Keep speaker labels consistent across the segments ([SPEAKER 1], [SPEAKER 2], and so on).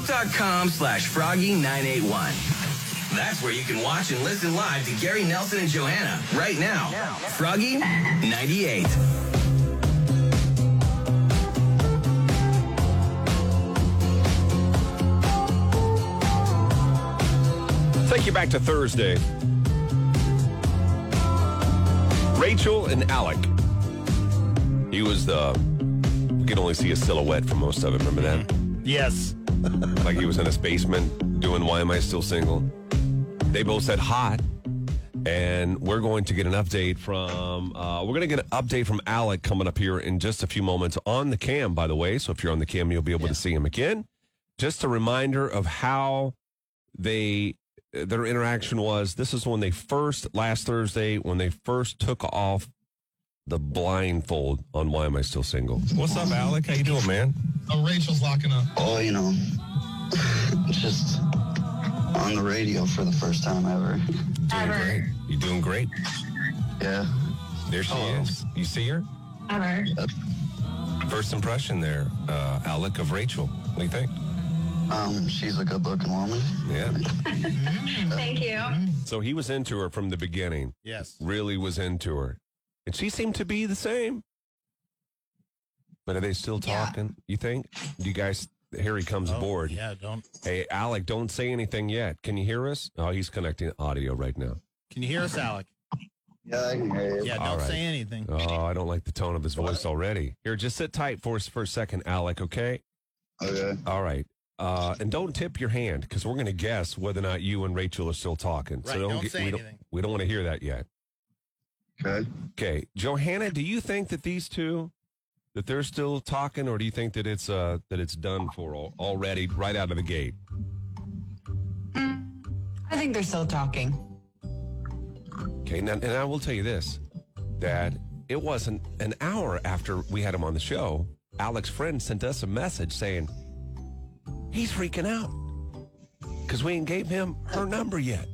[SPEAKER 1] Facebook.com slash Froggy981. That's where you can watch and listen live to Gary Nelson and Johanna right now. Froggy 98.
[SPEAKER 2] Take you back to Thursday. Rachel and Alec. He was the. You could only see a silhouette for most of it. Remember that?
[SPEAKER 3] Yes.
[SPEAKER 2] like he was in his basement doing "Why Am I Still Single." They both said hot, and we're going to get an update from. Uh, we're going to get an update from Alec coming up here in just a few moments on the cam. By the way, so if you're on the cam, you'll be able to see him again. Just a reminder of how they their interaction was this is when they first last Thursday when they first took off the blindfold on why am I still single? What's up, Alec? How you doing, man?
[SPEAKER 4] Oh, Rachel's locking up.
[SPEAKER 5] Oh, you know, just on the radio for the first time ever.
[SPEAKER 2] Doing great. You doing great?
[SPEAKER 5] Yeah.
[SPEAKER 2] There she
[SPEAKER 5] Hello.
[SPEAKER 2] is. You see her?
[SPEAKER 6] Ever.
[SPEAKER 2] First impression there, uh, Alec of Rachel. What do you think?
[SPEAKER 5] Um, she's a good-looking woman.
[SPEAKER 2] Yeah.
[SPEAKER 6] Thank you.
[SPEAKER 2] So he was into her from the beginning.
[SPEAKER 3] Yes.
[SPEAKER 2] Really was into her, and she seemed to be the same. But are they still
[SPEAKER 6] Yeah.
[SPEAKER 2] talking? You think? Do you guys? Here he
[SPEAKER 3] Oh,
[SPEAKER 2] comes aboard.
[SPEAKER 3] Yeah, don't.
[SPEAKER 2] Hey, Alec, don't say anything yet. Can you hear us? Oh, he's connecting audio right now.
[SPEAKER 3] Can you hear us, Alec?
[SPEAKER 5] Yeah, I can hear you.
[SPEAKER 3] Yeah,
[SPEAKER 2] All
[SPEAKER 3] don't
[SPEAKER 2] right.
[SPEAKER 3] say anything.
[SPEAKER 2] Oh, I don't like the tone of his voice already. Here, just sit tight for us for a second, Alec. Okay.
[SPEAKER 5] Okay.
[SPEAKER 2] All right. Uh, and don't tip your hand because we're going to guess whether or not you and Rachel are still talking.
[SPEAKER 3] Right, don't say
[SPEAKER 2] we
[SPEAKER 3] anything.
[SPEAKER 2] Don't, we don't want to hear that yet.
[SPEAKER 5] Okay.
[SPEAKER 2] Okay, Johanna, do you think that these two that they're still talking, or do you think that it's uh that it's done for al- already right out of the gate?
[SPEAKER 7] I think they're still talking.
[SPEAKER 2] Okay, now, and I will tell you this that it wasn't an hour after we had him on the show. Alex Friend sent us a message saying he's freaking out because we ain't gave him her number yet,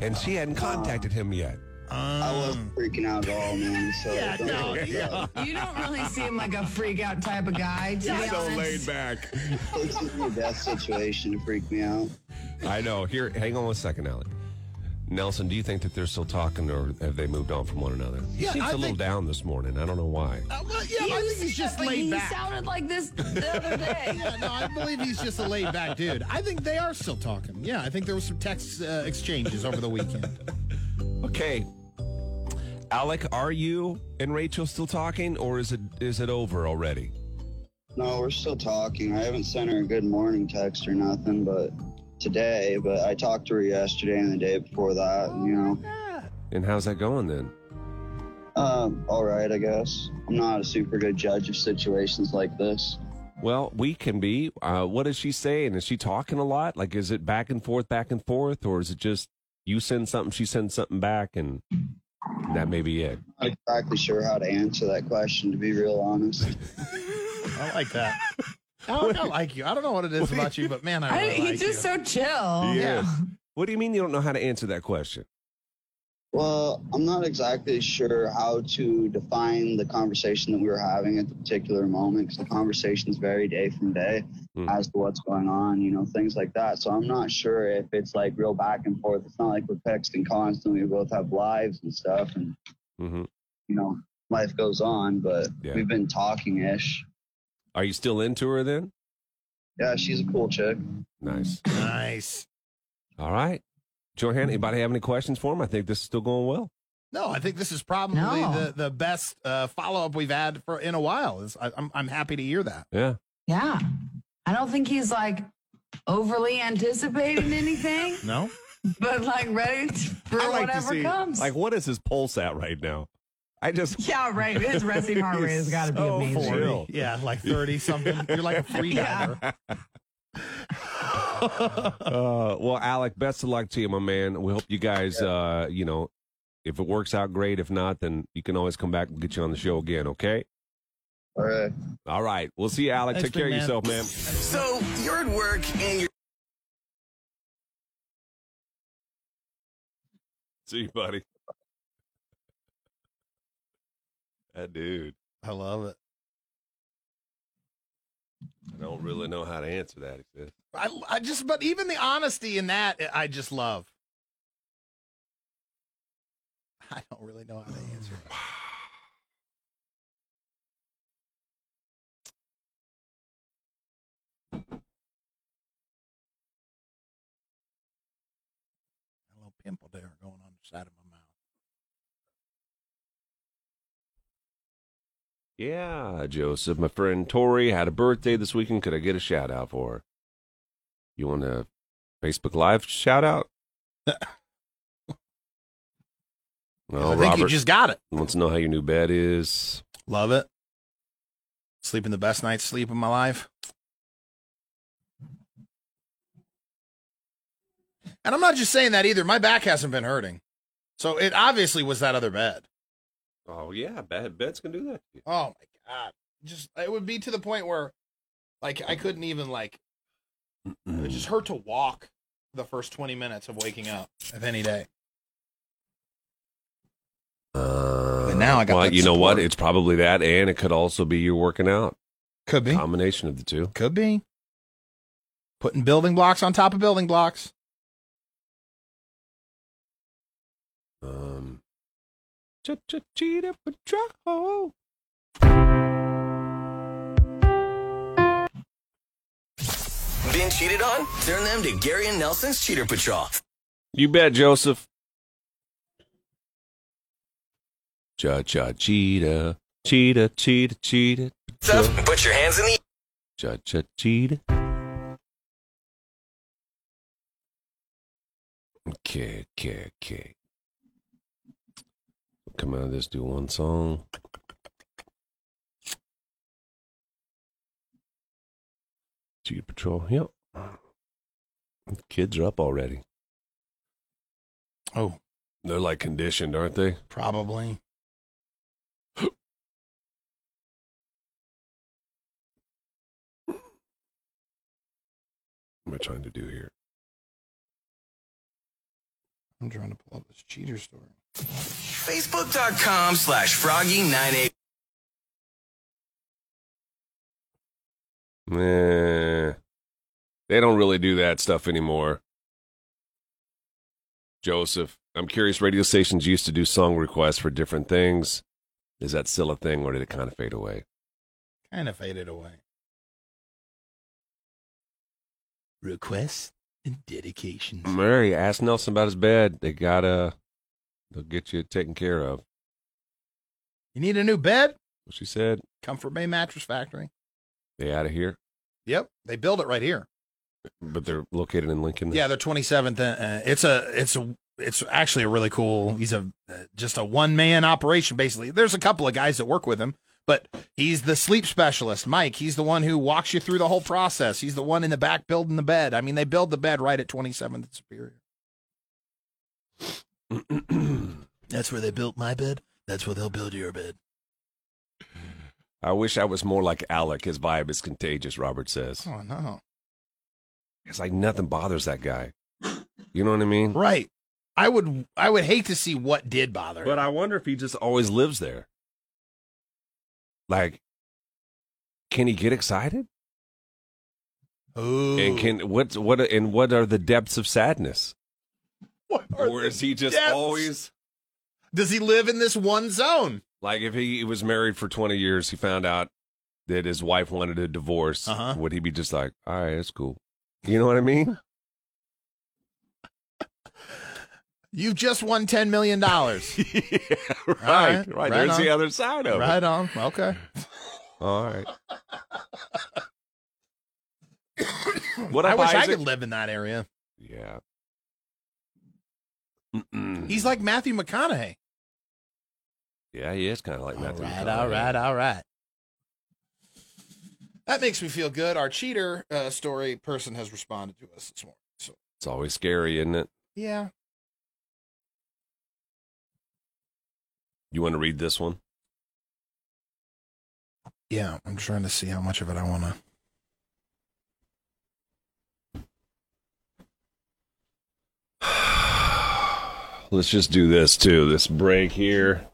[SPEAKER 2] and she hadn't contacted him yet.
[SPEAKER 5] I
[SPEAKER 3] Mm.
[SPEAKER 5] wasn't freaking out at all, man. So yeah, no, yeah.
[SPEAKER 7] You don't really seem like a freak out type of guy. To be honest.
[SPEAKER 2] back.
[SPEAKER 5] This is the best situation to freak me out.
[SPEAKER 2] I know. Here, hang on one second, Alec. Nelson, do you think that they're still talking, or have they moved on from one another? He
[SPEAKER 3] Yeah,
[SPEAKER 2] seems
[SPEAKER 3] I
[SPEAKER 2] a little
[SPEAKER 3] think-
[SPEAKER 2] down this morning. I don't know why.
[SPEAKER 3] Uh, well, yeah,
[SPEAKER 7] You
[SPEAKER 3] I think he's
[SPEAKER 7] said
[SPEAKER 3] just
[SPEAKER 7] when
[SPEAKER 3] laid
[SPEAKER 7] he
[SPEAKER 3] back.
[SPEAKER 7] sounded like this the other day.
[SPEAKER 3] yeah, no, I believe he's just a laid back dude. I think they are still talking. Yeah, I think there were some text uh, exchanges over the weekend.
[SPEAKER 2] Okay, Alec, are you and Rachel still talking, or is it is it over already?
[SPEAKER 5] No, we're still talking. I haven't sent her a good morning text or nothing, but today. But I talked to her yesterday and the day before that. and, You know,
[SPEAKER 2] And how's that going then?
[SPEAKER 5] um, all right, I guess. I'm not a super good judge of situations like this.
[SPEAKER 2] Well, we can be. Uh, what is she saying? Is she talking a lot? Like, is it back and forth, back and forth, or is it just you send something, she sends something back, and that may be it?
[SPEAKER 5] Not exactly sure how to answer that question, to be real honest.
[SPEAKER 3] I like that. I, I like you. I don't know what it is about you, but man, I
[SPEAKER 7] I,
[SPEAKER 3] really like
[SPEAKER 7] he's just
[SPEAKER 3] you.
[SPEAKER 7] so chill.
[SPEAKER 2] What do you mean you don't know how to answer that question?
[SPEAKER 5] Well, I'm not exactly sure how to define the conversation that we were having at the particular moment because the conversations vary day from day
[SPEAKER 2] Hmm.
[SPEAKER 5] as to what's going on, you know, things like that. So I'm not sure if it's like real back and forth. It's not like we're texting constantly. We both have lives and stuff, and
[SPEAKER 2] Mm-hmm.
[SPEAKER 5] you know, life goes on. But
[SPEAKER 2] Yeah.
[SPEAKER 5] we've been talking ish.
[SPEAKER 2] Are you still into her then?
[SPEAKER 5] Yeah, she's a cool chick.
[SPEAKER 2] Nice.
[SPEAKER 3] nice.
[SPEAKER 2] All right. Johan, anybody have any questions for him? I think this is still going well.
[SPEAKER 3] No, I think this is probably
[SPEAKER 7] No.
[SPEAKER 3] the, the best uh, follow up we've had for in a while. Is I, I'm I'm happy to hear that.
[SPEAKER 2] Yeah.
[SPEAKER 7] Yeah. I don't think he's like overly anticipating anything,
[SPEAKER 3] No,
[SPEAKER 7] but like ready t- for whatever comes.
[SPEAKER 2] Like, what is his pulse at right now? I just.
[SPEAKER 7] yeah, right. His resting heart rate has got to be
[SPEAKER 2] so
[SPEAKER 7] amazing.
[SPEAKER 2] full. Chill.
[SPEAKER 3] yeah, like thirty something. You're like a free diver.
[SPEAKER 2] Uh, well, Alec, best of luck to you, my man. We hope you guys, uh, you know, if it works out great. If not, then you can always come back and get you on the show again, okay?
[SPEAKER 5] All right.
[SPEAKER 2] All right. We'll see you, Alec.
[SPEAKER 3] Thanks,
[SPEAKER 2] Take care
[SPEAKER 3] big
[SPEAKER 2] of
[SPEAKER 3] man.
[SPEAKER 2] yourself, man.
[SPEAKER 1] So you're at work and you're
[SPEAKER 2] See you, buddy. That dude.
[SPEAKER 3] I love it.
[SPEAKER 2] I don't really know how to answer that. Except
[SPEAKER 3] I, I just, but even the honesty in that, eh, I just love. I don't really know how to answer. it. A little pimple there going on the side of my mouth.
[SPEAKER 2] yeah, Joseph, my friend Tori had a birthday this weekend. Could I get a shout out for her? You want a Facebook Live shout out?
[SPEAKER 3] I
[SPEAKER 2] no,
[SPEAKER 3] think you
[SPEAKER 2] Robert
[SPEAKER 3] just got it.
[SPEAKER 2] wants to know how your new bed is.
[SPEAKER 3] Love it. Sleeping the best night's sleep of my life. And I'm not just saying that either. My back hasn't been hurting. So it obviously was that other bed.
[SPEAKER 2] Oh yeah, bed beds can do that. to you.
[SPEAKER 3] Oh my god. Just it would be to the point where like I couldn't even like it just hurt to walk the first 20 minutes of waking up of any day.
[SPEAKER 2] Uh,
[SPEAKER 3] But now I got
[SPEAKER 2] well,
[SPEAKER 3] that
[SPEAKER 2] you know what?
[SPEAKER 3] support.
[SPEAKER 2] It's probably that, and it could also be you working out.
[SPEAKER 3] Could be.
[SPEAKER 2] Combination of the two.
[SPEAKER 3] Um, Could be. Putting building blocks on top of building blocks.
[SPEAKER 2] Um, Cheetah Patrol.
[SPEAKER 1] Been cheated on? Turn them to Gary and Nelson's Cheater Patrol.
[SPEAKER 2] You bet, Joseph. Cha cha cheetah, cheetah, cheetah, cheetah,
[SPEAKER 1] Stuff, put your hands in the
[SPEAKER 2] cha cha cheetah. Okay, okay, okay. Come out of this, do one song. Cheetah Patrol, yep. Kids are up already.
[SPEAKER 3] Oh,
[SPEAKER 2] They're like conditioned, aren't they?
[SPEAKER 3] probably.
[SPEAKER 2] What am I trying to do here?
[SPEAKER 3] I'm trying to pull up this cheater story.
[SPEAKER 1] Facebook.com slash Froggy98.
[SPEAKER 2] Nah, Eh. they don't really do that stuff anymore. Joseph, I'm curious. Radio stations used to do song requests for different things. Is that still a thing, or did it kind of fade away?
[SPEAKER 3] Kind of faded away. Request and dedications.
[SPEAKER 2] Mary, ask Nelson about his bed. They gotta, they'll get you taken care of.
[SPEAKER 3] You need a new bed?
[SPEAKER 2] What she said.
[SPEAKER 3] Comfort Bay Mattress Factory.
[SPEAKER 2] They out of here,
[SPEAKER 3] Yep, they build it right here.
[SPEAKER 2] but they're located in Lincoln.
[SPEAKER 3] Yeah, they're 27th. Uh, it's a it's a it's actually a really cool. He's a uh, just a one man operation basically. There's a couple of guys that work with him, but he's the sleep specialist, Mike. He's the one who walks you through the whole process. He's the one in the back building the bed. I mean, they build the bed right at 27th and Superior. That's where they built my bed. That's where they'll build your bed.
[SPEAKER 2] I wish I was more like Alec. His vibe is contagious. Robert says.
[SPEAKER 3] Oh no!
[SPEAKER 2] It's like nothing bothers that guy. You know what I mean?
[SPEAKER 3] Right. I would I would hate to see what did bother.
[SPEAKER 2] But
[SPEAKER 3] him.
[SPEAKER 2] I wonder if he just always lives there. Like, can he get excited?
[SPEAKER 3] Ooh.
[SPEAKER 2] And can what what and what are the depths of sadness?
[SPEAKER 3] What are
[SPEAKER 2] Or
[SPEAKER 3] the
[SPEAKER 2] is he just
[SPEAKER 3] depths?
[SPEAKER 2] always
[SPEAKER 3] Does he live in this one zone?
[SPEAKER 2] like if he was married for twenty years, he found out that his wife wanted a divorce,
[SPEAKER 3] Uh-huh.
[SPEAKER 2] would he be just like, all right, that's cool. You know what I mean?
[SPEAKER 3] You've just won ten million dollars.
[SPEAKER 2] yeah, right,
[SPEAKER 3] right,
[SPEAKER 2] right.
[SPEAKER 3] right
[SPEAKER 2] There's
[SPEAKER 3] on.
[SPEAKER 2] the other side of
[SPEAKER 3] right on. Okay.
[SPEAKER 2] it. All right. What
[SPEAKER 3] I
[SPEAKER 2] up,
[SPEAKER 3] wish I
[SPEAKER 2] Isaac?
[SPEAKER 3] could live in that area.
[SPEAKER 2] Yeah. Mm-mm.
[SPEAKER 3] He's like Matthew McConaughey.
[SPEAKER 2] Yeah, he is kind of like
[SPEAKER 3] all
[SPEAKER 2] Matthew.
[SPEAKER 3] right,
[SPEAKER 2] McConaughey.
[SPEAKER 3] all right, all right. That makes me feel good. Our cheater uh, story person has responded to us this morning. So
[SPEAKER 2] It's always scary, isn't it?
[SPEAKER 3] yeah,
[SPEAKER 2] You want to read this one?
[SPEAKER 3] yeah. I'm trying to see how much of it I want to.
[SPEAKER 2] Let's just do this too. This break here.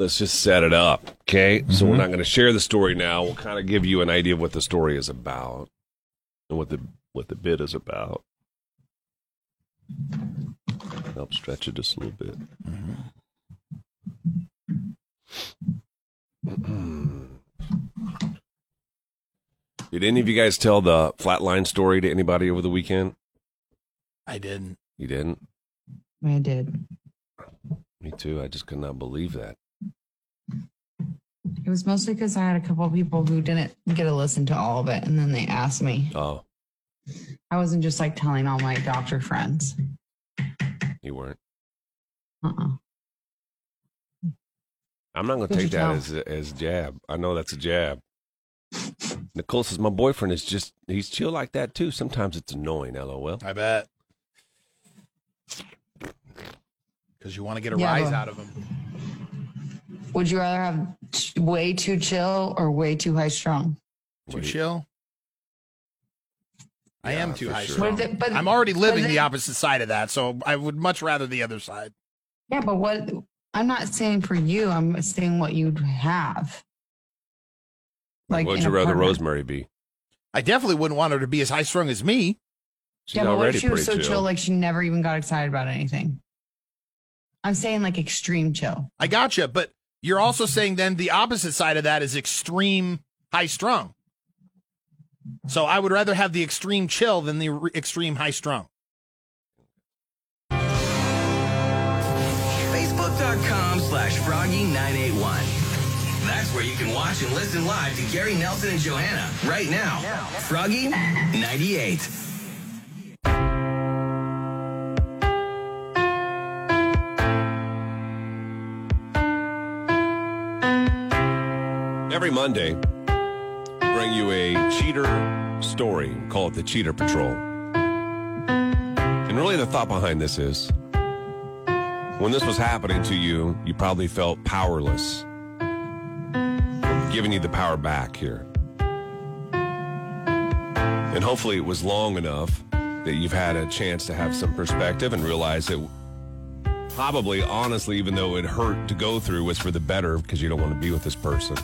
[SPEAKER 2] Let's just set it up. Okay. So we're not going to share the story now. We'll kind of give you an idea of what the story is about and what the what the bit is about. Help stretch it just a little bit. Did any of you guys tell the flatline story to anybody over the weekend?
[SPEAKER 3] I didn't.
[SPEAKER 2] You didn't?
[SPEAKER 7] I did.
[SPEAKER 2] Me too. I just could not believe that.
[SPEAKER 7] It was mostly because I had a couple of people who didn't get to listen to all of it, and then they asked me.
[SPEAKER 2] Oh,
[SPEAKER 7] I wasn't just like telling all my doctor friends.
[SPEAKER 2] you weren't.
[SPEAKER 7] Uh-uh.
[SPEAKER 2] I'm not going to
[SPEAKER 7] Who'd
[SPEAKER 2] take that
[SPEAKER 7] you tell?
[SPEAKER 2] as a, as jab. I know that's a jab. Nicole says my boyfriend is just he's chill like that too. Sometimes it's annoying. LOL.
[SPEAKER 3] I bet. Because you want to get a
[SPEAKER 7] Yeah,
[SPEAKER 3] rise
[SPEAKER 7] but-
[SPEAKER 3] out of him.
[SPEAKER 7] Would you rather have t- way too chill or way too high strung?
[SPEAKER 3] Too
[SPEAKER 2] Wait.
[SPEAKER 3] chill. I
[SPEAKER 2] Yeah,
[SPEAKER 3] am too
[SPEAKER 2] for
[SPEAKER 3] high
[SPEAKER 2] sure.
[SPEAKER 3] strung.
[SPEAKER 7] But the- but-
[SPEAKER 3] I'm already
[SPEAKER 7] but
[SPEAKER 3] living
[SPEAKER 7] the-
[SPEAKER 3] the opposite side of that, so I would much rather the other side.
[SPEAKER 7] Yeah, but what I'm not saying for you, I'm saying what you'd have.
[SPEAKER 2] Like, what would
[SPEAKER 7] in
[SPEAKER 2] you
[SPEAKER 7] a
[SPEAKER 2] rather
[SPEAKER 7] partner.
[SPEAKER 2] Rosemary be?
[SPEAKER 3] I definitely wouldn't want her to be as high strung as me.
[SPEAKER 2] She's
[SPEAKER 7] Yeah, but what
[SPEAKER 2] already
[SPEAKER 7] if she was
[SPEAKER 2] pretty
[SPEAKER 7] so chill, like she never even got excited about anything? I'm saying like extreme chill.
[SPEAKER 3] I gotcha, but you're also saying then the opposite side of that is extreme high strung. So I would rather have the extreme chill than the re- extreme high strung.
[SPEAKER 1] Facebook.com slash Froggy981. That's where you can watch and listen live to Gary Nelson and Johanna right now. Froggy98.
[SPEAKER 2] Every Monday, bring you a cheater story. We Call it the Cheater Patrol. And really, the thought behind this is when this was happening to you, you probably felt powerless. We're Giving you the power back here. And hopefully, it was long enough that you've had a chance to have some perspective and realize that probably, honestly, even though it hurt to go through, was for the better because you don't want to be with this person.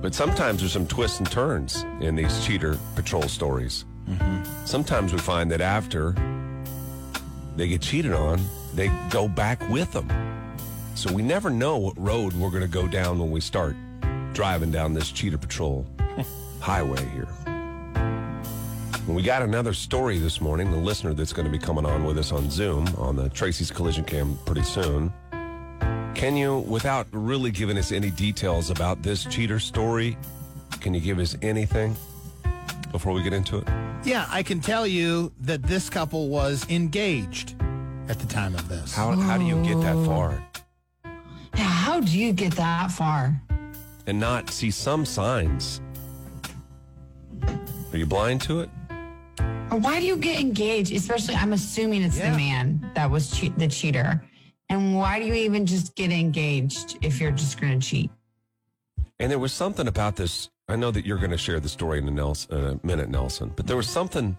[SPEAKER 2] But sometimes there's some twists and turns in these cheater patrol stories. Sometimes we find that after they get cheated on, they go back with them. So we never know what road we're going to go down when we start driving down this cheater patrol highway here. And we got another story this morning, the listener that's going to be coming on with us on Zoom on the Tracy's Collision Cam pretty soon. Can you, without really giving us any details about this cheater story, can you give us anything before we get into it?
[SPEAKER 3] Yeah, I can tell you that this couple was engaged at the time of this.
[SPEAKER 2] How, how do you get that far
[SPEAKER 7] Yeah, how do you get that far?
[SPEAKER 2] and not see some signs? Are you blind to it?
[SPEAKER 7] Or why do you get engaged? Especially, I'm assuming it's
[SPEAKER 3] Yeah.
[SPEAKER 7] the man that was che- the cheater. And why do you even just get engaged if you're just going to cheat?
[SPEAKER 2] And there was something about this. I know that you're going to share the story in a, Nelson, in a minute, Nelson, but there was something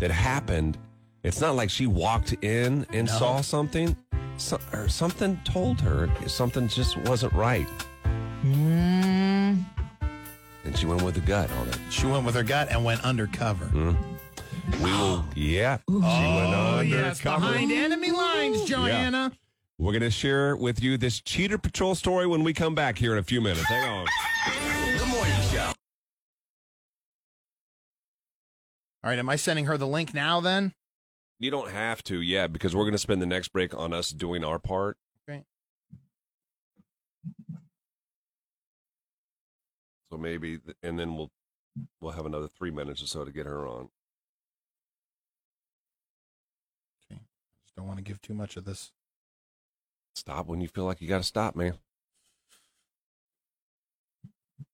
[SPEAKER 2] that happened. It's not like she walked in and
[SPEAKER 3] No.
[SPEAKER 2] saw something, so, or something told her something just wasn't right.
[SPEAKER 7] Mm,
[SPEAKER 2] And she went with the gut on it.
[SPEAKER 3] She went with her gut and went undercover.
[SPEAKER 2] We will, yeah. She went undercover.
[SPEAKER 3] Oh, enemy lines, Joanna.
[SPEAKER 2] We're going to share with you this cheater patrol story when we come back here in a few minutes. Hang on.
[SPEAKER 1] The morning show.
[SPEAKER 3] All right, am I sending her the link now then?
[SPEAKER 2] You don't have to, yeah, because we're going to spend the next break on us doing our part.
[SPEAKER 3] Great.
[SPEAKER 2] So maybe, th- and then we'll we'll have another three minutes or so to get her on.
[SPEAKER 3] Just don't want to give too much of this.
[SPEAKER 2] Stop when you feel like you got to stop, man.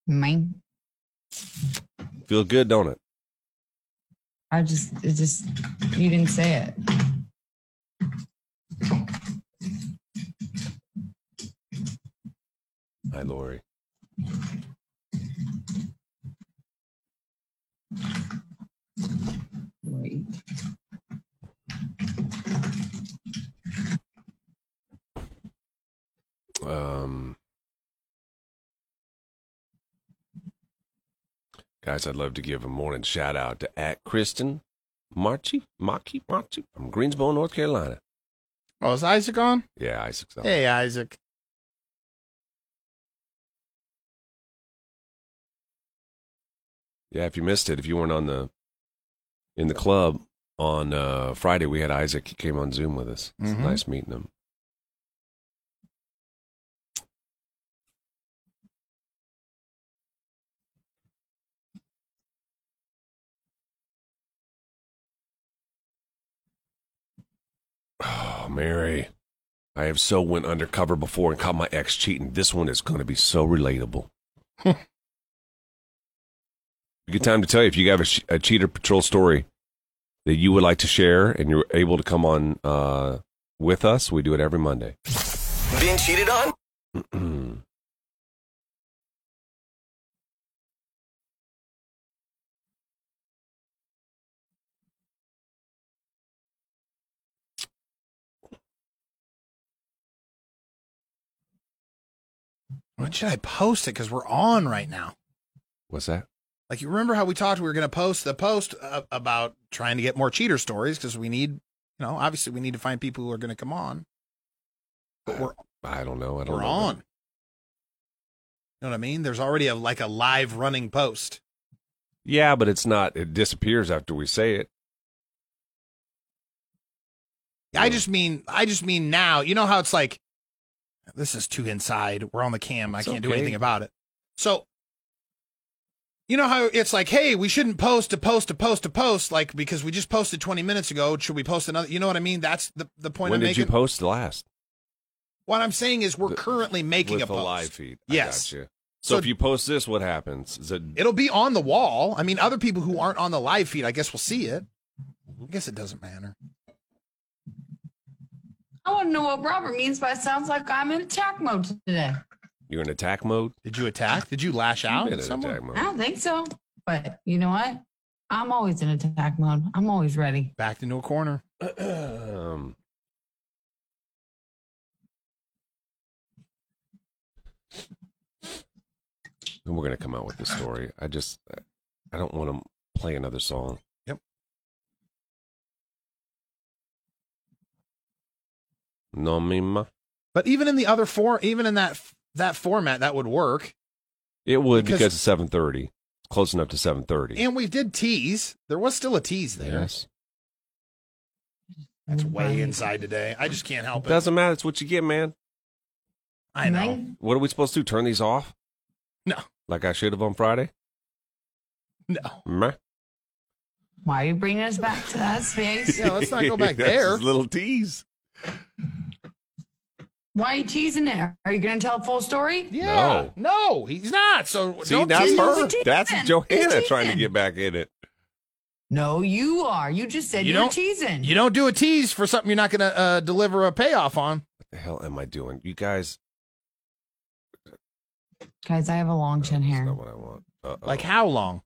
[SPEAKER 7] mine.
[SPEAKER 2] Feel good, don't it?
[SPEAKER 7] I just, it just, you didn't say it.
[SPEAKER 2] Hi, Lori.
[SPEAKER 7] Wait.
[SPEAKER 2] Um, Guys, I'd love to give a morning shout out to at Kristen Marchi, Marchi, Marchi from Greensboro, North Carolina.
[SPEAKER 3] Oh, is Isaac on?
[SPEAKER 2] Yeah, Isaac's on.
[SPEAKER 3] Hey, Isaac.
[SPEAKER 2] Yeah, if you missed it, if you weren't on the in the club on uh, Friday, we had Isaac. He came on Zoom with us. It's
[SPEAKER 3] Mhm.
[SPEAKER 2] nice meeting him. Oh, Mary. I have so went undercover before and caught my ex cheating. This one is going to be so relatable. Good time to tell you if you have a, sh- a cheater patrol story that you would like to share and you're able to come on uh, with us. We do it every Monday.
[SPEAKER 1] Been cheated on?
[SPEAKER 3] When should I post it? Because we're on right now.
[SPEAKER 2] What's that?
[SPEAKER 3] Like you remember how we talked we were going to post the post uh, about trying to get more cheater stories because we need, you know, obviously we need to find people who are going to come on. But we're
[SPEAKER 2] I don't know. I don't
[SPEAKER 3] we're
[SPEAKER 2] know.
[SPEAKER 3] on. You know what I mean? There's already a like a live running post.
[SPEAKER 2] Yeah, but it's not. It disappears after we say it.
[SPEAKER 3] I just mean I just mean now. You know how it's like this is too inside. We're on the cam. I
[SPEAKER 2] It's
[SPEAKER 3] can't do
[SPEAKER 2] okay.
[SPEAKER 3] anything about it. So you know how it's like, hey, we shouldn't post to post to post to post, like because we just posted 20 minutes ago. Should we post another? You know what I mean? That's the, the point
[SPEAKER 2] When
[SPEAKER 3] I'm
[SPEAKER 2] did
[SPEAKER 3] making.
[SPEAKER 2] you post last?
[SPEAKER 3] what I'm saying is we're
[SPEAKER 2] The-
[SPEAKER 3] currently making
[SPEAKER 2] With
[SPEAKER 3] a
[SPEAKER 2] the
[SPEAKER 3] post.
[SPEAKER 2] live feed.
[SPEAKER 3] Yes.
[SPEAKER 2] I gotcha. So,
[SPEAKER 3] So-
[SPEAKER 2] if you post this, what happens? Is it,
[SPEAKER 3] It'll be on the wall. I mean, other people who aren't on the live feed, I guess will see it.
[SPEAKER 2] Mm-hmm.
[SPEAKER 3] I guess it doesn't matter.
[SPEAKER 7] I want to know what Robert means by sounds like I'm in attack mode today.
[SPEAKER 2] you're in attack mode?
[SPEAKER 3] Did you attack? Did you lash out?
[SPEAKER 2] You're in
[SPEAKER 3] at someone?
[SPEAKER 2] attack mode.
[SPEAKER 7] I don't think so. But you know what? I'm always in attack mode. I'm always ready.
[SPEAKER 3] Backed into a corner.
[SPEAKER 2] um, and we're gonna come out with this story. I just, uh, I don't want to play another song.
[SPEAKER 3] Yep.
[SPEAKER 2] No mima.
[SPEAKER 3] But even in the other four, even in that that format, that would work.
[SPEAKER 2] It would because,
[SPEAKER 3] Because-
[SPEAKER 2] it's seven thirty, close enough to seven thirty.
[SPEAKER 3] And we did tease. There was still a tease there.
[SPEAKER 2] Yes.
[SPEAKER 3] That's way
[SPEAKER 7] Right.
[SPEAKER 3] inside today. I just can't help it.
[SPEAKER 2] Doesn't matter. It's what you get, man.
[SPEAKER 3] I know.
[SPEAKER 7] Right?
[SPEAKER 2] What are we supposed to do? Turn these off?
[SPEAKER 3] No.
[SPEAKER 2] Like I should have on Friday.
[SPEAKER 3] No.
[SPEAKER 2] Meh.
[SPEAKER 7] Why are you bringing us back to that space?
[SPEAKER 3] Yeah, let's not go back
[SPEAKER 2] That's
[SPEAKER 3] there.
[SPEAKER 2] his little tease.
[SPEAKER 7] Why are you teasing it? Are you going to tell the full story?
[SPEAKER 3] Yeah. No. he's not. So
[SPEAKER 2] See,
[SPEAKER 3] don't
[SPEAKER 2] that's
[SPEAKER 3] tease.
[SPEAKER 2] her.
[SPEAKER 7] Teasing.
[SPEAKER 2] That's Johanna
[SPEAKER 7] Teasing.
[SPEAKER 2] trying to get back in it.
[SPEAKER 7] No, you are. You just said
[SPEAKER 3] You
[SPEAKER 7] you are
[SPEAKER 3] don't-
[SPEAKER 7] teasing.
[SPEAKER 3] You don't do a tease for something you're not going to uh, deliver a payoff on.
[SPEAKER 2] What the hell am I doing? You guys.
[SPEAKER 7] Guys, I have a long chin
[SPEAKER 2] That's
[SPEAKER 7] hair.
[SPEAKER 2] not what I want. Uh-oh.
[SPEAKER 3] Like how long?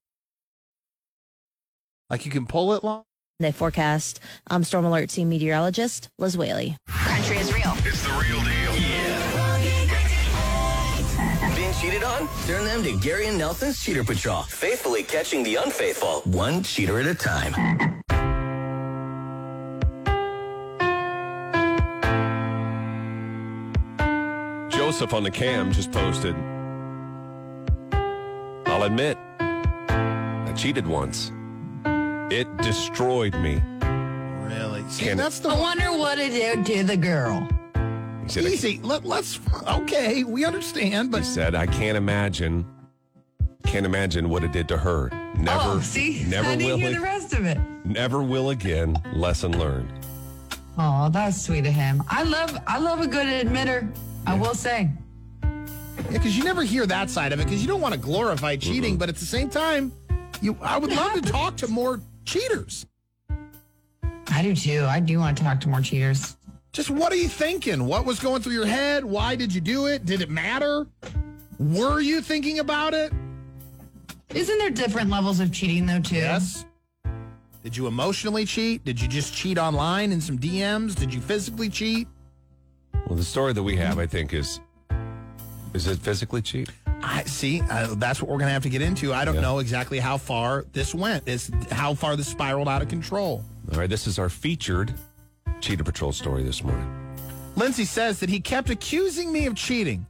[SPEAKER 3] Like you can pull it long.
[SPEAKER 4] They forecast. I'm Storm Alert Team Meteorologist Liz Whaley.
[SPEAKER 6] Country is real.
[SPEAKER 1] It's the real deal. Yeah. Been cheated on? Turn them to Gary and Nelson's Cheater Patrol. Faithfully catching the unfaithful, one cheater at a time.
[SPEAKER 2] Joseph on the cam just posted. I'll admit, I cheated once. It destroyed me.
[SPEAKER 3] Really? See,
[SPEAKER 2] Can-
[SPEAKER 3] that's the
[SPEAKER 7] I wonder what it did to the girl.
[SPEAKER 2] He said,
[SPEAKER 3] easy. Let, let's. Okay, we understand,
[SPEAKER 2] he
[SPEAKER 3] but
[SPEAKER 2] said, I can't imagine. Can't imagine what it did to her. Never,
[SPEAKER 7] oh, see?
[SPEAKER 2] never
[SPEAKER 7] I
[SPEAKER 2] will,
[SPEAKER 7] didn't hear
[SPEAKER 2] ag-
[SPEAKER 7] the rest of it.
[SPEAKER 2] never will again. Lesson learned.
[SPEAKER 7] Oh, that's sweet of him. I love I love a good admitter. I will say.
[SPEAKER 3] because you never hear that side of it because you don't want to glorify cheating, but at the same time, you I would love to talk to more cheaters.
[SPEAKER 7] I do too. I do want to talk to more cheaters.
[SPEAKER 3] Just what are you thinking? What was going through your head? Why did you do it? Did it matter? Were you thinking about it?
[SPEAKER 7] Isn't there different levels of cheating though too?
[SPEAKER 3] Yes. Did you emotionally cheat? Did you just cheat online in some DMs? Did you physically cheat?
[SPEAKER 2] Well, the story that we have, I think, is is it physically cheap?
[SPEAKER 3] I see. Uh, that's what we're going to have to get into. I don't
[SPEAKER 2] Yeah.
[SPEAKER 3] know exactly how far this went. It's how far this spiraled out of control.
[SPEAKER 2] All right, this is our featured Cheetah Patrol story this morning.
[SPEAKER 3] Lindsay says that he kept accusing me of cheating,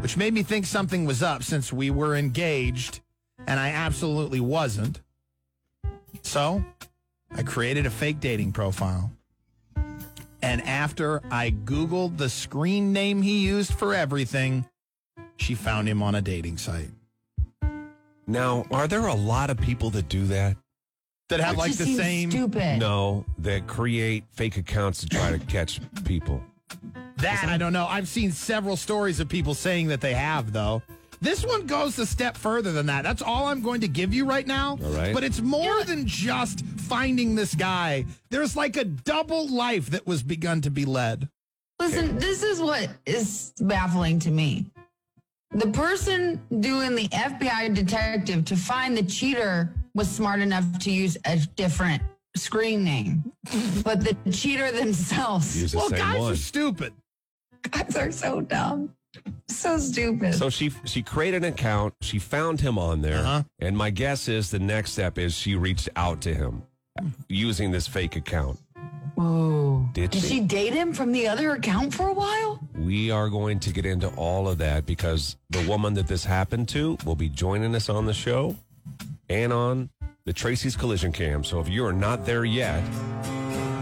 [SPEAKER 3] which made me think something was up since we were engaged and I absolutely wasn't. So I created a fake dating profile. And after I Googled the screen name he used for everything, she found him on a dating site
[SPEAKER 2] Now, are there a lot of people that do that?
[SPEAKER 3] that had
[SPEAKER 7] It
[SPEAKER 3] like
[SPEAKER 7] just
[SPEAKER 3] the
[SPEAKER 7] seems
[SPEAKER 3] same.
[SPEAKER 7] Stupid.
[SPEAKER 2] No, that create fake accounts to try to catch people.
[SPEAKER 3] That I don't know. I've seen several stories of people saying that they have, though. This one goes a step further than that. That's all I'm going to give you right now.
[SPEAKER 2] All right.
[SPEAKER 3] But it's more than just finding this guy. There's like a double life that was begun to be led.
[SPEAKER 7] Listen, this is what is baffling to me. The person doing the FBI detective to find the cheater was smart enough to use a different screen name, but the cheater themselves,
[SPEAKER 2] Use the
[SPEAKER 3] well,
[SPEAKER 2] same
[SPEAKER 3] guys
[SPEAKER 2] one.
[SPEAKER 3] are stupid.
[SPEAKER 7] guys are so dumb, so stupid.
[SPEAKER 2] So she she created an account. She found him on there,
[SPEAKER 3] Uh-huh.
[SPEAKER 2] and my guess is the next step is she reached out to him using this fake account.
[SPEAKER 7] Whoa!
[SPEAKER 2] Did
[SPEAKER 7] Did,
[SPEAKER 2] she?
[SPEAKER 7] she date him from the other account for a while?
[SPEAKER 2] We are going to get into all of that because the woman that this happened to will be joining us on the show and on the Tracy's Collision Cam. So if you are not there yet,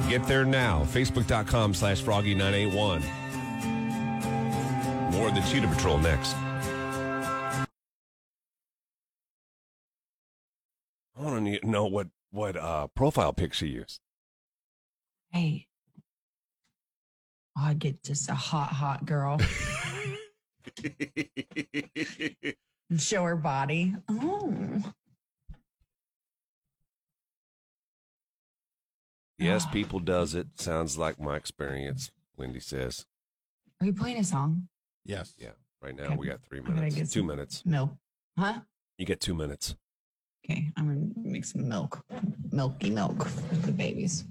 [SPEAKER 2] get there now. Facebook.com slash Froggy981. More of the Cheetah Patrol next. I want to know what, what uh, profile pic she used.
[SPEAKER 7] Hey, I get just a hot, hot girl. And Show her body. Oh.
[SPEAKER 2] Yes,
[SPEAKER 7] Ah,
[SPEAKER 2] people does it. Sounds like my experience, Wendy says.
[SPEAKER 7] Are you playing a song?
[SPEAKER 3] Yes.
[SPEAKER 2] Yeah. Right now
[SPEAKER 7] Okay.
[SPEAKER 2] we got three
[SPEAKER 7] gonna get
[SPEAKER 2] minutes. Two
[SPEAKER 7] some-
[SPEAKER 2] minutes.
[SPEAKER 7] Milk. Huh?
[SPEAKER 2] You get two minutes.
[SPEAKER 7] Okay, I'm gonna make some milk. Milky milk for the babies.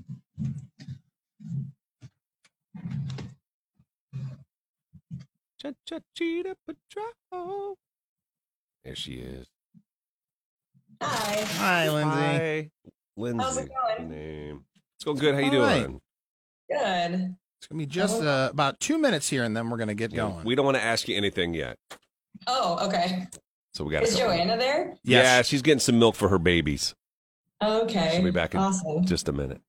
[SPEAKER 2] Cha cha cheetah patrol. There she is.
[SPEAKER 6] Hi.
[SPEAKER 3] Hi, Lindsay.
[SPEAKER 2] Hi, Lindsay.
[SPEAKER 6] How's it going?
[SPEAKER 2] Name. It's going good. How you
[SPEAKER 3] All
[SPEAKER 2] doing?
[SPEAKER 3] right.
[SPEAKER 6] Good.
[SPEAKER 3] It's going to be just uh, about two minutes here, and then we're going to get
[SPEAKER 2] Yeah,
[SPEAKER 3] going.
[SPEAKER 2] We don't want to ask you anything yet,
[SPEAKER 6] Oh, okay.
[SPEAKER 2] so we got.
[SPEAKER 6] Is Joanna there?
[SPEAKER 2] Yeah,
[SPEAKER 3] Yes.
[SPEAKER 2] she's getting some milk for her babies.
[SPEAKER 6] Okay.
[SPEAKER 2] She'll be back in
[SPEAKER 6] awesome.
[SPEAKER 2] just a minute.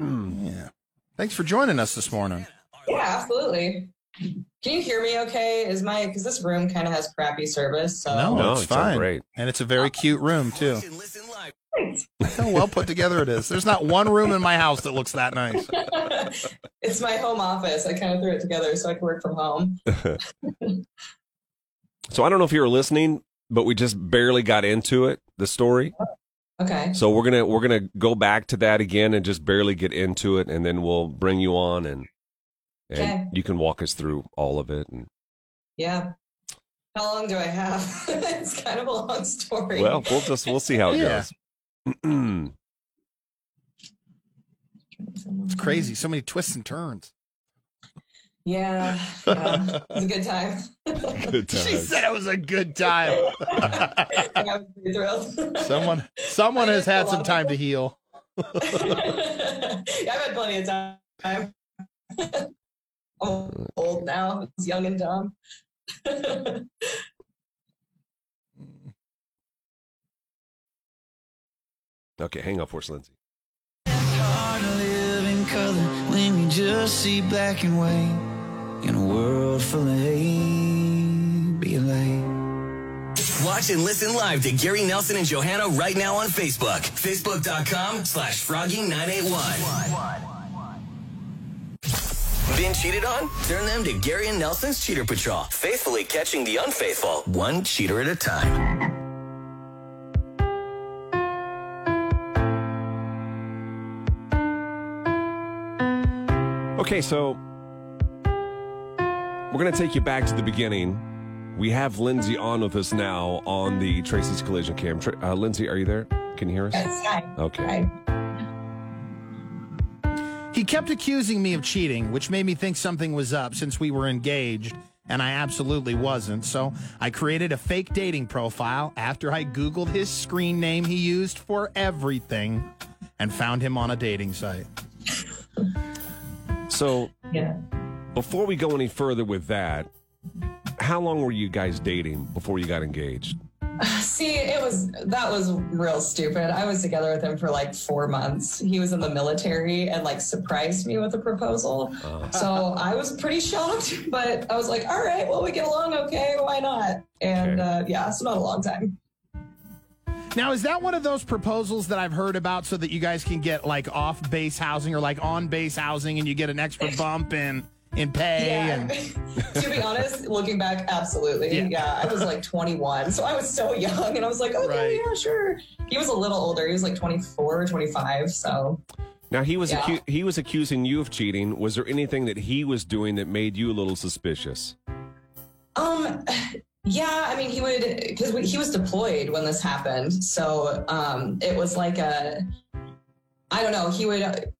[SPEAKER 3] yeah. Thanks for joining us this morning.
[SPEAKER 6] Yeah, absolutely. Can you hear me okay? Is my because this room kind of has crappy service. So
[SPEAKER 3] No. Oh,
[SPEAKER 2] no,
[SPEAKER 3] it's
[SPEAKER 2] you sound
[SPEAKER 3] fine.
[SPEAKER 2] Great.
[SPEAKER 3] And it's a very cute room, too.
[SPEAKER 1] Watch and listen live.
[SPEAKER 3] How well put together it is. There's not one room in my house that looks that nice.
[SPEAKER 6] it's my home office. I kind of threw it together so I could work from home.
[SPEAKER 2] So I don't know if you were listening, but we just barely got into it. The story.
[SPEAKER 6] Okay.
[SPEAKER 2] So we're gonna we're gonna go back to that again and just barely get into it, and then we'll bring you on and and
[SPEAKER 6] Okay.
[SPEAKER 2] you can walk us through all of it. And
[SPEAKER 6] Yeah. How long do I have? it's kind of a long story.
[SPEAKER 2] well, we'll just we'll see how it
[SPEAKER 3] Yeah.
[SPEAKER 2] goes.
[SPEAKER 3] It's crazy. So many twists and turns.
[SPEAKER 6] Yeah. yeah. it was a good time.
[SPEAKER 2] Good
[SPEAKER 3] She
[SPEAKER 2] times.
[SPEAKER 3] said it was a good time.
[SPEAKER 6] I was pretty thrilled.
[SPEAKER 3] someone someone has had some time to heal.
[SPEAKER 6] yeah, I've had plenty of time. I'm old now. I was young and dumb.
[SPEAKER 2] Okay, hang up for us, Lindsay.
[SPEAKER 8] hard to live in color when you just see black and white in a world full of hate. Be light.
[SPEAKER 1] Watch and listen live to Gary Nelson and Johanna right now on Facebook. Facebook.com slash Froggy981. Been cheated on? Turn them to Gary and Nelson's Cheater Patrol. Faithfully catching the unfaithful, one cheater at a time.
[SPEAKER 2] Okay, so we're going to take you back to the beginning. We have Lindsay on with us now on the Tracy's Collision Cam. Tra- uh, Lindsay, are you there? Can you hear us?
[SPEAKER 6] Yes, hi.
[SPEAKER 2] Okay.
[SPEAKER 6] Hi.
[SPEAKER 3] He kept accusing me of cheating, which made me think something was up since we were engaged and I absolutely wasn't. So I created a fake dating profile after I Googled his screen name he used for everything and found him on a dating site.
[SPEAKER 2] So
[SPEAKER 6] Yeah.
[SPEAKER 2] before we go any further with that, how long were you guys dating before you got engaged?
[SPEAKER 6] See, it was that was real stupid. I was together with him for like four months. He was in the military and like surprised me with a proposal. So I was pretty shocked, but I was like, all right, well, we get along okay. Why not? And uh, yeah, it's not a long time.
[SPEAKER 3] Now, is that one of those proposals that I've heard about so that you guys can get like off base housing or like on base housing and you get an extra bump in, in pay?
[SPEAKER 6] Yeah.
[SPEAKER 3] And
[SPEAKER 6] to be honest, looking back, absolutely.
[SPEAKER 3] Yeah.
[SPEAKER 6] Yeah. I was like 21. So I was so young and I was like, okay,
[SPEAKER 3] Right.
[SPEAKER 6] yeah, sure. He was a little older. He was like 24 or 25. So
[SPEAKER 2] Now he was
[SPEAKER 6] Yeah.
[SPEAKER 2] acu- he was accusing you of cheating. Was there anything that he was doing that made you a little suspicious?
[SPEAKER 6] Um, yeah, I mean, he would because he was deployed when this happened, so um, it was like a, I don't know, he would.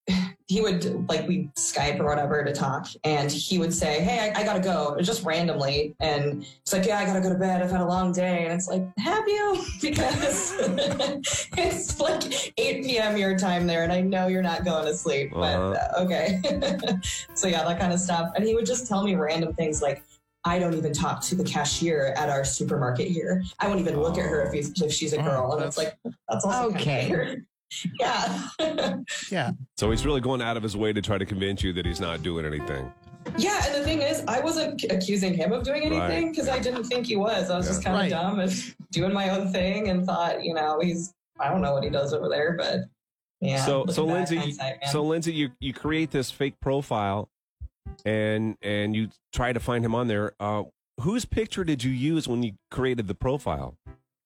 [SPEAKER 6] He would like we Skype or whatever to talk, and he would say, "Hey, I, I gotta go," just randomly, and it's like, "Yeah, I gotta go to bed. I've had a long day," and it's like, "Have you?" Because it's like 8 p.m. your time there, and I know you're not going to sleep, but uh, okay. so yeah, that kind of stuff, and he would just tell me random things like, I don't even talk to the cashier at our supermarket here. I won't even look at her if, he's, if she's a
[SPEAKER 3] Oh,
[SPEAKER 6] girl. And it's
[SPEAKER 3] that's-
[SPEAKER 6] like, that's also kinda
[SPEAKER 7] Okay.
[SPEAKER 6] weird. Yeah.
[SPEAKER 2] So he's really going out of his way to try to convince you that he's not doing anything.
[SPEAKER 6] yeah. And the thing is, I wasn't c- accusing him of doing anything
[SPEAKER 2] Right.
[SPEAKER 6] because I didn't think he was. I was
[SPEAKER 2] Yeah.
[SPEAKER 6] just kind of
[SPEAKER 3] Right.
[SPEAKER 6] dumb and doing my own thing and thought, you know, he's, I don't know what he does over there, but yeah.
[SPEAKER 2] so so
[SPEAKER 6] looking back,
[SPEAKER 2] Lindsay,
[SPEAKER 6] hindsight, man.
[SPEAKER 2] so Lindsay, you you create this fake profile, and and you try to find him on there. Uh, whose picture did you use when you created the profile?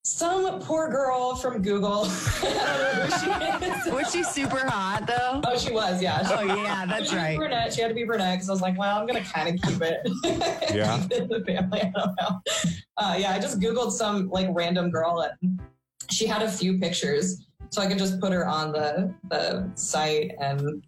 [SPEAKER 6] some poor girl from Google. I don't know who she is.
[SPEAKER 7] Was she super hot though?
[SPEAKER 6] Oh, she was, yeah. She
[SPEAKER 7] Oh yeah, that's
[SPEAKER 6] she was
[SPEAKER 7] right.
[SPEAKER 6] Brunette. She had to be brunette because I was like, well, I'm gonna kind of keep it.
[SPEAKER 2] Yeah.
[SPEAKER 6] in the family. I don't know. Uh, yeah, I just googled some like random girl and she had a few pictures, so I could just put her on the the site and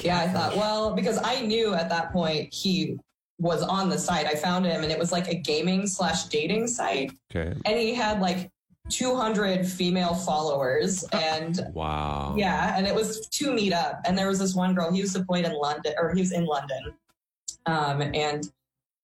[SPEAKER 6] yeah, I thought well because I knew at that point he was on the site. I found him and it was like a gaming slash dating site,
[SPEAKER 2] Okay.
[SPEAKER 6] and he had like 200 female followers and
[SPEAKER 2] Wow.
[SPEAKER 6] yeah, and it was to meet up. And there was this one girl. He was deployed in London, or he was in London. Um, and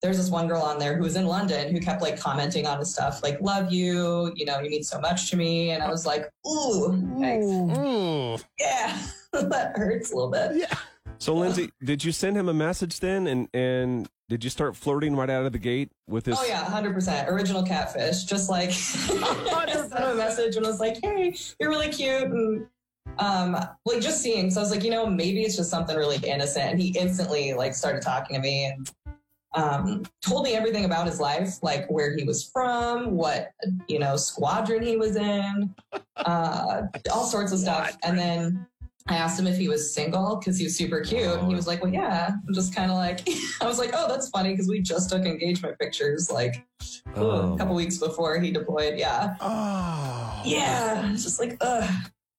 [SPEAKER 6] there's this one girl on there who was in London who kept like commenting on his stuff, like "love you," you know, "you mean so much to me," and I was like, "Ooh, thanks.
[SPEAKER 3] Ooh.
[SPEAKER 6] yeah, that hurts a little bit."
[SPEAKER 3] Yeah.
[SPEAKER 2] So Lindsay, did you send him a message then, and and did you start flirting right out of the gate with this?
[SPEAKER 6] Oh yeah, hundred percent original catfish. Just like I sent him a message and was like, "Hey, you're really cute," and um, like just seeing. So I was like, you know, maybe it's just something really innocent. And he instantly like started talking to me and um, told me everything about his life, like where he was from, what you know squadron he was in, uh, all sorts of stuff. And then I asked him if he was single because he was super cute, and he was like, "Well, yeah." I'm just kind of like, I was like, "Oh, that's funny," because we just took engagement pictures like
[SPEAKER 2] Oh.
[SPEAKER 6] ooh, a couple weeks before he deployed. Yeah,
[SPEAKER 3] Oh.
[SPEAKER 6] yeah. It's just like, ugh,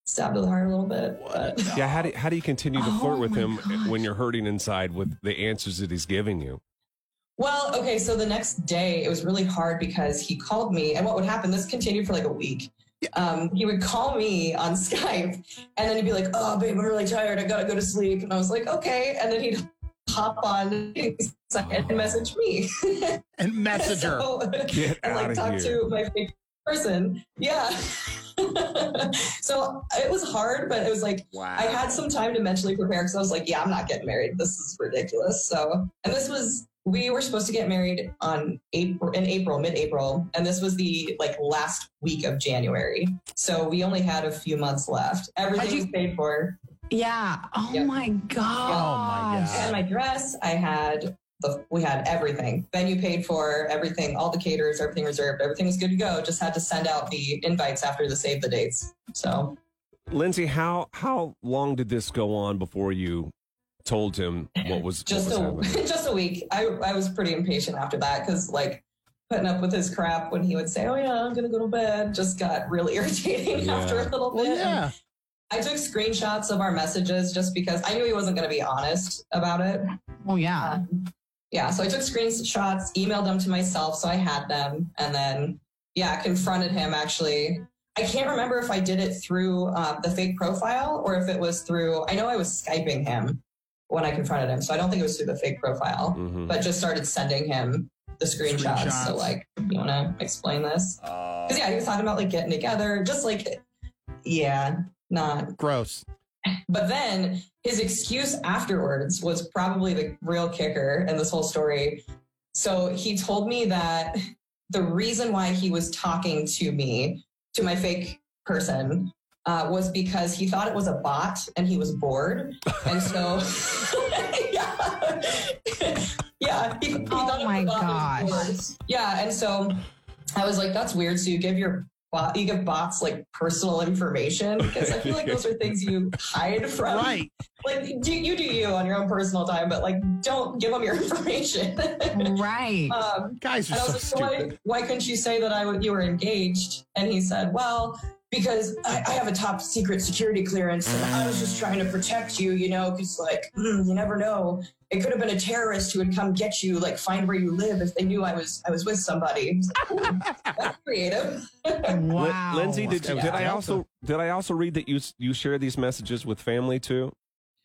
[SPEAKER 6] stabbed to the heart a little bit. But
[SPEAKER 2] Yeah, how do, how do you continue to
[SPEAKER 7] Oh
[SPEAKER 2] flirt with
[SPEAKER 7] my
[SPEAKER 2] him
[SPEAKER 7] gosh.
[SPEAKER 2] when you're hurting inside with the answers that he's giving you?
[SPEAKER 6] Well, okay, so the next day it was really hard because he called me, and what would happen? This continued for like a week. Um, he would call me on Skype, and then he'd be like, "Oh, babe, I'm really tired. I gotta go to sleep." And I was like, "Okay," and then he'd hop on
[SPEAKER 2] Oh.
[SPEAKER 6] and message me.
[SPEAKER 3] And messenger.
[SPEAKER 6] So-
[SPEAKER 2] Get
[SPEAKER 6] and
[SPEAKER 2] out
[SPEAKER 6] like
[SPEAKER 2] of
[SPEAKER 6] talk
[SPEAKER 2] here.
[SPEAKER 6] to my favorite person. Yeah. so it was hard, but it was like I had some time to mentally prepare because I was like, yeah, I'm not getting married. This is ridiculous. So, and this was we were supposed to get married on April in April, mid-April, and this was the like last week of January. So we only had a few months left. Everything
[SPEAKER 7] you-
[SPEAKER 6] was paid for.
[SPEAKER 7] Yeah. Oh
[SPEAKER 6] Yep.
[SPEAKER 7] my gosh.
[SPEAKER 6] I had my dress. I had the we had everything. Venue paid for everything, all the caterers, everything reserved, everything was good to go. Just had to send out the invites after the save the dates. So
[SPEAKER 2] Lindsay, how how long did this go on before you told him what was
[SPEAKER 6] just
[SPEAKER 2] what
[SPEAKER 6] a
[SPEAKER 2] was happening?
[SPEAKER 6] just a week. I I was pretty impatient after that because like putting up with his crap when he would say, "Oh yeah, I'm gonna go to bed," just got really irritating
[SPEAKER 2] Yeah.
[SPEAKER 6] after a little bit.
[SPEAKER 3] Well, yeah.
[SPEAKER 6] I took screenshots of our messages just because I knew he wasn't gonna be honest about it.
[SPEAKER 7] Oh yeah.
[SPEAKER 6] yeah, so I took screenshots, emailed them to myself, so I had them, and then yeah, confronted him. Actually, I can't remember if I did it through uh, the fake profile or if it was through. I know I was skyping him when I confronted him, so I don't think it was through the fake profile,
[SPEAKER 2] Mhm.
[SPEAKER 6] but just started sending him the screenshots. So
[SPEAKER 3] Screenshots.
[SPEAKER 6] like, you want to explain this? Because yeah, he was talking about like getting together, just like yeah, not
[SPEAKER 3] Gross.
[SPEAKER 6] but then his excuse afterwards was probably the real kicker in this whole story. So he told me that the reason why he was talking to me, to my fake person, uh, was because he thought it was a bot and he was bored. And so, yeah. yeah. He, he thought it was
[SPEAKER 7] Oh my
[SPEAKER 6] a bot and he was
[SPEAKER 7] gosh.
[SPEAKER 6] bored. Yeah. And so I was like, that's weird. So you give your bot, you give bots like personal information because I feel like those are things you hide from.
[SPEAKER 3] Right.
[SPEAKER 6] Like do you do you on your own personal time, but like don't give them your information.
[SPEAKER 7] Right.
[SPEAKER 6] um,
[SPEAKER 3] Guys are
[SPEAKER 6] and I
[SPEAKER 3] so
[SPEAKER 6] was like, so why,
[SPEAKER 3] stupid.
[SPEAKER 6] why couldn't you say that I would, you were engaged? And he said, well, because I, I have a top secret security clearance and I was just trying to protect you, you know, because like, mm, you never know. It could have been a terrorist who would come get you, like find where you live if they knew I was I was with somebody. I was like, "Ooh, That's creative.
[SPEAKER 2] Lin-
[SPEAKER 7] wow.
[SPEAKER 2] Lindsay, did,
[SPEAKER 3] Yeah.
[SPEAKER 2] did I
[SPEAKER 3] Delta.
[SPEAKER 2] also did I also read that you s- you share these messages with family too?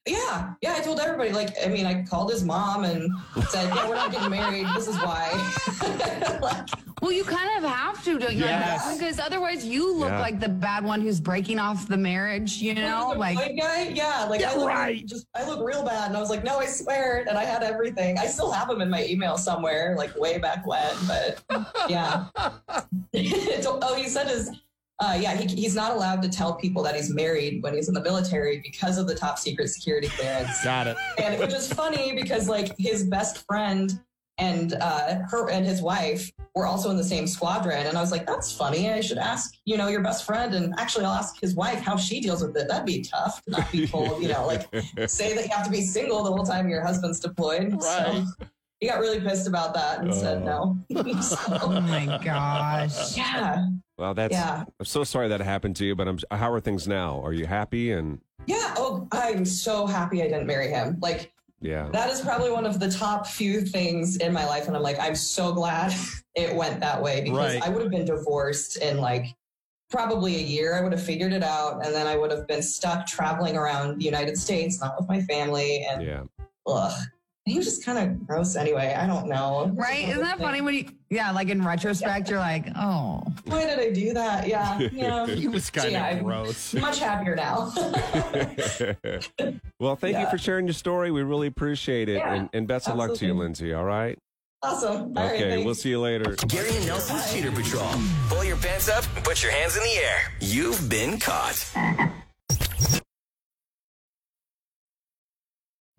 [SPEAKER 6] Yeah, yeah. I told everybody. Like, I mean, I called his mom and said, "Yeah, we're not getting married. This is why." like,
[SPEAKER 7] Well, you kind of have to, don't you?
[SPEAKER 3] Yes.
[SPEAKER 7] Because otherwise, you look
[SPEAKER 2] Yeah.
[SPEAKER 7] like the bad one who's breaking off the marriage. You know,
[SPEAKER 6] the
[SPEAKER 7] like
[SPEAKER 6] white guy. Yeah, like
[SPEAKER 3] Yeah,
[SPEAKER 6] I look
[SPEAKER 3] right.
[SPEAKER 6] just I look real bad, and I was like, "No, I swear." And I had everything. I still have them in my email somewhere, like way back when. But yeah. oh, he said his. Uh, yeah, he, he's not allowed to tell people that he's married when he's in the military because of the top secret security clearance.
[SPEAKER 3] Got it.
[SPEAKER 6] and which is funny because like his best friend and uh, her and his wife were also in the same squadron, and I was like, "That's funny. I should ask, you know, your best friend, and actually, I'll ask his wife how she deals with it. That'd be tough to not be told, you know, like say that you have to be single the whole time your husband's deployed."
[SPEAKER 3] Right.
[SPEAKER 6] So he got really pissed about that and said no.
[SPEAKER 7] oh
[SPEAKER 6] so,
[SPEAKER 7] my gosh.
[SPEAKER 6] yeah,
[SPEAKER 2] Well, that's
[SPEAKER 6] yeah.
[SPEAKER 2] I'm so sorry that happened to you, but I'm how are things now? Are you happy and
[SPEAKER 6] Yeah. Oh, I'm so happy I didn't marry him. Like,
[SPEAKER 2] yeah.
[SPEAKER 6] That is probably one of the top few things in my life. And I'm like, I'm so glad it went that way because
[SPEAKER 3] Right.
[SPEAKER 6] I would have been divorced in like probably a year. I would have figured it out. And then I would have been stuck traveling around the United States, not with my family. And
[SPEAKER 2] Yeah.
[SPEAKER 6] ugh, he was just kind of gross anyway. I don't know.
[SPEAKER 7] Right? Isn't that funny when you, yeah, like in retrospect, you're like, oh,
[SPEAKER 6] Why did I do that? Yeah. Yeah.
[SPEAKER 3] He was kind of
[SPEAKER 6] Yeah, I-
[SPEAKER 3] gross.
[SPEAKER 6] Much happier now.
[SPEAKER 2] well, thank you
[SPEAKER 6] Yeah.
[SPEAKER 2] for sharing your story. We really appreciate it.
[SPEAKER 6] Yeah,
[SPEAKER 2] and, and best of luck to you,
[SPEAKER 6] absolutely.
[SPEAKER 2] Lindsay. All right.
[SPEAKER 6] awesome. All right,
[SPEAKER 2] okay.
[SPEAKER 6] thanks.
[SPEAKER 2] we'll see you later.
[SPEAKER 1] Gary and Nelson's Cheater Patrol. Pull your pants up and put your hands in the air. You've been caught.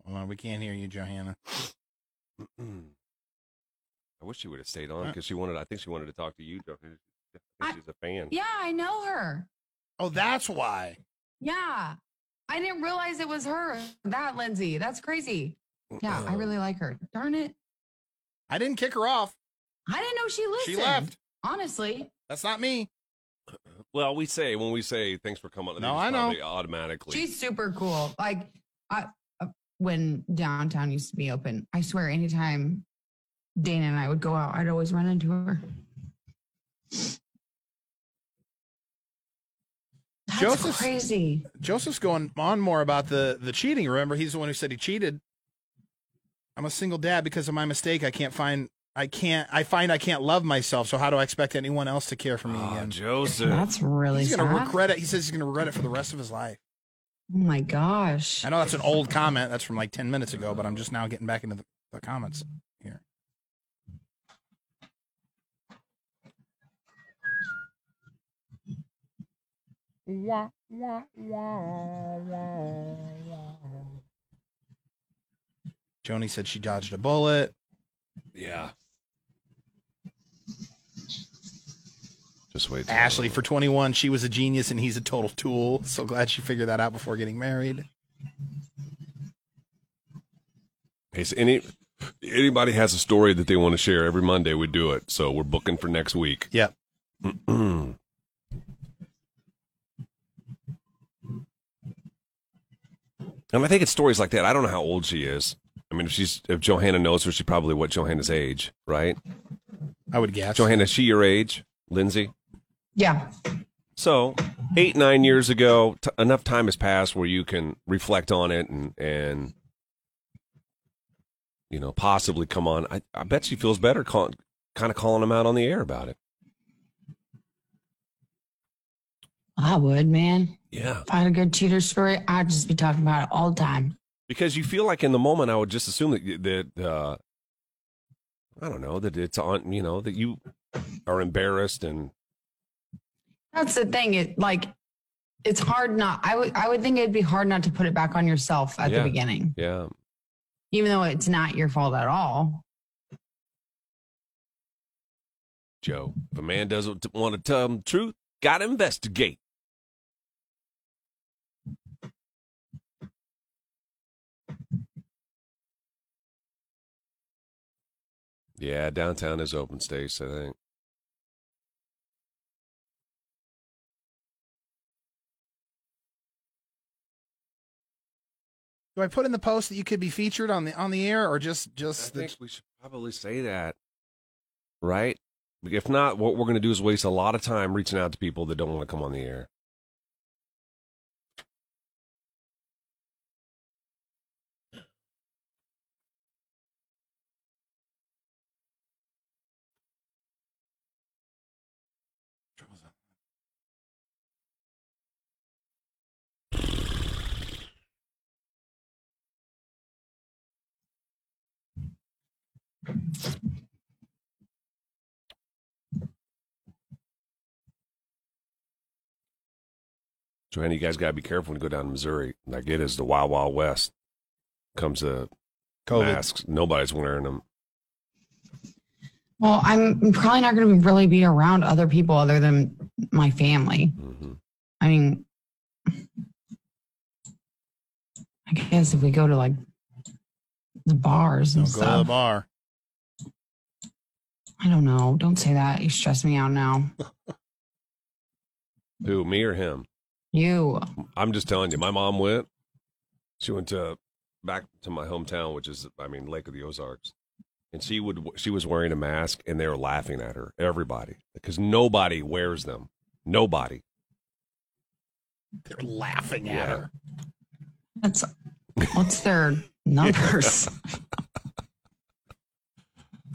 [SPEAKER 3] Well, we can't hear you, Johanna. Mm.
[SPEAKER 2] I wish she would have stayed
[SPEAKER 3] Uh.
[SPEAKER 2] on because she wanted, I think she wanted to talk to you, Joe.
[SPEAKER 7] I-
[SPEAKER 2] She's a fan.
[SPEAKER 7] yeah, I know her.
[SPEAKER 3] Oh, that's why.
[SPEAKER 7] Yeah. I didn't realize it was her. That Lindsay. That's crazy. Yeah, I really like her. Darn it.
[SPEAKER 3] I didn't kick her off.
[SPEAKER 7] I didn't know she listened.
[SPEAKER 3] She left.
[SPEAKER 7] Honestly.
[SPEAKER 3] That's not me.
[SPEAKER 2] Well, we say, when we say thanks for coming,
[SPEAKER 3] No,
[SPEAKER 2] it's
[SPEAKER 3] I know.
[SPEAKER 2] probably automatically.
[SPEAKER 7] She's super cool. Like I uh, when downtown used to be open, I swear anytime Dana and I would go out, I'd always run into her. That's
[SPEAKER 3] Joseph's-
[SPEAKER 7] crazy.
[SPEAKER 3] Joseph's going on more about the the cheating. Remember, he's the one who said he cheated. I'm a single dad because of my mistake. I can't find. I can't. I find I can't love myself. So how do I expect anyone else to care for me
[SPEAKER 2] Ah,
[SPEAKER 3] again?
[SPEAKER 2] Joseph.
[SPEAKER 7] That's Oh, really
[SPEAKER 3] He's gonna
[SPEAKER 7] sad.
[SPEAKER 3] regret it. He says he's gonna regret it for the rest of his life.
[SPEAKER 7] oh my gosh.
[SPEAKER 3] I know that's an old comment. That's from like ten minutes ago, but I'm just now getting back into the, the comments here. Joni said she dodged a bullet.
[SPEAKER 2] Yeah. Just wait. till-
[SPEAKER 3] Ashley for 21, she was a genius and he's a total tool. So glad she figured that out before getting married.
[SPEAKER 2] Hey, so any, anybody has a story that they want to share every Monday, we do it. So we're booking for next week.
[SPEAKER 3] Yep.
[SPEAKER 2] Mm. And I think it's stories like that. I don't know how old she is. I mean, mean, if she's if Johanna knows her, she's probably what Johanna's age, right?
[SPEAKER 3] I would guess.
[SPEAKER 2] Johanna, is she your age, Lindsay?
[SPEAKER 7] Yeah.
[SPEAKER 2] So, eight nine years ago, t- enough time has passed where you can reflect on it and and you know possibly come on. I, I bet she feels better, call, kind of calling him out on the air about it.
[SPEAKER 7] I would, man.
[SPEAKER 2] Yeah,
[SPEAKER 7] If I had a good cheater story, I'd just be talking about it all the time.
[SPEAKER 2] because you feel like in the moment, I would just assume that you- that uh, I don't know that it's on. You know that you are embarrassed and
[SPEAKER 7] That's the thing. It like it's hard not I would I would think it'd be hard not to put it back on yourself at
[SPEAKER 2] Yeah.
[SPEAKER 7] the beginning.
[SPEAKER 2] yeah.
[SPEAKER 7] Even though it's not your fault at all.
[SPEAKER 2] Joe, if a man doesn't want to tell him the truth, gotta investigate. Yeah, downtown is open space, I think.
[SPEAKER 3] Do I put in the post that you could be featured on the on the air, or just just the,
[SPEAKER 2] we should probably say that. Right? If not, what we're gonna do is waste a lot of time reaching out to people that don't want to come on the air. Joanna, you guys gotta be careful when you go down to Missouri. Like it is the wild, wild west. Comes to
[SPEAKER 3] COVID?
[SPEAKER 2] masks. Nobody's wearing them.
[SPEAKER 7] Well, I'm probably not gonna really be around other people other than my family.
[SPEAKER 2] hmm
[SPEAKER 7] I mean I guess if we go to like the bars and
[SPEAKER 3] Don't go to the
[SPEAKER 7] stuff.
[SPEAKER 3] bar.
[SPEAKER 7] I don't know. Don't say that. You stress me out now.
[SPEAKER 2] Who, me or him?
[SPEAKER 7] You.
[SPEAKER 2] I'm just telling you, my mom went. She went to back to my hometown, which is, I mean, Lake of the Ozarks, and she would she was wearing a mask, and they were laughing at her, everybody, because nobody wears them. Nobody.
[SPEAKER 3] They're laughing
[SPEAKER 2] Yeah.
[SPEAKER 3] at her.
[SPEAKER 7] That's what's their numbers?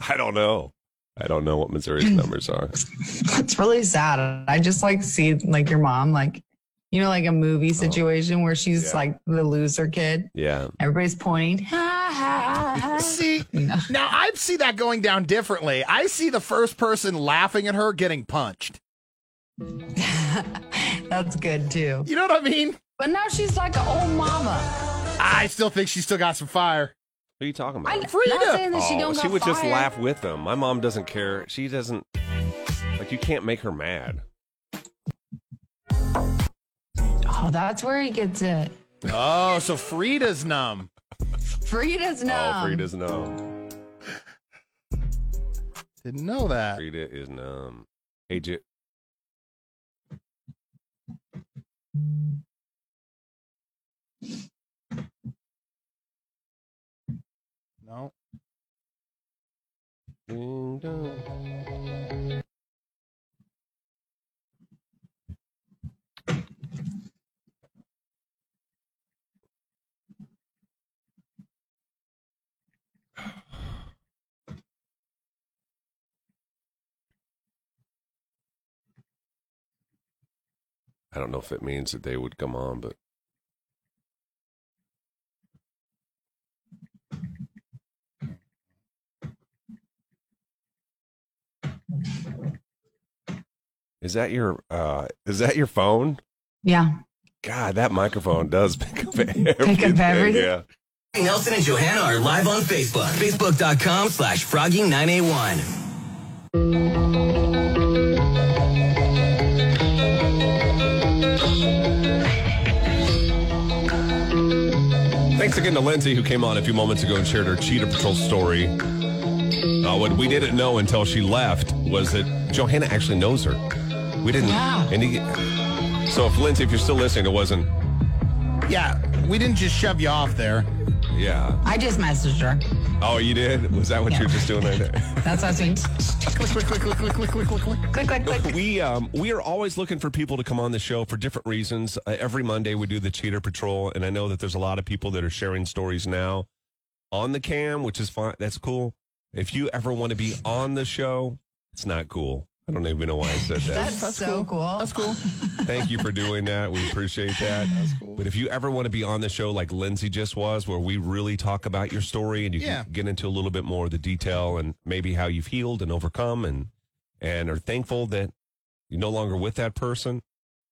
[SPEAKER 2] I don't know. I don't know what Missouri's numbers are.
[SPEAKER 7] it's really sad. I just like see like your mom, like you know, like a
[SPEAKER 3] Oh.
[SPEAKER 7] movie situation where she's
[SPEAKER 2] yeah.
[SPEAKER 7] like the loser kid.
[SPEAKER 2] Yeah,
[SPEAKER 7] Everybody's pointing. Ha ha ha. ha.
[SPEAKER 3] See,
[SPEAKER 7] You know,
[SPEAKER 3] now I see that going down differently. I see the first person laughing at her getting punched.
[SPEAKER 7] That's good too.
[SPEAKER 3] You know what I mean?
[SPEAKER 7] But now she's like an old mama.
[SPEAKER 3] I still think she still got some fire.
[SPEAKER 2] who are you talking about?
[SPEAKER 7] I'm
[SPEAKER 3] Frida.
[SPEAKER 7] not saying that she
[SPEAKER 2] Oh,
[SPEAKER 7] don't
[SPEAKER 2] she
[SPEAKER 7] got
[SPEAKER 2] would just
[SPEAKER 7] fired.
[SPEAKER 2] laugh with them. My mom doesn't care. She doesn't like. You can't make her mad.
[SPEAKER 7] Oh, that's where he gets it.
[SPEAKER 3] Oh, so Frida's numb.
[SPEAKER 7] Frida's
[SPEAKER 2] Oh,
[SPEAKER 7] numb.
[SPEAKER 2] Frida's numb.
[SPEAKER 3] Didn't know that.
[SPEAKER 2] Frida is um, numb. Hey, J-
[SPEAKER 3] No.
[SPEAKER 2] Ding dong. I don't know if it means that they would come on, but is that your uh is that your phone?
[SPEAKER 7] Yeah.
[SPEAKER 2] God, that microphone does pick up everything.
[SPEAKER 7] everything?
[SPEAKER 2] Yeah.
[SPEAKER 1] Nelson and Johanna are live on Facebook. Facebook.com slash Froggy981.
[SPEAKER 2] Thanks again to Lindsay, who came on a few moments ago and shared her cheetah patrol story. Uh, what we didn't know until she left was that Johanna actually knows her. We didn't.
[SPEAKER 7] Yeah.
[SPEAKER 2] And he, so, if Lindsay, if you're still listening, it wasn't.
[SPEAKER 3] Yeah, we didn't just shove you off there.
[SPEAKER 2] Yeah.
[SPEAKER 7] I just messaged her.
[SPEAKER 2] Oh, you did? Was that what you were just doing right there?
[SPEAKER 7] That's what I was doing. Click, click, click.
[SPEAKER 2] We um, we are always looking for people to come on the show for different reasons. Uh, every Monday we do the Cheater Patrol, and I know that there's a lot of people that are sharing stories now on the cam, which is fine. That's cool. If you ever want to be on the show, it's not cool. I don't even know why I said that.
[SPEAKER 7] That's, so cool. That's cool.
[SPEAKER 2] Thank you for doing that. We appreciate that. But if you ever want to be on the show like Lindsay just was, where we really talk about your story and you
[SPEAKER 3] Yeah.
[SPEAKER 2] can get into a little bit more of the detail and maybe how you've healed and overcome and and are thankful that you're no longer with that person,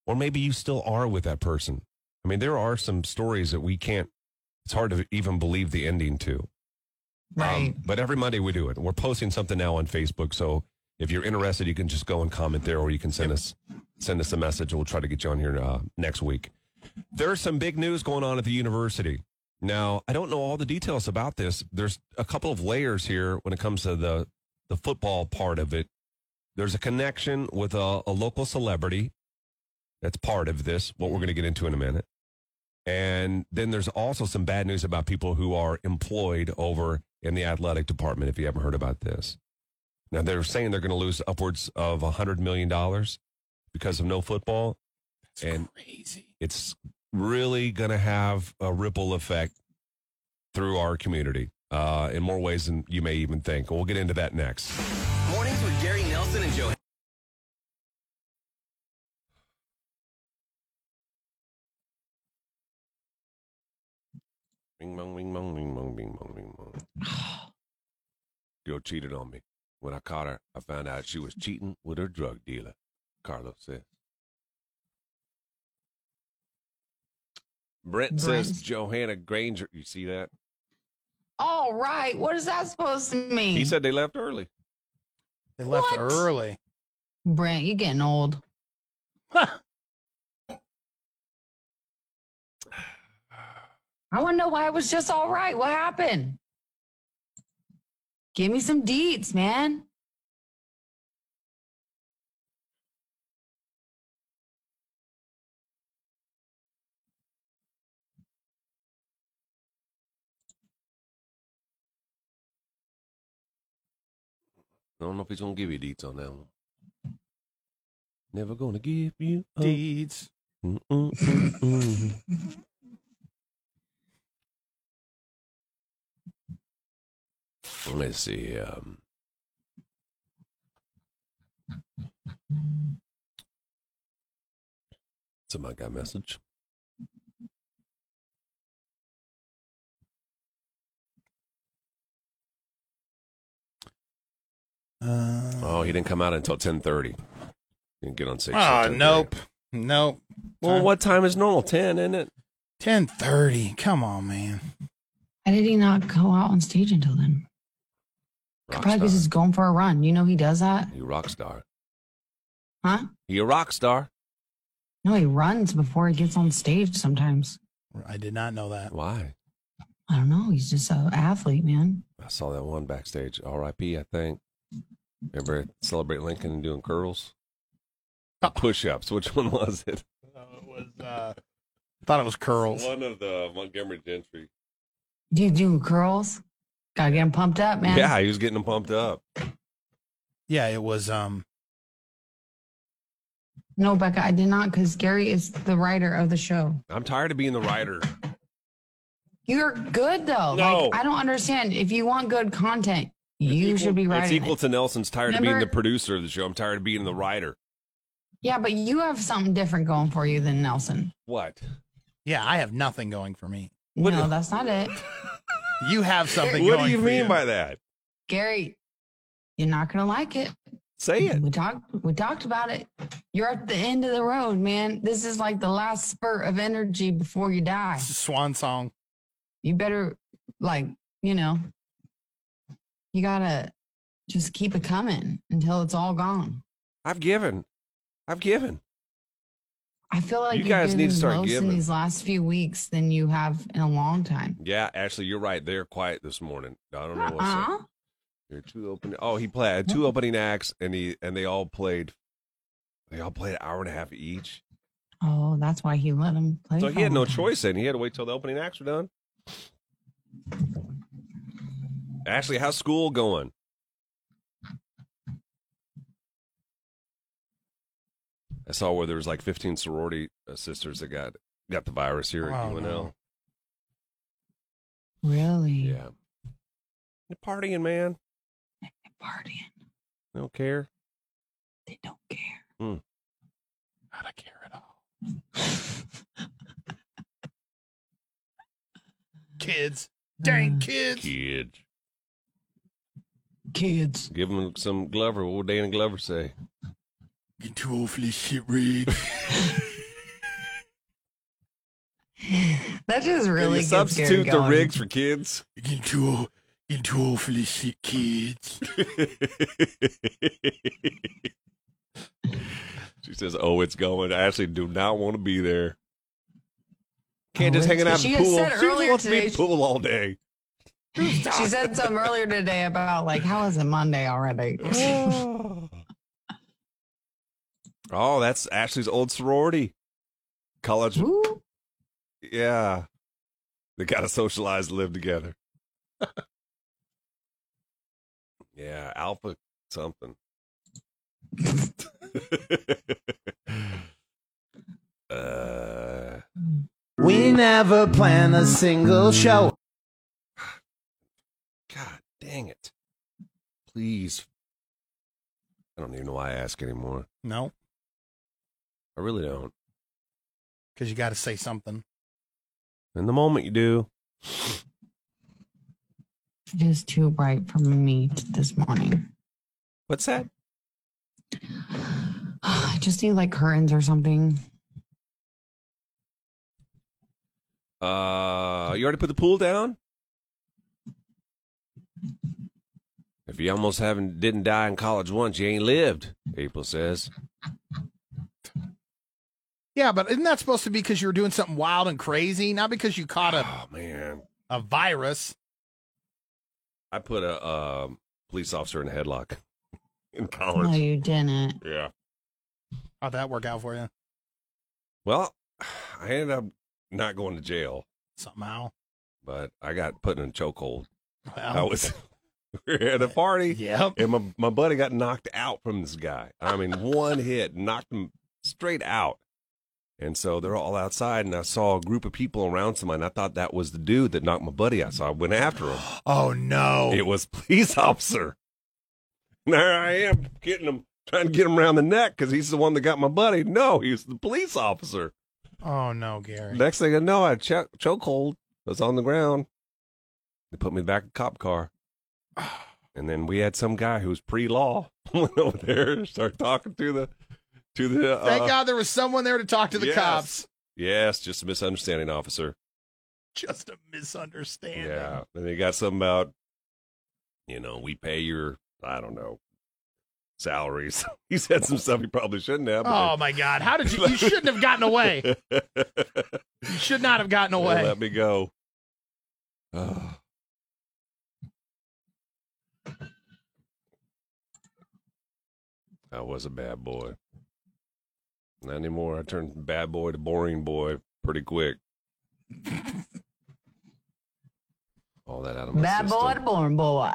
[SPEAKER 2] or maybe you still are with that person. I mean, there are some stories that we can't it's hard to even believe the ending to.
[SPEAKER 7] Right.
[SPEAKER 2] Um, but every Monday we do it. We're posting something now on Facebook, so if you're interested, you can just go and comment there, or you can send us send us a message. We'll try to get you on here uh, next week. There's some big news going on at the university. Now, I don't know all the details about this. There's a couple of layers here when it comes to the the football part of it. There's a connection with a, a local celebrity. That's part of this. What we're going to get into in a minute. And then there's also some bad news about people who are employed over in the athletic department, if you haven't heard about this. Now, they're saying they're going to lose upwards of $100 million because of no football. and
[SPEAKER 3] Crazy.
[SPEAKER 2] it's really going to have a ripple effect through our community uh, in more ways than you may even think. We'll get into that next.
[SPEAKER 1] Mornings with Gary Nelson and Johanna.
[SPEAKER 2] Bing bong, bing bong, bing bong, bing bong, bing bong. Girl cheated on me. When I caught her, I found out she was cheating with her drug dealer. Carlos says. Brent says
[SPEAKER 7] Brent.
[SPEAKER 2] Johanna Granger. You see that?
[SPEAKER 7] All right. What is that supposed to mean?
[SPEAKER 2] He said they left early.
[SPEAKER 3] They left
[SPEAKER 7] What?
[SPEAKER 3] early.
[SPEAKER 7] Brent, you getting old. I want to know why it was just all right. What happened? Give me some deets, man.
[SPEAKER 2] I don't know if he's gonna give you deets on that one. Never gonna give you
[SPEAKER 3] Oh.
[SPEAKER 2] a-
[SPEAKER 3] Deeds.
[SPEAKER 2] Mm, mm, mm, mm. Let's see. Um, somebody got a message.
[SPEAKER 3] Uh,
[SPEAKER 2] Oh, he didn't come out until ten thirty. Didn't get on six. till
[SPEAKER 3] oh,
[SPEAKER 2] 10:30.
[SPEAKER 3] nope. Nope.
[SPEAKER 2] Well, what time is normal? Ten, isn't it?
[SPEAKER 3] 1030. Come on, man.
[SPEAKER 7] Why did he not go out on stage until then?
[SPEAKER 2] Rock
[SPEAKER 7] Probably because he's
[SPEAKER 2] star.
[SPEAKER 7] going for a run. You know he does that,
[SPEAKER 2] You rock star.
[SPEAKER 7] huh?
[SPEAKER 2] You a rock star.
[SPEAKER 7] No, he runs before he gets on stage sometimes.
[SPEAKER 3] I did not know that.
[SPEAKER 2] Why?
[SPEAKER 7] I don't know. He's just an athlete, man.
[SPEAKER 2] I saw that one backstage. R.I.P. I think. Remember at celebrate Lincoln and doing curls, Uh. push-ups. Which one was it?
[SPEAKER 3] it was, uh, thought it was curls.
[SPEAKER 2] One of the Uh, Montgomery Gentry.
[SPEAKER 7] Do you do curls? Gotta get him pumped up, man.
[SPEAKER 2] Yeah, he was getting them pumped up.
[SPEAKER 3] Yeah, it was. Um,
[SPEAKER 7] No, Becca, I did not because Gary is the writer of the show.
[SPEAKER 2] I'm tired of being the writer.
[SPEAKER 7] You're good though.
[SPEAKER 2] No.
[SPEAKER 7] Like I don't understand. If you want good content, you
[SPEAKER 2] Equal-
[SPEAKER 7] should be
[SPEAKER 2] It's
[SPEAKER 7] writing.
[SPEAKER 2] equal
[SPEAKER 7] it.
[SPEAKER 2] to Nelson's tired of being
[SPEAKER 7] Remember-
[SPEAKER 2] the producer of the show. I'm tired of being the writer.
[SPEAKER 7] yeah, but you have something different going for you than Nelson.
[SPEAKER 2] What?
[SPEAKER 3] yeah, I have nothing going for me.
[SPEAKER 2] What-
[SPEAKER 7] no, that's not it.
[SPEAKER 3] You have something.
[SPEAKER 2] what do
[SPEAKER 3] going
[SPEAKER 2] you
[SPEAKER 3] for
[SPEAKER 2] mean by that?
[SPEAKER 7] Gary, you're not gonna like it.
[SPEAKER 2] Say it.
[SPEAKER 7] We talked we talked about it. You're at the end of the road, man. This is like the last spurt of energy before you die.
[SPEAKER 3] It's a Swan song.
[SPEAKER 7] You better like, you know, you gotta just keep it coming until it's all gone.
[SPEAKER 2] I've given. I've given.
[SPEAKER 7] I feel like
[SPEAKER 2] You
[SPEAKER 7] you
[SPEAKER 2] guys need to start
[SPEAKER 7] most
[SPEAKER 2] giving.
[SPEAKER 7] in these last few weeks than you have in a long time.
[SPEAKER 2] Yeah, actually, you're right. They're quiet this morning. I don't know what's up.
[SPEAKER 7] Uh-uh.
[SPEAKER 2] There are two open. Oh, he played two opening acts, and he and they all played. They all played an hour and a half each,
[SPEAKER 7] Oh, that's why he let him play.
[SPEAKER 2] so
[SPEAKER 7] for
[SPEAKER 2] he had
[SPEAKER 7] a
[SPEAKER 2] no
[SPEAKER 7] long time.
[SPEAKER 2] choice. Then he had to wait till the opening acts were done. Ashley, how's school going? I saw where there was like 15 sorority uh, sisters that got got the virus here at
[SPEAKER 3] Oh,
[SPEAKER 2] UNL.
[SPEAKER 3] no.
[SPEAKER 7] Really?
[SPEAKER 2] Yeah, they're partying, man.
[SPEAKER 7] They're partying.
[SPEAKER 2] They don't care.
[SPEAKER 7] They don't care.
[SPEAKER 3] Not a care at all. Kids. Dang kids.
[SPEAKER 2] Kid,
[SPEAKER 7] Kids.
[SPEAKER 2] give them some Glover. What would Danny Glover say?
[SPEAKER 3] You're too old for this shit, Reed.
[SPEAKER 7] That just really
[SPEAKER 2] Can you
[SPEAKER 7] gets Gary
[SPEAKER 2] substitute the
[SPEAKER 7] going.
[SPEAKER 2] rigs for kids.
[SPEAKER 3] You're too old. You're too old for this shit, kids.
[SPEAKER 2] she says, "Oh, it's going." I actually do not want to be there. Can't
[SPEAKER 7] Oh,
[SPEAKER 2] just hang
[SPEAKER 7] it's-
[SPEAKER 2] out
[SPEAKER 7] she
[SPEAKER 2] in the
[SPEAKER 7] had
[SPEAKER 2] pool.
[SPEAKER 7] said
[SPEAKER 2] She just
[SPEAKER 7] earlier
[SPEAKER 2] wants to be in
[SPEAKER 7] today-
[SPEAKER 2] the pool all day.
[SPEAKER 7] She said something earlier today about like, how is it Monday already?
[SPEAKER 2] Oh, that's Ashley's old sorority, college.
[SPEAKER 7] Ooh,
[SPEAKER 2] Yeah, they gotta socialize, live together. yeah, alpha something. uh,
[SPEAKER 8] We never plan a single show.
[SPEAKER 2] God dang it! Please, I don't even know why I ask anymore.
[SPEAKER 3] No,
[SPEAKER 2] I really don't.
[SPEAKER 3] because you got to say something.
[SPEAKER 2] In the moment you do,
[SPEAKER 7] it is too bright for me this morning.
[SPEAKER 2] what's that?
[SPEAKER 7] I just need like curtains or something.
[SPEAKER 2] Uh, you already put the pool down. If you almost haven't didn't die in college once, you ain't lived. April says.
[SPEAKER 3] Yeah, but isn't that supposed to be because you were doing something wild and crazy, not because you caught a,
[SPEAKER 2] Oh man,
[SPEAKER 3] a virus?
[SPEAKER 2] I put a um, police officer in a headlock in
[SPEAKER 7] No,
[SPEAKER 2] college.
[SPEAKER 7] you didn't.
[SPEAKER 2] Yeah.
[SPEAKER 3] How'd that work out for you?
[SPEAKER 2] Well, I ended up not going to jail,
[SPEAKER 3] Somehow.
[SPEAKER 2] but I got put in a chokehold.
[SPEAKER 3] Well,
[SPEAKER 2] I was we were at a party.
[SPEAKER 3] Yep.
[SPEAKER 2] And my, my buddy got knocked out from this guy. I mean, one hit knocked him straight out. And so they're all outside, and I saw a group of people around somebody, and I thought that was the dude that knocked my buddy out. So I went after him.
[SPEAKER 3] Oh no.
[SPEAKER 2] It was police officer. And there I am getting him, trying to get him around the neck because he's the one that got my buddy. No, he was the police officer.
[SPEAKER 3] oh no, Gary.
[SPEAKER 2] Next thing I know, I ch- chokehold. I was on the ground. They put me back in the cop car. And then we had some guy who's pre-law went over there and started talking to the to the. Uh,
[SPEAKER 3] Thank God there was someone there to talk to the
[SPEAKER 2] yes.
[SPEAKER 3] cops.
[SPEAKER 2] Yes, just a misunderstanding, officer.
[SPEAKER 3] Just a misunderstanding.
[SPEAKER 2] Yeah, and they got something about, you know, we pay your I don't know salaries. he said some stuff he probably shouldn't have.
[SPEAKER 3] Oh
[SPEAKER 2] but
[SPEAKER 3] my God! How did you? You shouldn't have gotten away.
[SPEAKER 2] they-
[SPEAKER 3] You should not have gotten
[SPEAKER 2] They
[SPEAKER 3] away.
[SPEAKER 2] Let me go. Ah. I was a bad boy. Not anymore. I turned bad boy to boring boy pretty quick. All that out of my
[SPEAKER 7] Bad boy,
[SPEAKER 2] system.
[SPEAKER 7] born boy.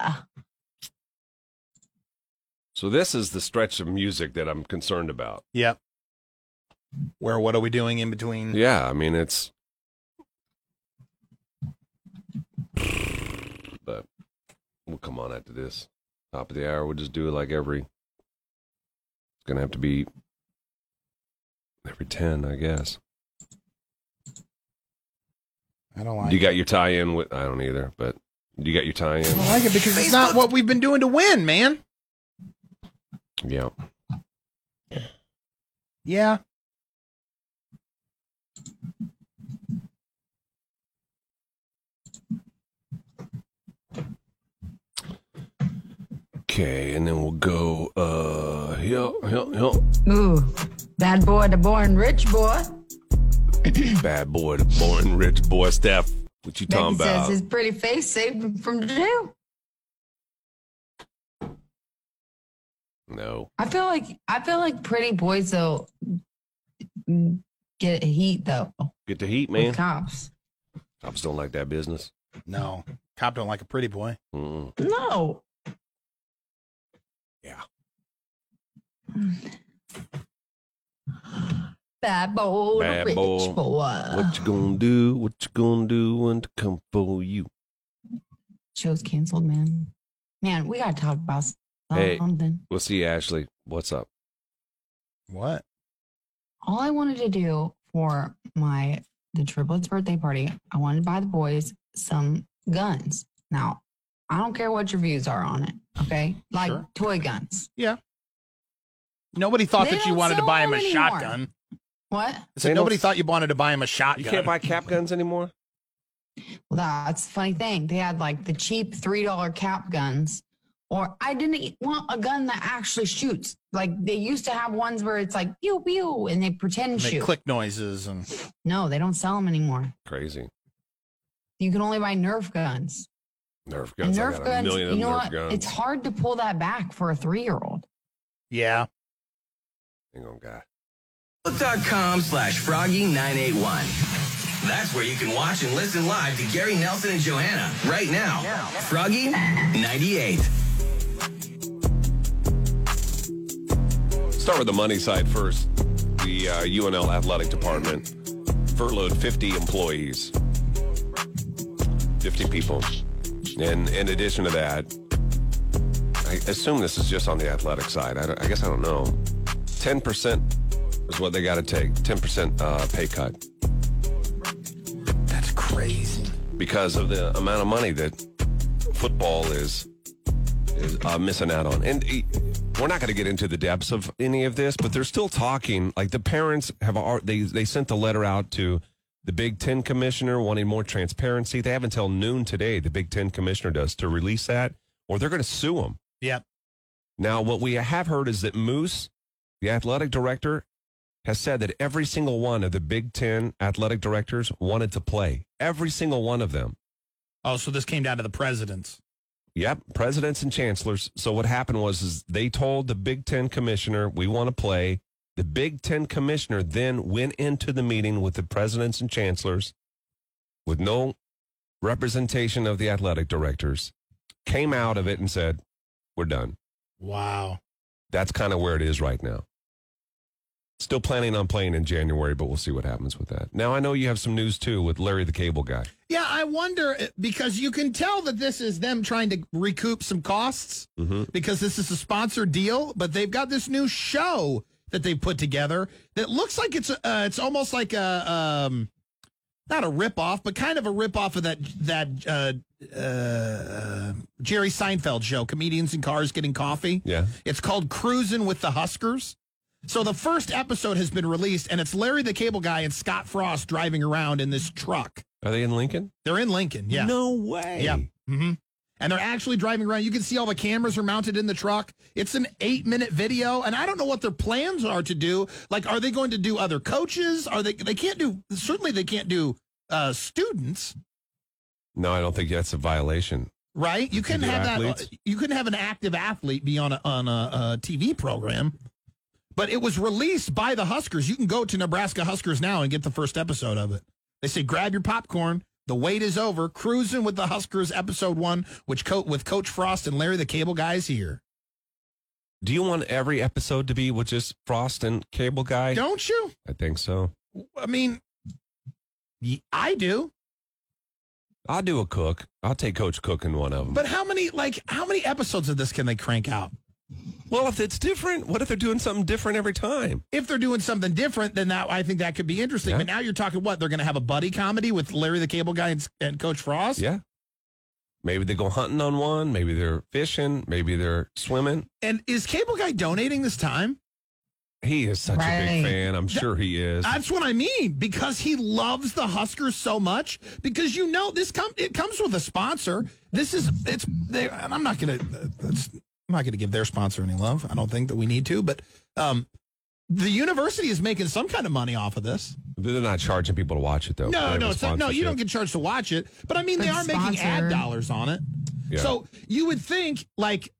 [SPEAKER 2] So this is the stretch of music that I'm concerned about.
[SPEAKER 3] Yep. Where? What are we doing in between?
[SPEAKER 2] Yeah, I mean it's. But we'll come on after this. Top of the hour, we'll just do it like every. It's gonna have to be every ten, I guess.
[SPEAKER 3] I don't like.
[SPEAKER 2] You got your tie-in with I don't either, but you got your
[SPEAKER 3] I don't
[SPEAKER 2] tie-in.
[SPEAKER 3] like it because it's not what we've been doing to win, man.
[SPEAKER 2] Yeah.
[SPEAKER 3] Yeah.
[SPEAKER 2] Okay, and then we'll go. Uh, yeah, yeah, yeah.
[SPEAKER 7] Ooh, bad boy, the born rich boy.
[SPEAKER 2] Bad boy, the born rich boy, Steph. What you
[SPEAKER 7] Becky
[SPEAKER 2] talking about?
[SPEAKER 7] says his pretty face saved him from jail.
[SPEAKER 2] no.
[SPEAKER 7] I feel like I feel like pretty boys though get heat though
[SPEAKER 2] Get the heat,
[SPEAKER 7] with
[SPEAKER 2] man.
[SPEAKER 7] cops.
[SPEAKER 2] Cops don't like that business.
[SPEAKER 3] No. Cop don't like a pretty boy.
[SPEAKER 2] Mm.
[SPEAKER 7] No.
[SPEAKER 2] Yeah.
[SPEAKER 7] Bad boy, the
[SPEAKER 2] Bad
[SPEAKER 7] rich
[SPEAKER 2] boy.
[SPEAKER 7] boy.
[SPEAKER 2] What you gonna do? What you gonna do when to come for you?
[SPEAKER 7] Show's canceled, man. Man, we gotta talk about
[SPEAKER 2] Hey.
[SPEAKER 7] something.
[SPEAKER 2] We'll see, Ashley. What's up?
[SPEAKER 3] What?
[SPEAKER 7] all I wanted to do for my the triplets birthday party, I wanted to buy the boys some guns. Now, I don't care what your views are on it, okay? Like
[SPEAKER 3] Sure.
[SPEAKER 7] toy guns.
[SPEAKER 3] Nobody thought
[SPEAKER 7] They
[SPEAKER 3] that you
[SPEAKER 7] don't
[SPEAKER 3] wanted to
[SPEAKER 7] sell
[SPEAKER 3] buy him a
[SPEAKER 7] them anymore.
[SPEAKER 3] shotgun.
[SPEAKER 7] What?
[SPEAKER 3] I said
[SPEAKER 2] They don't
[SPEAKER 3] nobody
[SPEAKER 2] s-
[SPEAKER 3] thought you wanted to buy him a shotgun.
[SPEAKER 2] You can't buy cap guns anymore.
[SPEAKER 7] Well, that's the funny thing. They had like the cheap three dollar cap guns, or I didn't e, want a gun that actually shoots. Like they used to have ones where it's like pew pew, and they pretend
[SPEAKER 3] Make
[SPEAKER 7] shoot.
[SPEAKER 3] click noises and
[SPEAKER 7] No, they don't sell them anymore.
[SPEAKER 2] Crazy.
[SPEAKER 7] You can only buy Nerf guns.
[SPEAKER 2] Nerf
[SPEAKER 7] And
[SPEAKER 2] guns. I
[SPEAKER 7] Nerf
[SPEAKER 2] got a
[SPEAKER 7] guns,
[SPEAKER 2] million of
[SPEAKER 7] you know
[SPEAKER 2] Nerf
[SPEAKER 7] what?
[SPEAKER 2] guns.
[SPEAKER 7] It's hard to pull that back for a three year old.
[SPEAKER 3] yeah.
[SPEAKER 2] Hang on, guy.
[SPEAKER 1] Facebook.com slash Froggy981. That's where you can watch and listen live to Gary Nelson and Johanna right now. Froggy98.
[SPEAKER 2] Start with the money side first. The uh, UNL athletic department furloughed 50 employees, 50 people. And in addition to that, I assume this is just on the athletic side. I, don't- I guess I don't know. 10% is what they got to take 10% uh, pay cut
[SPEAKER 3] That's crazy.
[SPEAKER 2] because of the amount of money that football is is uh, missing out on. And eh, we're not going to get into the depths of any of this, but they're still talking. Like the parents have al- they they sent the letter out to the Big Ten commissioner wanting more transparency. They have until noon today. The Big Ten commissioner does to release that, or they're going to sue them.
[SPEAKER 3] Yep.
[SPEAKER 2] Now, what we have heard is that Moose, the athletic director, has said that every single one of the Big Ten athletic directors wanted to play. Every single one of them.
[SPEAKER 3] Oh, so this came down to the presidents.
[SPEAKER 2] Yep, presidents and chancellors. So what happened was is they told the Big Ten commissioner, we want to play. The Big Ten commissioner then went into the meeting with the presidents and chancellors with no representation of the athletic directors, came out of it and said, we're done.
[SPEAKER 3] Wow.
[SPEAKER 2] That's kind of where it is right now. Still planning on playing in January, but we'll see what happens with that. Now, I know you have some news too with Larry the Cable Guy.
[SPEAKER 3] Yeah, I wonder eh, because you can tell that this is them trying to recoup some costs
[SPEAKER 2] Mhm.
[SPEAKER 3] because this is a sponsored deal, but they've got this new show that they've put together that looks like it's a- uh, it's almost like a um not a ripoff, but kind of a ripoff of that that uh, uh, Jerry Seinfeld show, comedians in cars getting coffee.
[SPEAKER 2] Yeah.
[SPEAKER 3] It's called Cruising with the Huskers. So the first episode has been released, and it's Larry the Cable Guy and Scott Frost driving around in this truck.
[SPEAKER 2] Are they in Lincoln?
[SPEAKER 3] They're in Lincoln, yeah.
[SPEAKER 2] No way.
[SPEAKER 3] Yeah. hmm And they're actually driving around. You can see all the cameras are mounted in the truck. It's an eight minute video, and I don't know what their plans are to do. Like, are they going to do other coaches? Are they? They can't do. Certainly, they can't do uh, students,
[SPEAKER 2] No, I don't think that's a violation.
[SPEAKER 3] right? You couldn't
[SPEAKER 2] do
[SPEAKER 3] have
[SPEAKER 2] athletes?
[SPEAKER 3] that. You couldn't have an active athlete be on a, on a, a TV program. But it was released by the Huskers. You can go to Nebraska Huskers now and get the first episode of it. They say, grab your popcorn. The wait is over. Cruising with the Huskers, episode one, which co- with Coach Frost and Larry the Cable Guy's here.
[SPEAKER 2] Do you want every episode to be with just Frost and Cable Guy?
[SPEAKER 3] Don't you?
[SPEAKER 2] I think so.
[SPEAKER 3] I mean, y- I do.
[SPEAKER 2] I'll do a cook. I'll take Coach Cook in one of them.
[SPEAKER 3] But how many like how many episodes of this can they crank out?
[SPEAKER 2] well, if it's different, what if they're doing something different every time?
[SPEAKER 3] If they're doing something different, then that I think that could be interesting.
[SPEAKER 2] Yeah.
[SPEAKER 3] But now you're talking what they're going to have a buddy comedy with Larry the Cable Guy and, and Coach Frost.
[SPEAKER 2] Yeah. Maybe they go hunting on one. Maybe they're fishing. Maybe they're swimming.
[SPEAKER 3] And is Cable Guy donating this time?
[SPEAKER 2] He is such a
[SPEAKER 7] Right.
[SPEAKER 2] big fan. I'm sure he is.
[SPEAKER 3] That's what I mean because he loves the Huskers so much. Because you know this com- it comes with a sponsor. This is it's. They, and I'm not gonna. That's, I'm not gonna give their sponsor any love. I don't think that we need to. But um, the university is making some kind of money off of this.
[SPEAKER 2] they're not charging people to watch it, though. They
[SPEAKER 3] No,
[SPEAKER 2] have
[SPEAKER 3] no,
[SPEAKER 2] a
[SPEAKER 3] it's not, no.
[SPEAKER 2] sponsorship.
[SPEAKER 3] You don't get charged to watch it, but I mean,
[SPEAKER 7] But
[SPEAKER 3] they are making ad
[SPEAKER 7] sponsor.
[SPEAKER 3] dollars on it.
[SPEAKER 2] Yeah.
[SPEAKER 3] So you would think, like,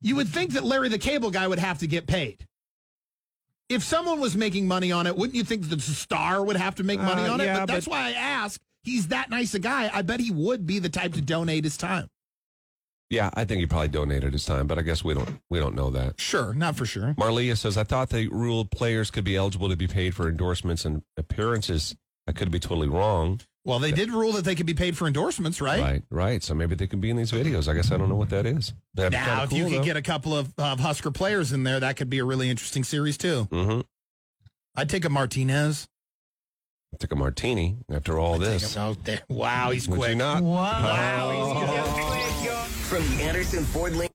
[SPEAKER 3] you would think that Larry the Cable Guy would have to get paid. If someone was making money on it, wouldn't you think that the star would have to make money
[SPEAKER 2] Uh,
[SPEAKER 3] on it?
[SPEAKER 2] yeah,
[SPEAKER 3] but that's
[SPEAKER 2] but-
[SPEAKER 3] why I ask. he's that nice a guy. I bet he would be the type to donate his time.
[SPEAKER 2] Yeah, I think he probably donated his time, but I guess we don't we don't know that.
[SPEAKER 3] Sure, not for sure.
[SPEAKER 2] Marlia says, I thought the rule players could be eligible to be paid for endorsements and appearances. I could be totally wrong.
[SPEAKER 3] Well, they did rule that they could be paid for endorsements, right?
[SPEAKER 2] Right, right. So maybe they can be in these videos. I guess I don't know what that is. That'd be
[SPEAKER 3] Now,
[SPEAKER 2] kinda
[SPEAKER 3] if you
[SPEAKER 2] cool,
[SPEAKER 3] could
[SPEAKER 2] though.
[SPEAKER 3] get a couple of, of Husker players in there, that could be a really interesting series too.
[SPEAKER 2] Mhm.
[SPEAKER 3] I'd take a Martinez.
[SPEAKER 2] took a martini after all
[SPEAKER 3] Take
[SPEAKER 2] this.
[SPEAKER 3] him out there. Wow, he's
[SPEAKER 2] Would
[SPEAKER 3] quick.
[SPEAKER 2] you not?
[SPEAKER 3] Wow, he's
[SPEAKER 1] From the Anderson Ford Lincoln.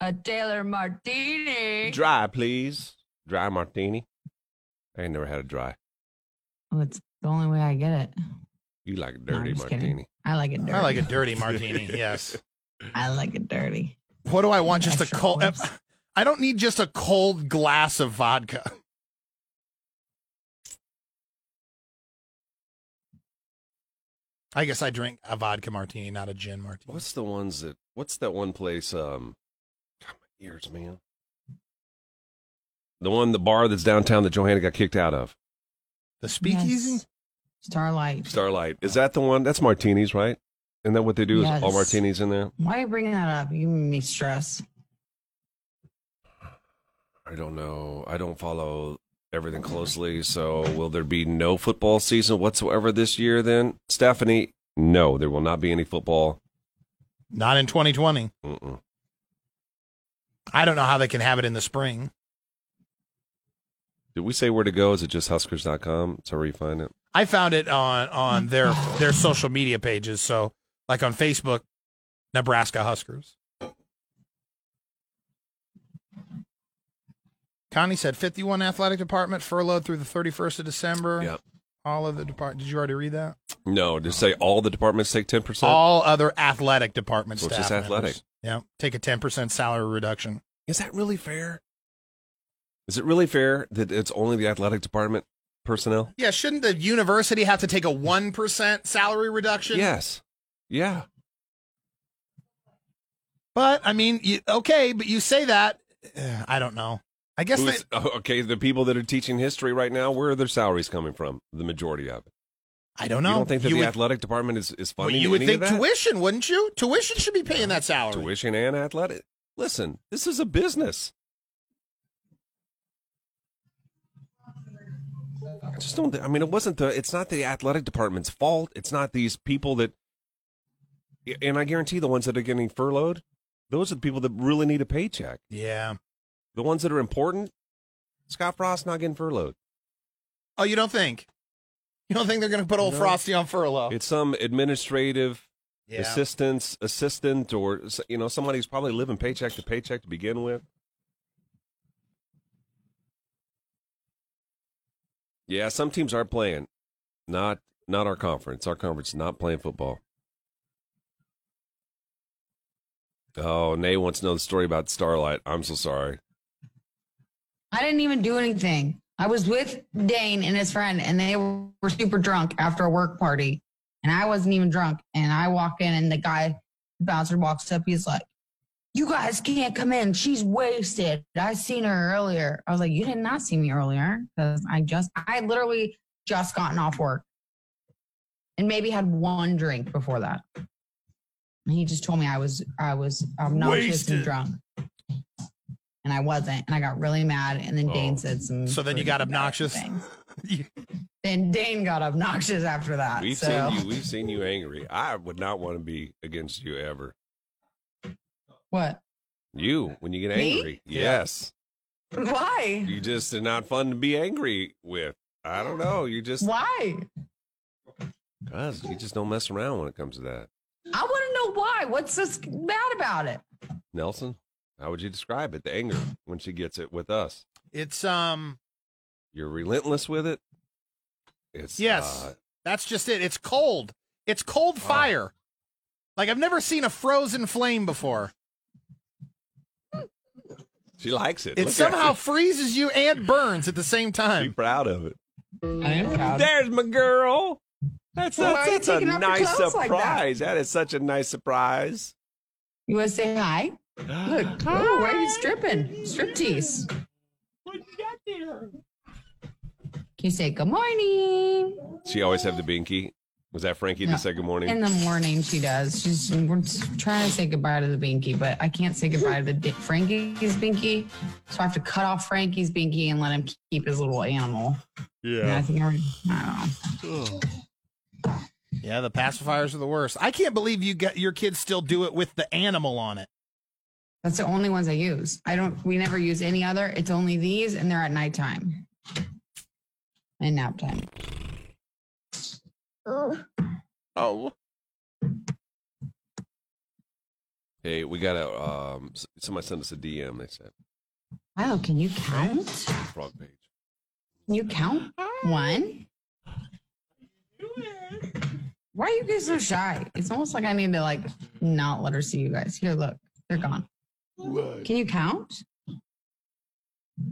[SPEAKER 7] A Taylor Martini.
[SPEAKER 2] Dry, please. Dry martini. I ain't never had a dry.
[SPEAKER 7] Well, Oh, it's the only way I get it.
[SPEAKER 2] You like a
[SPEAKER 7] No, I'm
[SPEAKER 2] dirty
[SPEAKER 7] just kidding.
[SPEAKER 2] martini.
[SPEAKER 7] I like it dirty.
[SPEAKER 3] I like a dirty martini. Yes.
[SPEAKER 7] I like it dirty.
[SPEAKER 3] What do I want? Just a
[SPEAKER 7] Extra
[SPEAKER 3] cold.
[SPEAKER 7] olives.
[SPEAKER 3] I don't need just a cold glass of vodka. I guess I drink a vodka martini, not a gin martini.
[SPEAKER 2] What's the ones that? What's that one place? Um, God, my ears, man. The one, the bar that's downtown that Johanna got kicked out of.
[SPEAKER 3] The speakeasy?
[SPEAKER 7] Yes. Starlight.
[SPEAKER 2] Starlight. Is that the one? That's martinis, right? Isn't that what they do? Is all
[SPEAKER 7] Yes.
[SPEAKER 2] martinis in there?
[SPEAKER 7] Why are you bringing that up? You make me stress.
[SPEAKER 2] I don't know. I don't follow everything closely. So, will there be no football season whatsoever this year? Then, Stephanie, no, there will not be any football.
[SPEAKER 3] Not in 2020.
[SPEAKER 2] Mm-mm.
[SPEAKER 3] I don't know how they can have it in the spring.
[SPEAKER 2] Did we say where to go? Is it just Huskers.com? It's where you find it.
[SPEAKER 3] I found it on on their their social media pages. So, like on Facebook, Nebraska Huskers. Connie said 51 athletic department furloughed through the 31st of December.
[SPEAKER 2] Yep.
[SPEAKER 3] All of the depart. Did you already read that?
[SPEAKER 2] No, just say all the departments take ten percent.
[SPEAKER 3] All other athletic department
[SPEAKER 2] So it's
[SPEAKER 3] staff.
[SPEAKER 2] just athletic.
[SPEAKER 3] members. Yeah. Take a 10% salary reduction.
[SPEAKER 2] Is that really fair? Is it really fair that it's only the athletic department personnel?
[SPEAKER 3] Yeah. Shouldn't the university have to take a 1% salary reduction?
[SPEAKER 2] Yes. Yeah.
[SPEAKER 3] But I mean, you, okay, but you say that. eh, I don't know. I guess they,
[SPEAKER 2] Who's- oh, okay, the people that are teaching history right now, where are their salaries coming from? The majority of it.
[SPEAKER 3] I don't
[SPEAKER 2] You
[SPEAKER 3] know.
[SPEAKER 2] don't think that
[SPEAKER 3] You
[SPEAKER 2] the
[SPEAKER 3] would-
[SPEAKER 2] athletic department is, is
[SPEAKER 3] Well,
[SPEAKER 2] funding
[SPEAKER 3] you would
[SPEAKER 2] any
[SPEAKER 3] think
[SPEAKER 2] of that?
[SPEAKER 3] tuition, wouldn't you? Tuition should be paying that salary.
[SPEAKER 2] Tuition and athletic. Listen, this is a business. I just don't. I mean, it wasn't the. It's not the athletic department's fault. It's not these people that. And I guarantee the ones that are getting furloughed, those are the people that really need a paycheck.
[SPEAKER 3] Yeah.
[SPEAKER 2] The ones that are important. Scott Frost not getting furloughed.
[SPEAKER 3] Oh, you don't think? You don't think they're going to put old
[SPEAKER 2] No.
[SPEAKER 3] Frosty on furlough?
[SPEAKER 2] It's some administrative
[SPEAKER 3] yeah.
[SPEAKER 2] assistance, assistant, or you know somebody who's probably living paycheck to paycheck to begin with. Yeah, some teams are playing, not not our conference. Our conference is not playing football. Oh, Nay wants to know the story about Starlight. I'm so sorry.
[SPEAKER 7] I didn't even do anything. I was with Dane and his friend, and they were super drunk after a work party. And I wasn't even drunk. And I walk in, and the guy, the bouncer, walks up. He's like, You guys can't come in. She's wasted. I seen her earlier. I was like, You did not see me earlier because I just, I literally just gotten off work and maybe had one drink before that. And he just told me I was, I was obnoxious
[SPEAKER 3] Wasted.
[SPEAKER 7] and drunk. And I wasn't. And I got really mad. And then
[SPEAKER 2] Oh.
[SPEAKER 7] Dane said some.
[SPEAKER 3] So then you got
[SPEAKER 7] pretty bad
[SPEAKER 3] obnoxious?
[SPEAKER 7] things.
[SPEAKER 3] You-
[SPEAKER 7] Then Dane got obnoxious after that.
[SPEAKER 2] We've
[SPEAKER 7] so.
[SPEAKER 2] seen you. We've seen you angry. I would not want to be against you ever.
[SPEAKER 7] What?
[SPEAKER 2] You when you get
[SPEAKER 7] Me?
[SPEAKER 2] angry, yes.
[SPEAKER 7] Why?
[SPEAKER 2] You just are not fun to be angry with. I don't know. You just
[SPEAKER 7] Why?
[SPEAKER 2] Cuz, you just don't mess around when it comes to that.
[SPEAKER 7] I want to know why. What's so sc- bad about it?
[SPEAKER 2] Nelson, how would you describe it? The anger when she gets it with us.
[SPEAKER 3] It's um
[SPEAKER 2] You're relentless with it. It's
[SPEAKER 3] yes.
[SPEAKER 2] uh,
[SPEAKER 3] that's just it. It's cold. It's cold
[SPEAKER 2] Wow.
[SPEAKER 3] fire. Like I've never seen a frozen flame before.
[SPEAKER 2] she likes it.
[SPEAKER 3] It
[SPEAKER 2] Look at
[SPEAKER 3] somehow
[SPEAKER 2] her.
[SPEAKER 3] freezes you and burns at the same
[SPEAKER 2] Be
[SPEAKER 3] time.
[SPEAKER 2] proud of it.
[SPEAKER 7] I am proud.
[SPEAKER 2] There's my girl. That's
[SPEAKER 7] Why are
[SPEAKER 2] that's,
[SPEAKER 7] you
[SPEAKER 2] that's a
[SPEAKER 7] taking off your
[SPEAKER 2] nice
[SPEAKER 7] clothes like that?
[SPEAKER 2] surprise. that is such a nice surprise.
[SPEAKER 7] You want to say hi? Look. Oh, why are you stripping? Striptease. Can you say good morning?
[SPEAKER 2] She always have the binky. Was that Frankie
[SPEAKER 7] No.
[SPEAKER 2] that said good morning?
[SPEAKER 7] In the morning, she does. She's we're trying to say goodbye to the binky, but I can't say goodbye to the di- Frankie's binky, so I have to cut off Frankie's binky and let him keep his little animal. And I
[SPEAKER 3] Yeah.
[SPEAKER 7] think I, I
[SPEAKER 3] Yeah, the pacifiers are the worst. I can't believe you got your kids still do it with the animal on it.
[SPEAKER 7] That's the only ones I use. I don't. We never use any other. It's only these, and they're at nighttime and nap time.
[SPEAKER 2] Oh. Hey, we got to, um, s- somebody sent us a DM. They said,
[SPEAKER 7] Wow, can you count?
[SPEAKER 2] frog page.
[SPEAKER 7] Can you count? One. Why are you guys so shy? It's almost like I need to like not let her see you guys. Here, look, they're gone. Can you count?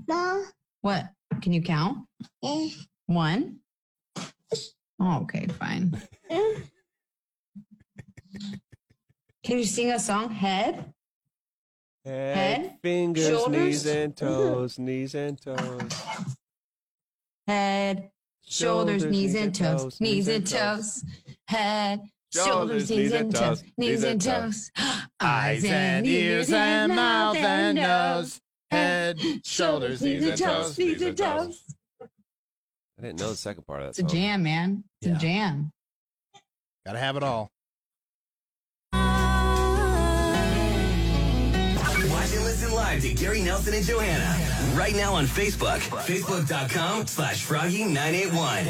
[SPEAKER 9] No.
[SPEAKER 7] What? Can you count?
[SPEAKER 9] Eh.
[SPEAKER 7] One. Oh, okay, fine. Can you sing a song? Head. Head,
[SPEAKER 2] fingers,
[SPEAKER 7] shoulders.
[SPEAKER 2] knees, and toes, knees and toes.
[SPEAKER 7] Head. Shoulders, knees, and toes. Knees and toes. Head. Shoulders, knees and toes. Knees and toes.
[SPEAKER 3] Eyes and ears and mouth and nose, head, shoulders, knees and toes.
[SPEAKER 2] knees and toes. I didn't know the second part of that
[SPEAKER 7] It's a
[SPEAKER 2] song.
[SPEAKER 7] jam, man. It's
[SPEAKER 3] Yeah.
[SPEAKER 7] a jam.
[SPEAKER 3] Gotta have it all.
[SPEAKER 1] Watch and listen live to Gary Nelson and Johanna right now on Facebook. Facebook.com slash Froggy981.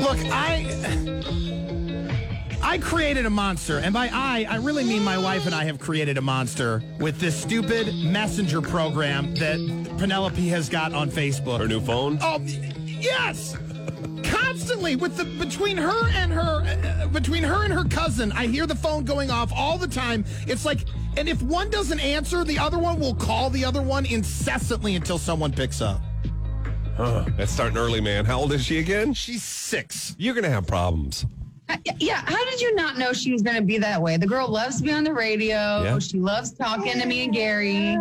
[SPEAKER 3] Look, I I created a monster, and by I, I really mean my wife and I have created a monster with this stupid messenger program that Penelope has got on Facebook.
[SPEAKER 2] Her new phone?
[SPEAKER 3] Oh, yes. Constantly with the between her and her uh, between her and her cousin, I hear the phone going off all the time. It's like and if one doesn't answer, the other one will call the other one incessantly until someone picks up.
[SPEAKER 2] That's starting early, man. How old is she again?
[SPEAKER 3] She's 6.
[SPEAKER 2] You're going to have problems.
[SPEAKER 7] I- Uh, Yeah, how did you not know she was going to be that way? The girl loves to be on the radio. She loves talking to me and Gary.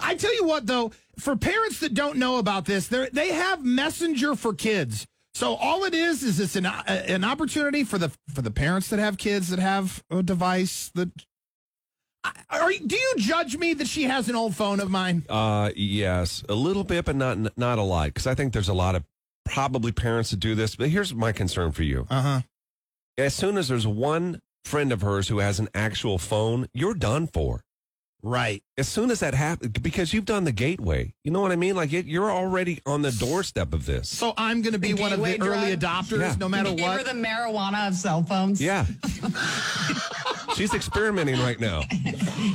[SPEAKER 3] I tell you what though, for parents that don't know about this, they they have Messenger for kids. So all it is is it's an uh, an opportunity for the for the parents that have kids that have a device that I- are you- do you judge me that she has an old phone of mine?
[SPEAKER 2] Uh, yes, a little bit, but not not a lot, because I think there's a lot of probably parents that do this. But here's my concern for you:
[SPEAKER 3] Uh-huh.
[SPEAKER 2] as soon as there's one friend of hers who has an actual phone, you're done for.
[SPEAKER 3] Right.
[SPEAKER 2] As soon as that happens, because you've done the gateway, you know what I mean. Like it, you're already on the doorstep of this.
[SPEAKER 3] So I'm going to be
[SPEAKER 7] The
[SPEAKER 3] one of the
[SPEAKER 7] gateway
[SPEAKER 3] early
[SPEAKER 7] drug?
[SPEAKER 3] adopters
[SPEAKER 2] Yeah.
[SPEAKER 3] no matter
[SPEAKER 7] Give her
[SPEAKER 3] what.
[SPEAKER 7] the marijuana of cell phones.
[SPEAKER 2] Yeah, she's experimenting right now.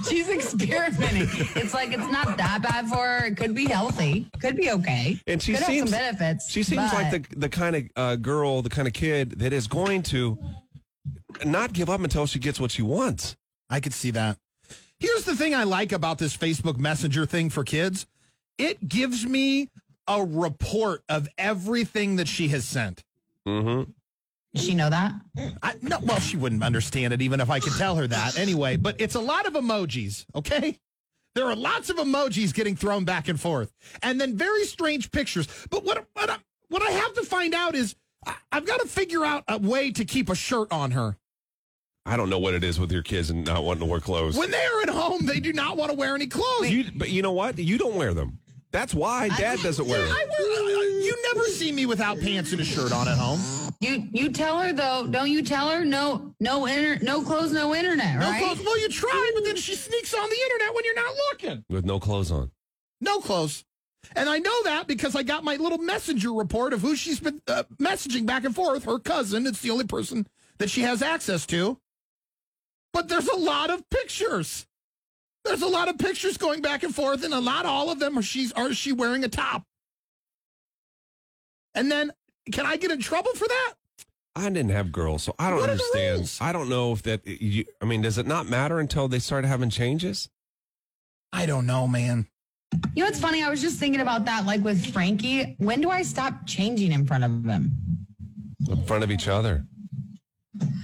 [SPEAKER 7] She's experimenting. it's like it's not that bad for her. It could be healthy. Could be okay.
[SPEAKER 2] And she
[SPEAKER 7] could
[SPEAKER 2] seems-
[SPEAKER 7] have some benefits.
[SPEAKER 2] She seems
[SPEAKER 7] but-
[SPEAKER 2] like the the kind of uh, girl, the kind of kid that is going to not give up until she gets what she wants.
[SPEAKER 3] I could see that. Here's the thing I like about this Facebook Messenger thing for kids. It gives me a report of everything that she has sent.
[SPEAKER 2] Mm-hmm.
[SPEAKER 7] Does she know that.
[SPEAKER 3] I, no, well, she wouldn't understand it even if I could tell her that anyway, but it's a lot of emojis, okay? There are lots of emojis getting thrown back and forth, and then very strange pictures. But what, what, I, what I have to find out is I, I've got to figure out a way to keep a shirt on her.
[SPEAKER 2] I don't know what it is with your kids and not wanting to wear clothes.
[SPEAKER 3] When they are at home, they do not want to wear any clothes.
[SPEAKER 2] You, but you know what? You don't wear them. That's why Dad doesn't
[SPEAKER 3] Yeah,
[SPEAKER 2] wear them.
[SPEAKER 3] I wear- I- you never see me without pants and a shirt on at home.
[SPEAKER 7] You you tell her though, don't you tell her? No no inter, no clothes, no internet,
[SPEAKER 3] No
[SPEAKER 7] right?
[SPEAKER 3] clothes. Well, you try, but then she sneaks on the internet when you're not looking.
[SPEAKER 2] With no clothes on.
[SPEAKER 3] No clothes. And I know that because I got my little messenger report of who she's been uh, messaging back and forth. Her cousin. It's the only person that she has access to. But there's a lot of pictures. There's a lot of pictures going back and forth, and a lot all of them are she's are she wearing a top. And then, can I get in trouble for that?
[SPEAKER 2] I didn't have girls, so I don't
[SPEAKER 3] What are the
[SPEAKER 2] understand.
[SPEAKER 3] rules?
[SPEAKER 2] I don't know if that. You, I mean, does it not matter until they start having changes?
[SPEAKER 3] I don't know, man.
[SPEAKER 7] You know what's funny? I was just thinking about that, like with Frankie. When do I stop changing in front of him?
[SPEAKER 2] In front of each other.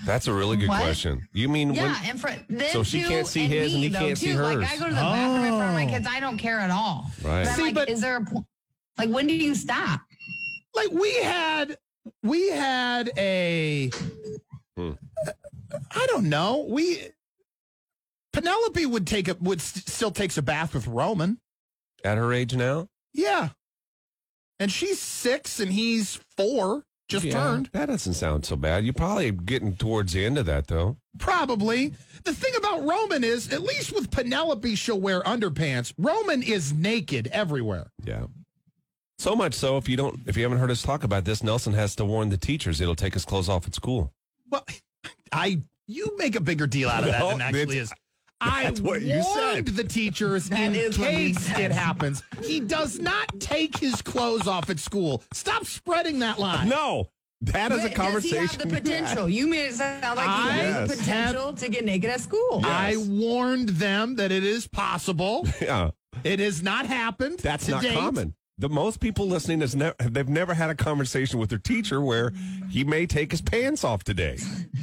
[SPEAKER 2] That's a really good
[SPEAKER 7] What?
[SPEAKER 2] question. You mean
[SPEAKER 7] Yeah,
[SPEAKER 2] when?
[SPEAKER 7] and for them
[SPEAKER 2] So she
[SPEAKER 7] too,
[SPEAKER 2] can't see
[SPEAKER 7] and
[SPEAKER 2] his
[SPEAKER 7] me,
[SPEAKER 2] and he
[SPEAKER 7] though,
[SPEAKER 2] can't see
[SPEAKER 7] too.
[SPEAKER 2] hers.
[SPEAKER 7] Like I go to the bathroom in front of my
[SPEAKER 3] Oh.
[SPEAKER 7] kids. I don't care at all.
[SPEAKER 2] Right.
[SPEAKER 7] But I'm
[SPEAKER 3] See,
[SPEAKER 7] like,
[SPEAKER 3] but-
[SPEAKER 7] is there a po- like when do you stop?
[SPEAKER 3] like we had we had a
[SPEAKER 2] Hmm.
[SPEAKER 3] I don't know. We Penelope would take a would st- still takes a bath with Roman.
[SPEAKER 2] At her age now?
[SPEAKER 3] Yeah. And she's 6 and he's 4, just
[SPEAKER 2] Yeah,
[SPEAKER 3] turned
[SPEAKER 2] That doesn't sound so bad. You're probably getting towards the end of that though.
[SPEAKER 3] probably. The thing about Roman is at least with Penelope she'll wear underpants. Roman is naked everywhere.
[SPEAKER 2] Yeah. So much so if you don't if you haven't heard us talk about this, Nelson has to warn the teachers it'll take his clothes off at school.
[SPEAKER 3] Well, I you make a bigger deal out of that
[SPEAKER 2] No,
[SPEAKER 3] than actually
[SPEAKER 2] it's-
[SPEAKER 3] is. I
[SPEAKER 2] that's what you
[SPEAKER 3] warned
[SPEAKER 2] said.
[SPEAKER 3] the teachers in
[SPEAKER 7] is what he
[SPEAKER 3] case
[SPEAKER 7] said.
[SPEAKER 3] it happens. He does not take his clothes off at school. Stop spreading that lie.
[SPEAKER 2] No. That
[SPEAKER 7] But Does he have the potential? You made it sound like he
[SPEAKER 3] I
[SPEAKER 7] has the
[SPEAKER 3] have-
[SPEAKER 7] potential to get naked at school.
[SPEAKER 3] I warned them that it is possible.
[SPEAKER 2] Yeah.
[SPEAKER 3] It has not happened.
[SPEAKER 2] That's
[SPEAKER 3] to
[SPEAKER 2] not
[SPEAKER 3] date.
[SPEAKER 2] common. The most people listening is never they've never had a conversation with their teacher where he may take his pants off today.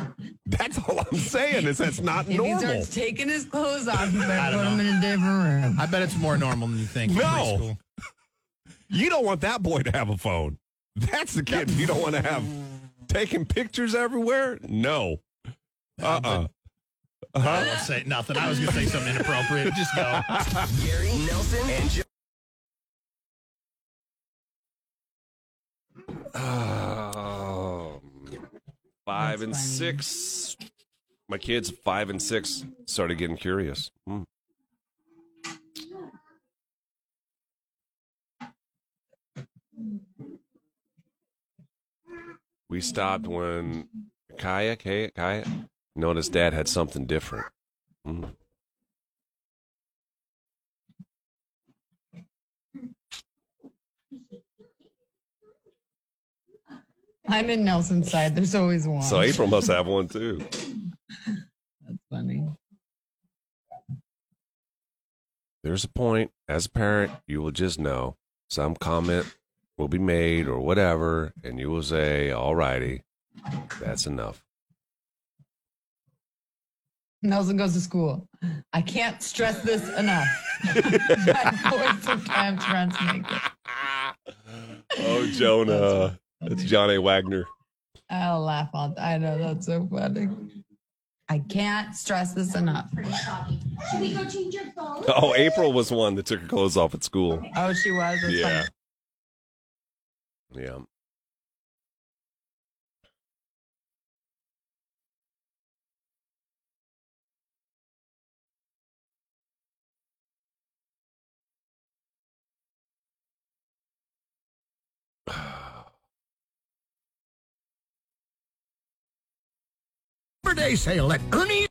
[SPEAKER 2] That's all I'm saying is that's not
[SPEAKER 7] If he
[SPEAKER 2] normal.
[SPEAKER 7] starts taking his clothes off, you
[SPEAKER 3] I
[SPEAKER 7] better
[SPEAKER 3] don't
[SPEAKER 7] put him in a different room.
[SPEAKER 3] I bet it's more normal than you think. in
[SPEAKER 2] No.
[SPEAKER 3] preschool.
[SPEAKER 2] You don't want that boy to have a phone. That's the kid you don't want to have taking pictures everywhere. No. Uh uh Uh-huh.
[SPEAKER 3] I won't say nothing. I was going to say something inappropriate. Just go.
[SPEAKER 1] Gary, Nelson, and Joe.
[SPEAKER 2] Five
[SPEAKER 7] That's
[SPEAKER 2] um, and
[SPEAKER 7] funny.
[SPEAKER 2] six. My kids, five and six, started getting curious. Hmm. We stopped when Kaya, Kaya, Kaya noticed Dad had something different. Hmm.
[SPEAKER 7] I'm in Nelson's side. There's always one.
[SPEAKER 2] So April must have one too.
[SPEAKER 7] That's funny.
[SPEAKER 2] there's a point as a parent you will just know some comment will be made or whatever and you will say all righty that's enough
[SPEAKER 7] Nelson goes to school. I can't stress this enough. I know it's sometimes runs me.
[SPEAKER 2] oh jonah it's john a wagner
[SPEAKER 7] I'll laugh on. I know that's so funny. I can't stress this enough.
[SPEAKER 2] oh april was one that took her clothes off at school
[SPEAKER 7] Oh, she was. That's
[SPEAKER 2] yeah
[SPEAKER 7] funny.
[SPEAKER 2] yeah
[SPEAKER 9] Labor Day sale at Ernie.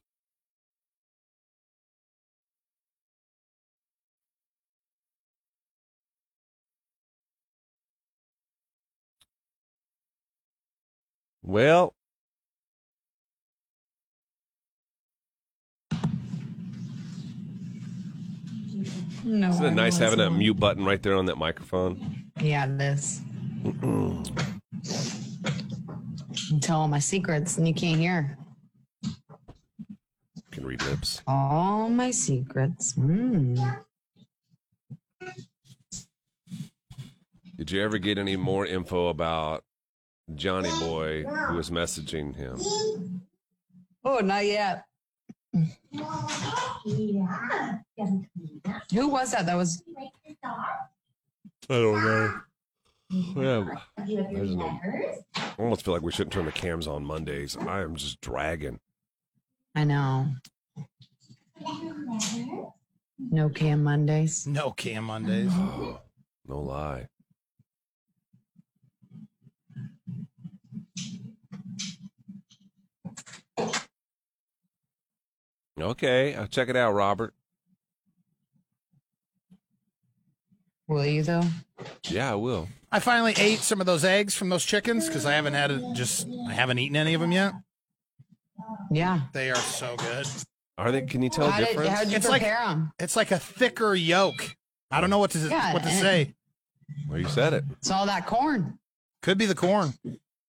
[SPEAKER 2] well
[SPEAKER 7] No,
[SPEAKER 2] isn't it
[SPEAKER 7] I
[SPEAKER 2] nice
[SPEAKER 7] was
[SPEAKER 2] having that
[SPEAKER 7] one.
[SPEAKER 2] mute button right there on that microphone
[SPEAKER 7] Yeah, this. Tell all my secrets and you can't hear.
[SPEAKER 2] can read lips
[SPEAKER 7] All my secrets. Mm.
[SPEAKER 2] Did you ever get any more info about Johnny Boy who was messaging him?
[SPEAKER 7] Oh, not yet. Who was that? That was
[SPEAKER 2] I don't know. there's no- I almost feel like we shouldn't turn the cams on Mondays. I am just dragging.
[SPEAKER 7] I know. No cam Mondays.
[SPEAKER 3] No cam Mondays.
[SPEAKER 2] no lie. Okay, I'll check it out, Robert.
[SPEAKER 7] Will you though?
[SPEAKER 2] Yeah, I will.
[SPEAKER 3] I finally ate some of those eggs from those chickens because I haven't had it. Just I haven't eaten any of them yet.
[SPEAKER 7] Yeah.
[SPEAKER 3] They are so good.
[SPEAKER 2] Are they? Can you tell
[SPEAKER 7] how
[SPEAKER 2] the
[SPEAKER 7] did
[SPEAKER 2] difference?
[SPEAKER 7] how'd you
[SPEAKER 3] It's like-
[SPEAKER 7] prepare them?
[SPEAKER 3] It's like a thicker yolk. I don't know what to
[SPEAKER 7] Yeah,
[SPEAKER 3] what to
[SPEAKER 7] and-
[SPEAKER 3] say.
[SPEAKER 2] well, you said it.
[SPEAKER 7] It's all that corn.
[SPEAKER 3] Could be the corn.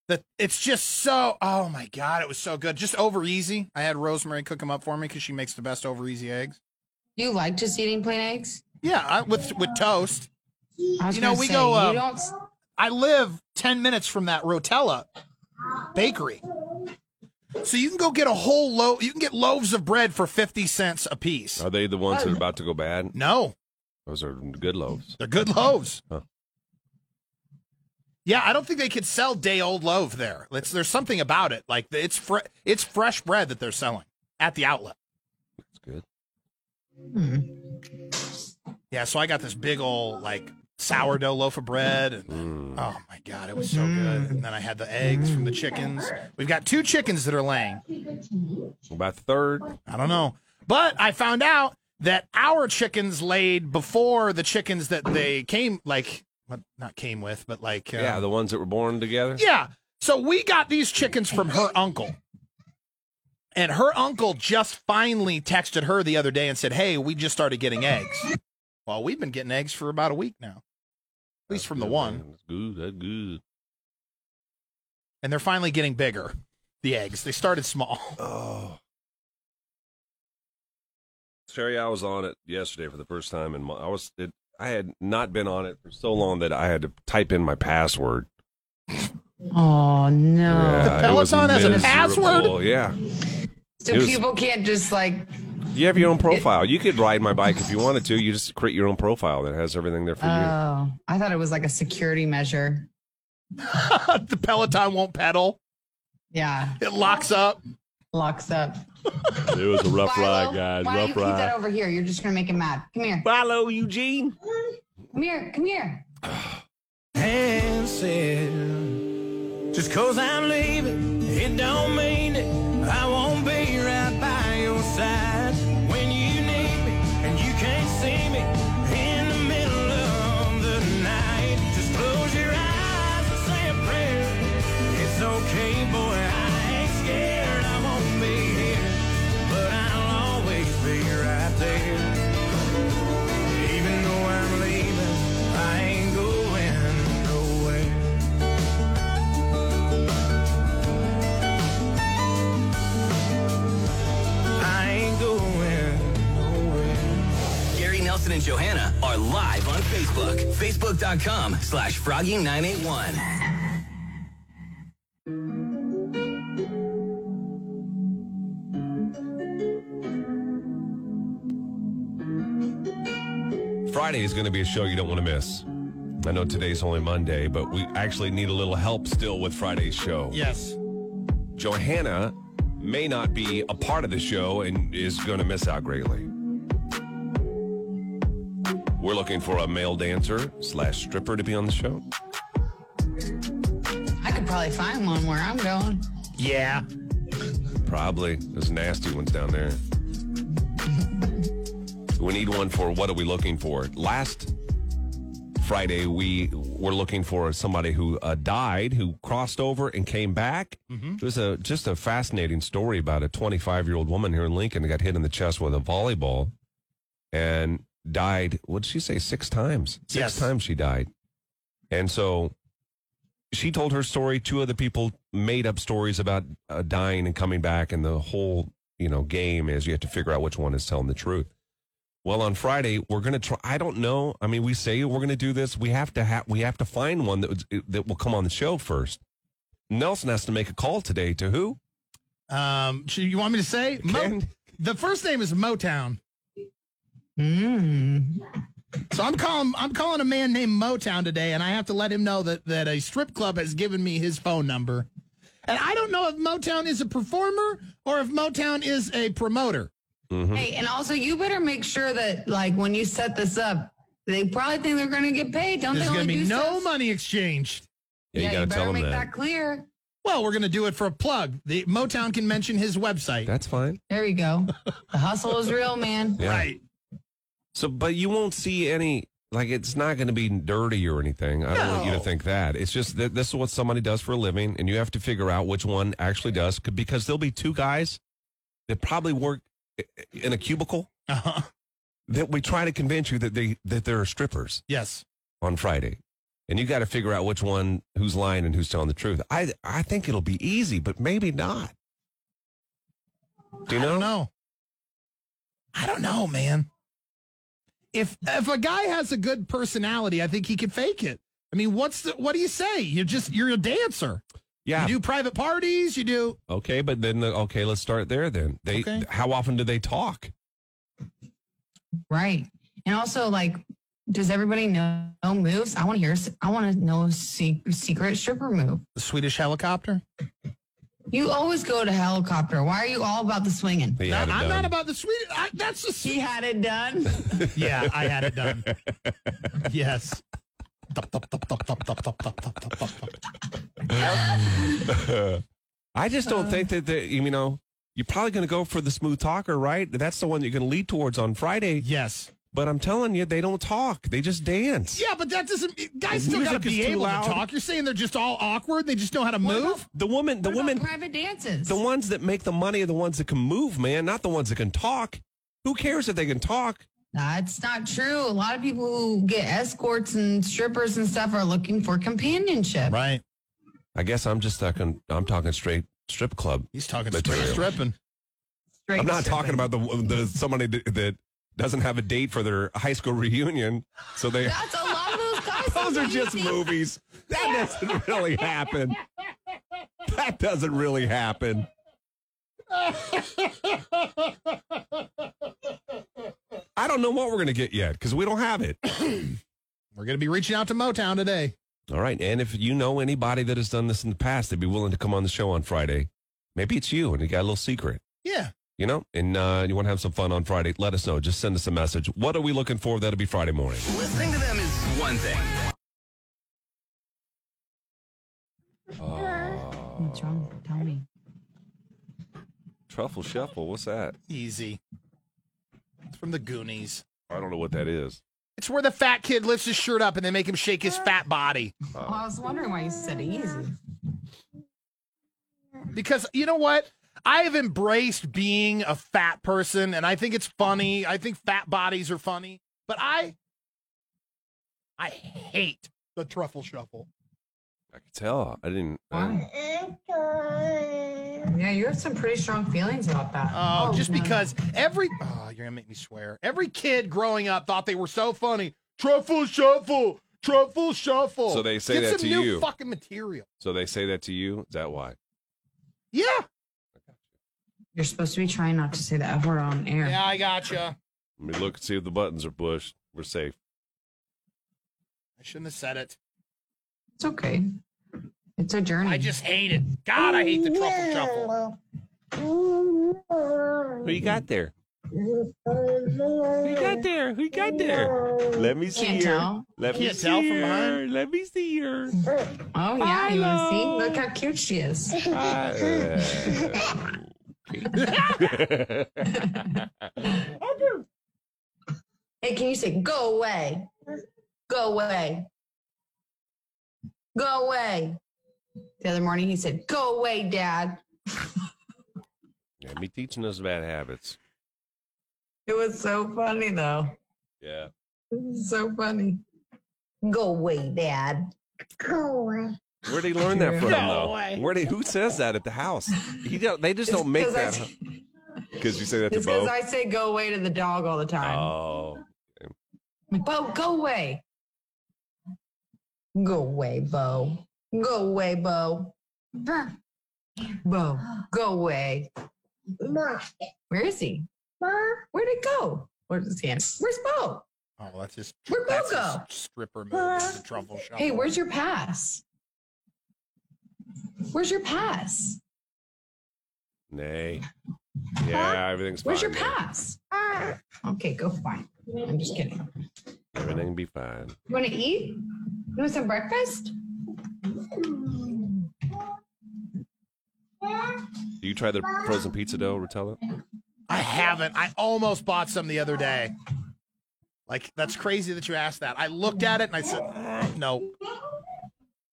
[SPEAKER 3] that it's just so oh my god, it was so good. Just over easy. I had Rosemary cook them up for me because she makes the best over easy eggs.
[SPEAKER 7] You like just eating plain eggs?
[SPEAKER 3] Yeah, I, with with toast.
[SPEAKER 7] I was
[SPEAKER 3] You know,
[SPEAKER 7] gonna
[SPEAKER 3] we
[SPEAKER 7] say,
[SPEAKER 3] go, um,
[SPEAKER 7] you don't. s-
[SPEAKER 3] I live ten minutes from that Rotella bakery, so you can go get a whole loaf. You can get loaves of bread for fifty cents a piece.
[SPEAKER 2] Are they the ones
[SPEAKER 7] Oh.
[SPEAKER 2] that are about to go bad?
[SPEAKER 3] No,
[SPEAKER 2] Those are good loaves.
[SPEAKER 3] they're good loaves.
[SPEAKER 2] Huh.
[SPEAKER 3] Yeah, I don't think they could sell day old loaf there. It's, there's something about it. Like it's fre- it's fresh bread that they're selling at the outlet.
[SPEAKER 2] That's good.
[SPEAKER 3] Yeah, so I got this big old like sourdough loaf of bread. And,
[SPEAKER 2] Mm.
[SPEAKER 3] Oh my god, it was so good. And then I had the eggs from the chickens. We've got two chickens that are laying.
[SPEAKER 2] About the third.
[SPEAKER 3] I don't know, but I found out that our chickens laid before the chickens that they came like what not came with, but like uh,
[SPEAKER 2] Yeah. the ones that were born together.
[SPEAKER 3] yeah. So we got these chickens from her uncle. And her uncle just finally texted her the other day and said, Hey, we just started getting eggs. Well, we've been getting eggs for about a week now, at least from the
[SPEAKER 2] Good,
[SPEAKER 3] one.
[SPEAKER 2] man. That's good. That's good.
[SPEAKER 3] And they're finally getting bigger, the eggs. They started small.
[SPEAKER 2] Oh. Terry, I was on it yesterday for the first time, and I was it, I had not been on it for so long that I had to type in my password.
[SPEAKER 7] Oh no!
[SPEAKER 2] Yeah, it was
[SPEAKER 3] Peloton has a
[SPEAKER 2] miserable. Yeah,
[SPEAKER 7] So
[SPEAKER 2] It was-
[SPEAKER 7] people can't just like
[SPEAKER 2] you have your own profile. You could ride my bike if you wanted to. You just create your own profile that has everything there for you.
[SPEAKER 7] Oh, I thought it was like a security measure.
[SPEAKER 3] the Peloton won't pedal,
[SPEAKER 7] Yeah,
[SPEAKER 3] it locks up.
[SPEAKER 7] locks up.
[SPEAKER 2] It was a rough
[SPEAKER 7] Philo, Why don't you keep that over here? You're just gonna make him mad. Come here.
[SPEAKER 2] Follow Eugene.
[SPEAKER 7] Come here. Come here.
[SPEAKER 8] and said, just cause I'm leaving, it don't mean it. I won't be right by your side when you need me and you can't see me in the middle of the night. Just close your eyes and say a prayer. It's okay, boy, I ain't scared. I won't be here, but I'll always be right there. Even though I'm leaving, I ain't going nowhere. I ain't going nowhere.
[SPEAKER 1] Gary Nelson and Johanna are live on Facebook. Facebook.com slash Froggy981.
[SPEAKER 2] Friday is going to be a show you don't want to miss. I know today's only Monday, but we actually need a little help still with Friday's show.
[SPEAKER 3] Yes.
[SPEAKER 2] Johanna may not be a part of the show and is going to miss out greatly. We're looking for a male dancer slash stripper to be on the show.
[SPEAKER 7] I could probably find one where I'm going.
[SPEAKER 3] Yeah.
[SPEAKER 2] Probably. There's nasty ones down there. We need one for what are we looking for? Last Friday, we were looking for somebody who uh, died, who crossed over and came back.
[SPEAKER 3] Mm-hmm.
[SPEAKER 2] It was a, just a fascinating story about a 25 year old woman here in Lincoln that got hit in the chest with a volleyball and died. What did she say? Six times. Six
[SPEAKER 3] Yes.
[SPEAKER 2] times she died. And so she told her story. Two other people made up stories about uh, dying and coming back, and the whole you know game is you have to figure out which one is telling the truth. Well, on Friday we're gonna try. I don't know. I mean, we say we're gonna do this. We have to have. We have to find one that was- that will come on the show first. Nelson has to make a call today to who?
[SPEAKER 3] Um, so you want me to say? Mo-
[SPEAKER 2] Ken?
[SPEAKER 3] the first name is Motown.
[SPEAKER 7] Mm.
[SPEAKER 3] So I'm calling I'm calling a man named Motown today, and I have to let him know that, that a strip club has given me his phone number. And I don't know if Motown is a performer or if Motown is a promoter.
[SPEAKER 2] Mm-hmm.
[SPEAKER 7] Hey, and also you better make sure that like when you set this up, they probably think they're gonna get paid. Don't
[SPEAKER 3] There's
[SPEAKER 7] they
[SPEAKER 3] gonna
[SPEAKER 7] only
[SPEAKER 3] be
[SPEAKER 7] do
[SPEAKER 3] no
[SPEAKER 7] stuff-
[SPEAKER 3] money exchanged.
[SPEAKER 2] Yeah, you gotta
[SPEAKER 7] better
[SPEAKER 2] tell him
[SPEAKER 7] make
[SPEAKER 2] that.
[SPEAKER 7] that. clear.
[SPEAKER 3] Well, we're gonna do it for a plug. The Motown can mention his website.
[SPEAKER 2] That's fine.
[SPEAKER 7] There you go. The hustle is real, man.
[SPEAKER 2] Yeah.
[SPEAKER 3] Right.
[SPEAKER 2] So, but you won't see any. Like, it's not going to be dirty or anything. I don't want you to
[SPEAKER 3] No.
[SPEAKER 2] think that. It's just that this is what somebody does for a living, and you have to figure out which one actually does c- because there'll be two guys that probably work i- i- in a cubicle
[SPEAKER 3] Uh-huh.
[SPEAKER 2] that we try to convince you that they that they're strippers
[SPEAKER 3] Yes.
[SPEAKER 2] on Friday. and you got to figure out which one who's lying and who's telling the truth. I I think it'll be easy, but maybe not. Do you
[SPEAKER 3] I
[SPEAKER 2] know?
[SPEAKER 3] don't know. I don't know, man. If if a guy has a good personality, I think he can fake it. I mean, what's the what do you say? You're just you're a dancer.
[SPEAKER 2] Yeah.
[SPEAKER 3] You do private parties, you do
[SPEAKER 2] Okay, but then the, okay, let's start there. Then they
[SPEAKER 3] Okay.
[SPEAKER 2] how often do they talk?
[SPEAKER 7] Right. And also, like, does everybody know know moves? I want to hear. I want to know a se- secret stripper move.
[SPEAKER 3] the Swedish helicopter.
[SPEAKER 7] You always go to helicopter. Why are you all about the swinging?
[SPEAKER 2] They
[SPEAKER 3] No,
[SPEAKER 2] had
[SPEAKER 3] I'm
[SPEAKER 2] it done.
[SPEAKER 3] not about the Swedish. I, that's the
[SPEAKER 7] He had it done.
[SPEAKER 3] yeah, I had it done. Yes. Tup, tup, tup, tup, tup, tup, tup, tup, tup, tup, tup.
[SPEAKER 2] I just
[SPEAKER 3] Uh.
[SPEAKER 2] don't think that the, you know you're probably going to go for the smooth talker, right? That's the one you're going to lead towards on Friday.
[SPEAKER 3] Yes.
[SPEAKER 2] But I'm telling you, they don't talk; they just dance.
[SPEAKER 3] Yeah, but that doesn't. Guys still got to
[SPEAKER 2] Music is
[SPEAKER 3] be
[SPEAKER 2] too
[SPEAKER 3] able
[SPEAKER 2] loud.
[SPEAKER 3] to talk. You're saying they're just all awkward. They just know how to
[SPEAKER 7] What
[SPEAKER 3] move.
[SPEAKER 7] about-
[SPEAKER 2] The woman, the
[SPEAKER 7] What about
[SPEAKER 2] woman,
[SPEAKER 7] private dances.
[SPEAKER 2] the ones that make the money are the ones that can move, man, not the ones that can talk. Who cares if they can talk?
[SPEAKER 7] That's not true. A lot of people who get escorts and strippers and stuff are looking for companionship.
[SPEAKER 3] right.
[SPEAKER 2] I guess I'm just talking. I'm talking straight strip club.
[SPEAKER 3] He's talking straight
[SPEAKER 2] Material.
[SPEAKER 3] stripping.
[SPEAKER 7] Straight
[SPEAKER 2] I'm not talking
[SPEAKER 7] stripping.
[SPEAKER 2] about the the somebody that, that doesn't have a date for their high school reunion, so they.
[SPEAKER 7] That's a lot of those guys.
[SPEAKER 2] Those are
[SPEAKER 7] That's what
[SPEAKER 2] just
[SPEAKER 7] you think.
[SPEAKER 2] movies. That doesn't really happen. That doesn't really happen. I don't know what we're going to get yet because we don't have it.
[SPEAKER 3] We're gonna be reaching out to Motown today.
[SPEAKER 2] All right. And if you know anybody that has done this in the past, they'd be willing to come on the show on Friday. Maybe it's you and you got a little secret,
[SPEAKER 3] Yeah.
[SPEAKER 2] you know, and uh, you want to have some fun on Friday. Let us know. Just send us a message. What are we looking for? That'll be Friday morning.
[SPEAKER 1] Listening to them is one thing.
[SPEAKER 7] What's wrong? Tell me.
[SPEAKER 2] Truffle Shuffle. What's that?
[SPEAKER 3] Easy. It's from the Goonies.
[SPEAKER 2] I don't know what that is.
[SPEAKER 3] It's where the fat kid lifts his shirt up and they make him shake his fat body.
[SPEAKER 7] Well, I was wondering why you said easy.
[SPEAKER 3] Because you know what? I have embraced being a fat person and I think it's funny. I think fat bodies are funny. But I I hate the truffle shuffle.
[SPEAKER 2] I could tell. I didn't. uh, I didn't-
[SPEAKER 7] Why? Yeah, you have some pretty strong feelings about that.
[SPEAKER 3] Oh, just
[SPEAKER 7] no, no.
[SPEAKER 3] because every oh, you're gonna make me swear. Every kid growing up thought they were so funny. Truffle shuffle, truffle shuffle.
[SPEAKER 2] So they say
[SPEAKER 3] Get
[SPEAKER 2] that
[SPEAKER 3] some
[SPEAKER 2] to
[SPEAKER 3] new
[SPEAKER 2] you.
[SPEAKER 3] Fucking material.
[SPEAKER 2] So they say that to you. Is that why?
[SPEAKER 3] Yeah.
[SPEAKER 7] You're supposed to be trying not to say the F word on air.
[SPEAKER 3] Yeah, I gotcha.
[SPEAKER 2] Let me look and see if the buttons are pushed. We're safe.
[SPEAKER 3] I shouldn't have said it.
[SPEAKER 7] It's okay. It's a journey.
[SPEAKER 3] I just hate it. God, I hate the truffle shuffle.
[SPEAKER 2] Who you got there? Who you got there? Who you got there? Let me see
[SPEAKER 7] can't
[SPEAKER 2] her.
[SPEAKER 7] tell.
[SPEAKER 2] Let me
[SPEAKER 3] Can't
[SPEAKER 2] see
[SPEAKER 3] tell from
[SPEAKER 2] her.
[SPEAKER 3] behind.
[SPEAKER 2] Let me see her.
[SPEAKER 7] Oh yeah, you want to see? Look how cute she is. Hey, can you say go away? Go away. Go away. The other morning he said, Go away, Dad.
[SPEAKER 2] yeah, me teaching us bad habits.
[SPEAKER 7] It was so funny though.
[SPEAKER 2] Yeah.
[SPEAKER 7] It was so funny. Go away, Dad.
[SPEAKER 2] Where'd he learn that from, though? Where did who says that at the house? He don't, they just don't make that. Because you say that to
[SPEAKER 7] It's because
[SPEAKER 2] Bo.
[SPEAKER 7] I say go away to the dog all the time.
[SPEAKER 2] oh,
[SPEAKER 7] Bo, go away. Go away, Bo. Go away, Bo. Bo, go away. Where is he? Where'd it go? Where's his hand? Where's Bo?
[SPEAKER 3] Oh, that's just
[SPEAKER 7] Where'd Bo
[SPEAKER 3] that's
[SPEAKER 7] go?
[SPEAKER 3] just stripper move. The truffle shuffle.
[SPEAKER 7] Hey, where's your pass? Where's your pass?
[SPEAKER 2] nay. Yeah, everything's fine.
[SPEAKER 7] Where's your
[SPEAKER 2] man.
[SPEAKER 7] pass? Okay, go find. I'm just kidding.
[SPEAKER 2] Everything will be fine.
[SPEAKER 7] You want to eat? You want some breakfast?
[SPEAKER 2] Do you try the frozen pizza dough, Rotella?
[SPEAKER 3] I haven't. I almost bought some the other day. Like that's crazy that you asked that. I looked at it and I said, "Uh, no.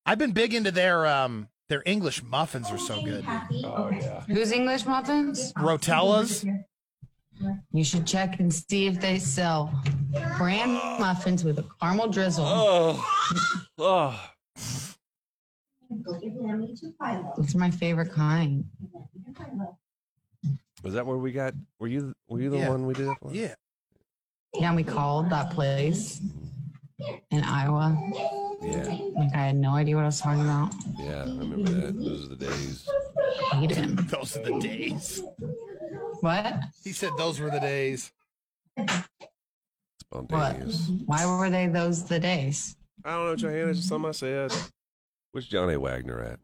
[SPEAKER 3] I've been big into their um their English muffins are so good. Oh,
[SPEAKER 7] Who's English muffins?
[SPEAKER 3] Rotellas.
[SPEAKER 7] You should check and see if they sell brand muffins with a caramel drizzle.
[SPEAKER 2] Oh, Oh,
[SPEAKER 7] It's my favorite kind.
[SPEAKER 2] was that where we got? Were you were you the
[SPEAKER 3] Yeah.
[SPEAKER 2] one we did? That for?
[SPEAKER 3] Yeah.
[SPEAKER 7] Yeah, we called that place in Iowa.
[SPEAKER 2] yeah,
[SPEAKER 7] Like I had no idea what I was talking about.
[SPEAKER 2] yeah. I remember that. Those are the days.
[SPEAKER 7] I hate him.
[SPEAKER 3] Those are the days.
[SPEAKER 7] What?
[SPEAKER 3] He said those were the days.
[SPEAKER 7] What?
[SPEAKER 2] Spontaneous.
[SPEAKER 7] Why were they those the days?
[SPEAKER 2] I don't know, Johanna. Just something I said. Where's Johnny Wagner at?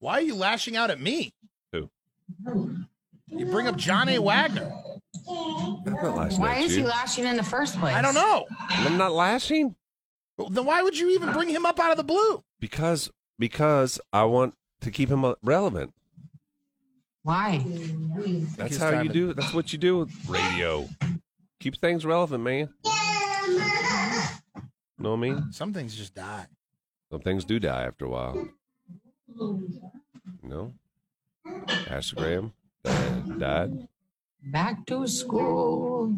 [SPEAKER 3] Why are you lashing out at me?
[SPEAKER 2] Who?
[SPEAKER 3] You bring up John A. Wagner.
[SPEAKER 2] I'm not lashing
[SPEAKER 7] Why
[SPEAKER 2] at
[SPEAKER 7] is
[SPEAKER 2] you.
[SPEAKER 7] he lashing in the first place?
[SPEAKER 3] I don't know.
[SPEAKER 2] I'm not lashing
[SPEAKER 3] Well, Then why would you even bring him up out of the blue?
[SPEAKER 2] because because I want to keep him uh, relevant.
[SPEAKER 7] Why?
[SPEAKER 2] That's
[SPEAKER 3] It's
[SPEAKER 2] how
[SPEAKER 3] time
[SPEAKER 2] you
[SPEAKER 3] to-
[SPEAKER 2] do. That's what you do with radio. Keep things relevant, man. Know what I mean?
[SPEAKER 3] Some things just die.
[SPEAKER 2] Some things do die after a while. No. Ashley Graham died. died.
[SPEAKER 7] Back to school.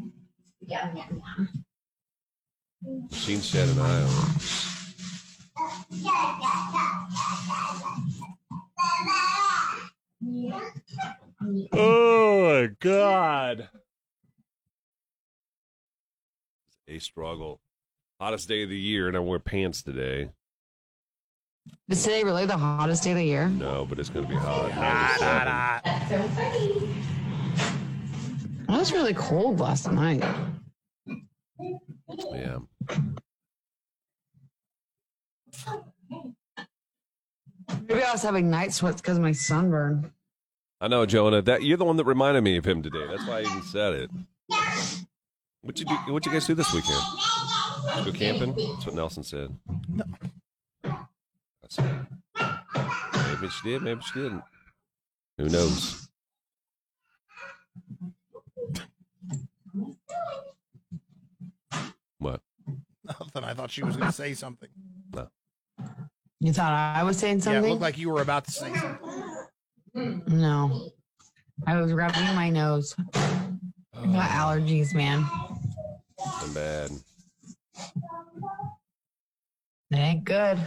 [SPEAKER 2] Machine shed in Iowa. Oh my God. A struggle. Hottest day of the year, and I wear pants today.
[SPEAKER 7] Is today really the hottest day of the year?
[SPEAKER 2] No, but it's gonna be hot. 97.
[SPEAKER 7] It was really cold last night.
[SPEAKER 2] Yeah.
[SPEAKER 7] Maybe I was having night sweats because of my sunburn.
[SPEAKER 2] I know, Jonah. That you're the one that reminded me of him today. That's why I even said it. What you do? What you guys do this weekend? Go camping? That's what Nelson said. I said, Maybe she did. Maybe she didn't. Who knows? What?
[SPEAKER 3] Nothing. I thought she was going to say something.
[SPEAKER 7] You thought I was saying
[SPEAKER 3] Yeah, it
[SPEAKER 7] something?
[SPEAKER 3] looked like you were about to say something.
[SPEAKER 7] no. I was rubbing my nose.
[SPEAKER 3] Oh.
[SPEAKER 7] I got allergies, man.
[SPEAKER 2] I'm bad.
[SPEAKER 7] It ain't good.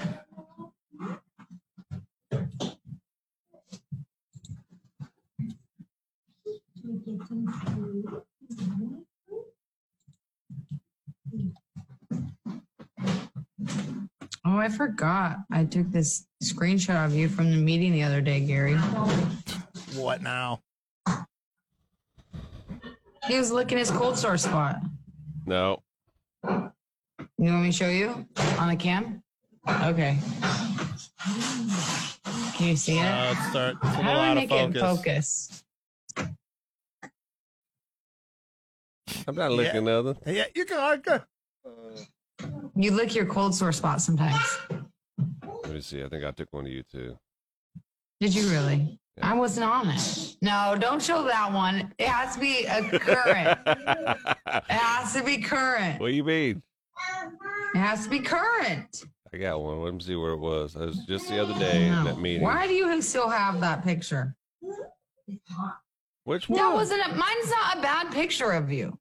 [SPEAKER 7] Oh, I forgot. I took this screenshot of you from the meeting the other day, Gary.
[SPEAKER 3] What now?
[SPEAKER 7] He was licking his cold sore spot.
[SPEAKER 2] No.
[SPEAKER 7] You want me to show you on the cam? Okay. Can you see it?
[SPEAKER 3] it's, Uh, start, it's
[SPEAKER 7] How do I make it focus?
[SPEAKER 2] I'm not licking another.
[SPEAKER 3] Yeah, you can. uh, I can-
[SPEAKER 7] You lick your cold sore spot sometimes.
[SPEAKER 2] Let me see. I think I took one of you too.
[SPEAKER 7] Did you really? I wasn't on it. No, don't show that one. It has to be a current. it has to be current.
[SPEAKER 2] What do you mean?
[SPEAKER 7] It has to be current.
[SPEAKER 2] I got one. Let me see where it was. It was just the other day in
[SPEAKER 7] No.
[SPEAKER 2] that meeting.
[SPEAKER 7] Why do you still have that picture?
[SPEAKER 2] Which one?
[SPEAKER 7] That wasn't a, mine's not a bad picture of you.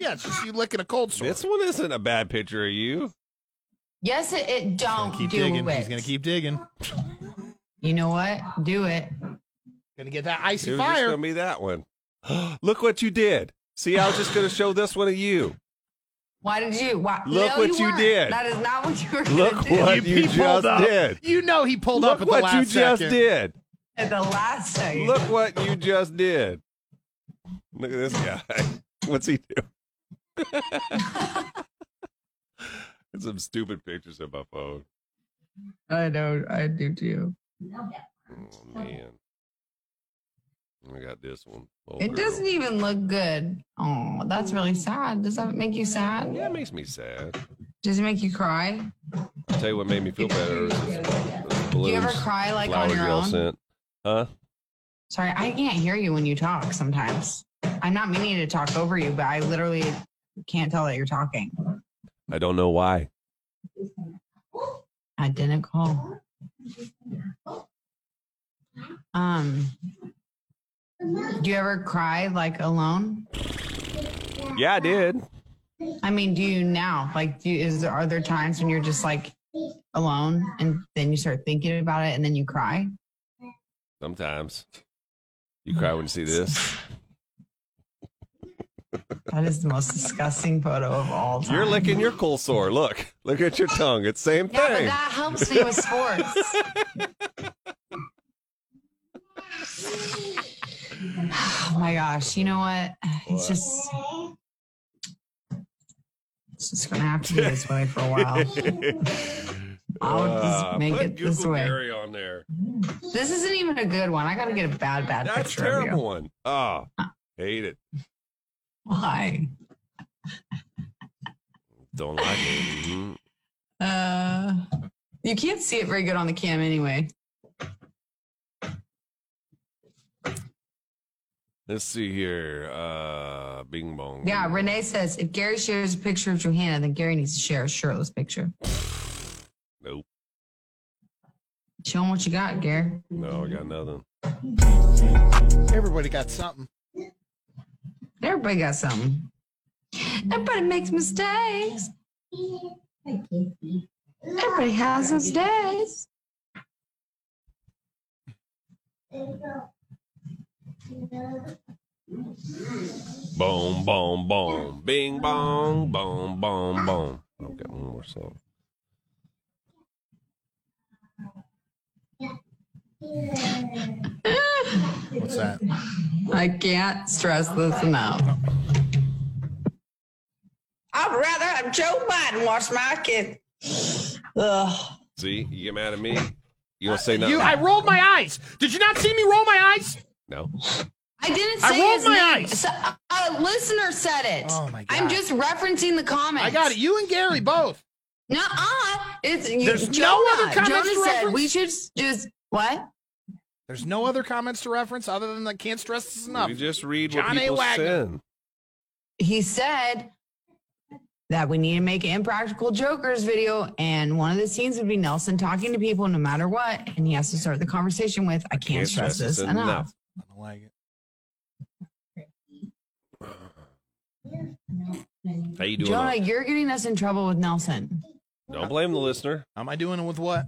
[SPEAKER 3] Yeah, it's just you licking a cold sore.
[SPEAKER 2] this one isn't a bad picture of you.
[SPEAKER 7] Yes, it, it don't
[SPEAKER 3] keep
[SPEAKER 7] do
[SPEAKER 3] digging.
[SPEAKER 7] it.
[SPEAKER 3] He's gonna keep digging.
[SPEAKER 7] You know what? Do it.
[SPEAKER 3] Gonna get that
[SPEAKER 2] It
[SPEAKER 3] icy
[SPEAKER 2] was just
[SPEAKER 3] fire.
[SPEAKER 2] gonna be that one. Look what you did. See, I was just gonna show this one of you.
[SPEAKER 7] Why did you? Why,
[SPEAKER 2] Look
[SPEAKER 7] no,
[SPEAKER 2] what
[SPEAKER 7] you,
[SPEAKER 2] you
[SPEAKER 7] weren't.
[SPEAKER 2] did.
[SPEAKER 7] That is not what you were. gonna
[SPEAKER 2] Look
[SPEAKER 7] do
[SPEAKER 2] what you
[SPEAKER 3] people
[SPEAKER 2] just
[SPEAKER 3] up.
[SPEAKER 2] did.
[SPEAKER 3] You know he pulled
[SPEAKER 2] Look
[SPEAKER 3] up at the
[SPEAKER 2] what
[SPEAKER 3] last
[SPEAKER 2] you just
[SPEAKER 3] second.
[SPEAKER 2] did.
[SPEAKER 7] at the last second.
[SPEAKER 2] Look what you just did. Look at this guy. What's he do? It's some stupid pictures on my phone.
[SPEAKER 7] I know. I do too.
[SPEAKER 2] Oh man. I got this one. Oh,
[SPEAKER 7] It
[SPEAKER 2] girl.
[SPEAKER 7] doesn't even look good. Oh, that's
[SPEAKER 2] Mm.
[SPEAKER 7] really sad. Does that make you sad?
[SPEAKER 2] Yeah, it makes me sad.
[SPEAKER 7] Does it make you cry?
[SPEAKER 2] I'll tell you what made me feel better is this- uh, this
[SPEAKER 7] Do
[SPEAKER 2] blues
[SPEAKER 7] you ever cry like on
[SPEAKER 2] flowers
[SPEAKER 7] your
[SPEAKER 2] y'all
[SPEAKER 7] own?
[SPEAKER 2] sent. Huh?
[SPEAKER 7] Sorry, I can't hear you when you talk sometimes. I'm not meaning to talk over you, but I literally can't tell that you're talking.
[SPEAKER 2] I don't know why.
[SPEAKER 7] I didn't call. Um, do you ever cry like alone?
[SPEAKER 2] Yeah, I did.
[SPEAKER 7] I mean, do you now? Like, do you, is there are there times when you're just like alone, and then you start thinking about it, and then you cry?
[SPEAKER 2] Sometimes you cry when you see this.
[SPEAKER 7] That is the most disgusting photo of all time.
[SPEAKER 2] You're licking your cold sore. Look, look at your tongue. It's same
[SPEAKER 7] Yeah, but
[SPEAKER 2] thing.
[SPEAKER 7] that helps me with sports. oh my gosh! You know what? It's just it's just gonna have to be this way for a while. I'll just
[SPEAKER 2] Ah,
[SPEAKER 7] make
[SPEAKER 2] put
[SPEAKER 7] it this
[SPEAKER 2] Google
[SPEAKER 7] way.
[SPEAKER 2] Gary on there.
[SPEAKER 7] This isn't even a good one. I gotta get a bad, bad
[SPEAKER 2] That's
[SPEAKER 7] picture
[SPEAKER 2] terrible
[SPEAKER 7] of you. Uh.
[SPEAKER 2] one. Oh, hate it.
[SPEAKER 7] Why?
[SPEAKER 2] Don't like it. Mhm.
[SPEAKER 7] Uh, you can't see it very good on the cam anyway.
[SPEAKER 2] Let's see here. Uh, Bing bong.
[SPEAKER 7] Yeah, Renee says if Gary shares a picture of Johanna, then Gary needs to share a shirtless picture.
[SPEAKER 2] Nope.
[SPEAKER 7] Show him what you got, Gary.
[SPEAKER 2] No, I got
[SPEAKER 7] Mm-hmm.
[SPEAKER 2] nothing.
[SPEAKER 3] Everybody got something.
[SPEAKER 7] Everybody got something. Everybody makes mistakes. Everybody has those days.
[SPEAKER 2] Boom, boom, boom. Bing bong, boom, boom, boom. I've got one more song.
[SPEAKER 3] What's that?
[SPEAKER 7] I can't stress this enough. I'd rather have Joe Biden watch my kid. Ugh.
[SPEAKER 2] See, you get mad at me. You don't say nothing.
[SPEAKER 3] You, I rolled my eyes. Did you not see me roll my eyes?
[SPEAKER 2] no.
[SPEAKER 7] I didn't say
[SPEAKER 3] I rolled
[SPEAKER 7] his
[SPEAKER 3] my
[SPEAKER 7] name.
[SPEAKER 3] eyes.
[SPEAKER 7] So- a listener said it.
[SPEAKER 3] Oh, my
[SPEAKER 7] I'm
[SPEAKER 3] God.
[SPEAKER 7] just referencing the comments.
[SPEAKER 3] I got it. You and Gary both.
[SPEAKER 7] Nuh-uh. It's you,
[SPEAKER 3] There's no
[SPEAKER 7] Jonah.
[SPEAKER 3] other comments
[SPEAKER 7] Jonah
[SPEAKER 3] to
[SPEAKER 7] said
[SPEAKER 3] reference?
[SPEAKER 7] we should just what?
[SPEAKER 3] There's no other comments to reference other than I can't stress this enough.
[SPEAKER 2] We just read what
[SPEAKER 3] John A.
[SPEAKER 2] people
[SPEAKER 3] Wagner.
[SPEAKER 2] send.
[SPEAKER 7] he said that we need to make an impractical jokers video and one of the scenes would be nelson talking to people no matter what and he has to start the conversation with i can't, stress, this enough,
[SPEAKER 3] I don't like it.
[SPEAKER 2] How you doing?
[SPEAKER 7] jonah
[SPEAKER 2] on-
[SPEAKER 7] you're getting us in trouble with nelson
[SPEAKER 2] Don't blame the listener.
[SPEAKER 3] How am I doing with what?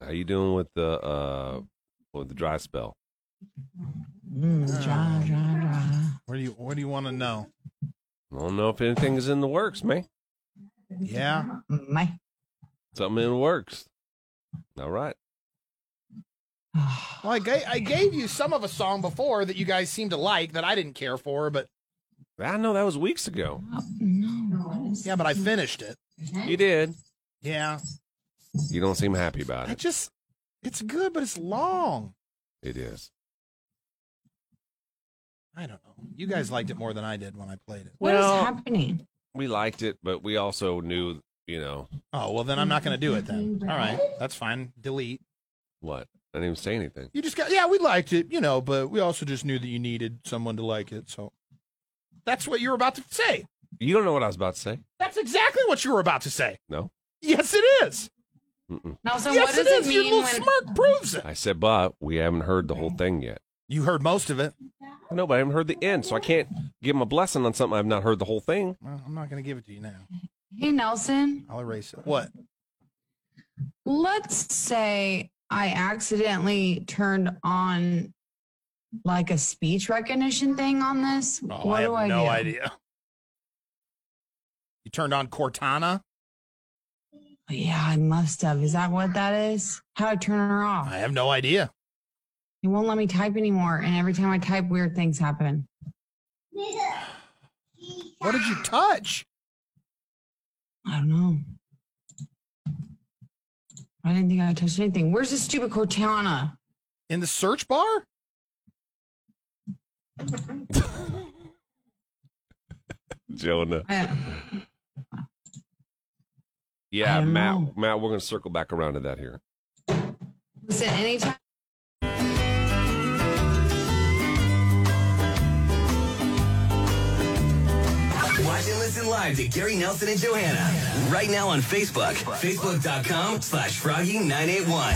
[SPEAKER 2] How you doing with the uh with the dry spell?
[SPEAKER 7] Mm,
[SPEAKER 3] Uh.
[SPEAKER 7] John, John, John.
[SPEAKER 3] What do you What do you want to know?
[SPEAKER 2] I don't know if anything is in the works, man.
[SPEAKER 3] Yeah.
[SPEAKER 7] My,
[SPEAKER 2] Something in the works. All right.
[SPEAKER 7] oh,
[SPEAKER 3] Well, I, ga- I gave you some of a song before that you guys seemed to like that I didn't care for, but
[SPEAKER 2] I know that was weeks ago.
[SPEAKER 3] yeah, but I
[SPEAKER 7] Mm-hmm.
[SPEAKER 3] finished it.
[SPEAKER 2] You did.
[SPEAKER 3] Yeah.
[SPEAKER 2] You don't seem happy about
[SPEAKER 3] I
[SPEAKER 2] it.
[SPEAKER 3] just, it's good, but it's long.
[SPEAKER 2] It is.
[SPEAKER 3] I don't know. You guys liked it more than I did when I played it.
[SPEAKER 7] what is
[SPEAKER 2] Well-
[SPEAKER 7] happening
[SPEAKER 2] We liked it, but we also knew, you know,
[SPEAKER 3] Oh, well, then I'm not going to do it then.
[SPEAKER 7] Mm-hmm.
[SPEAKER 3] All right. That's fine. Delete.
[SPEAKER 2] what? I didn't even say anything.
[SPEAKER 3] You just got, yeah, we liked it, you know, but we also just knew that you needed someone to like it. So that's what you were about to say.
[SPEAKER 2] You don't know what I was about to say.
[SPEAKER 3] That's exactly what you were about to say.
[SPEAKER 2] No.
[SPEAKER 3] Yes, it is.
[SPEAKER 7] nelson
[SPEAKER 3] yes,
[SPEAKER 7] what does it,
[SPEAKER 3] is. Your
[SPEAKER 7] mean
[SPEAKER 3] little
[SPEAKER 7] when
[SPEAKER 3] smirk proves it.
[SPEAKER 2] I said, but we haven't heard the whole thing yet.
[SPEAKER 3] You heard most of it.
[SPEAKER 2] I know, but I haven't heard the end, so I can't give him a blessing on something I've not heard the whole thing.
[SPEAKER 3] Well, I'm not going to give it to you now.
[SPEAKER 7] hey nelson
[SPEAKER 3] I'll erase it. What?
[SPEAKER 7] let's say I accidentally turned on like a speech recognition thing on this.
[SPEAKER 3] Oh,
[SPEAKER 7] what
[SPEAKER 3] I have
[SPEAKER 7] do I
[SPEAKER 3] no
[SPEAKER 7] do?
[SPEAKER 3] idea. You turned on Cortana?
[SPEAKER 7] Yeah, I must have. Is that what that is? How do I turn her off?
[SPEAKER 3] I have no idea.
[SPEAKER 7] It won't let me type anymore. And every time I type, weird things happen.
[SPEAKER 3] What did you touch?
[SPEAKER 7] I don't know. I didn't think I touched anything. Where's this stupid Cortana?
[SPEAKER 3] In the search bar?
[SPEAKER 2] Jonah.
[SPEAKER 7] I- I
[SPEAKER 2] Yeah,
[SPEAKER 7] don't
[SPEAKER 2] Matt,
[SPEAKER 7] know.
[SPEAKER 2] Matt, we're going to circle back around to that here.
[SPEAKER 7] Listen, anytime.
[SPEAKER 1] Watch and listen live to Gary Nelson and Johanna right now on Facebook. Facebook.com slash Froggy981.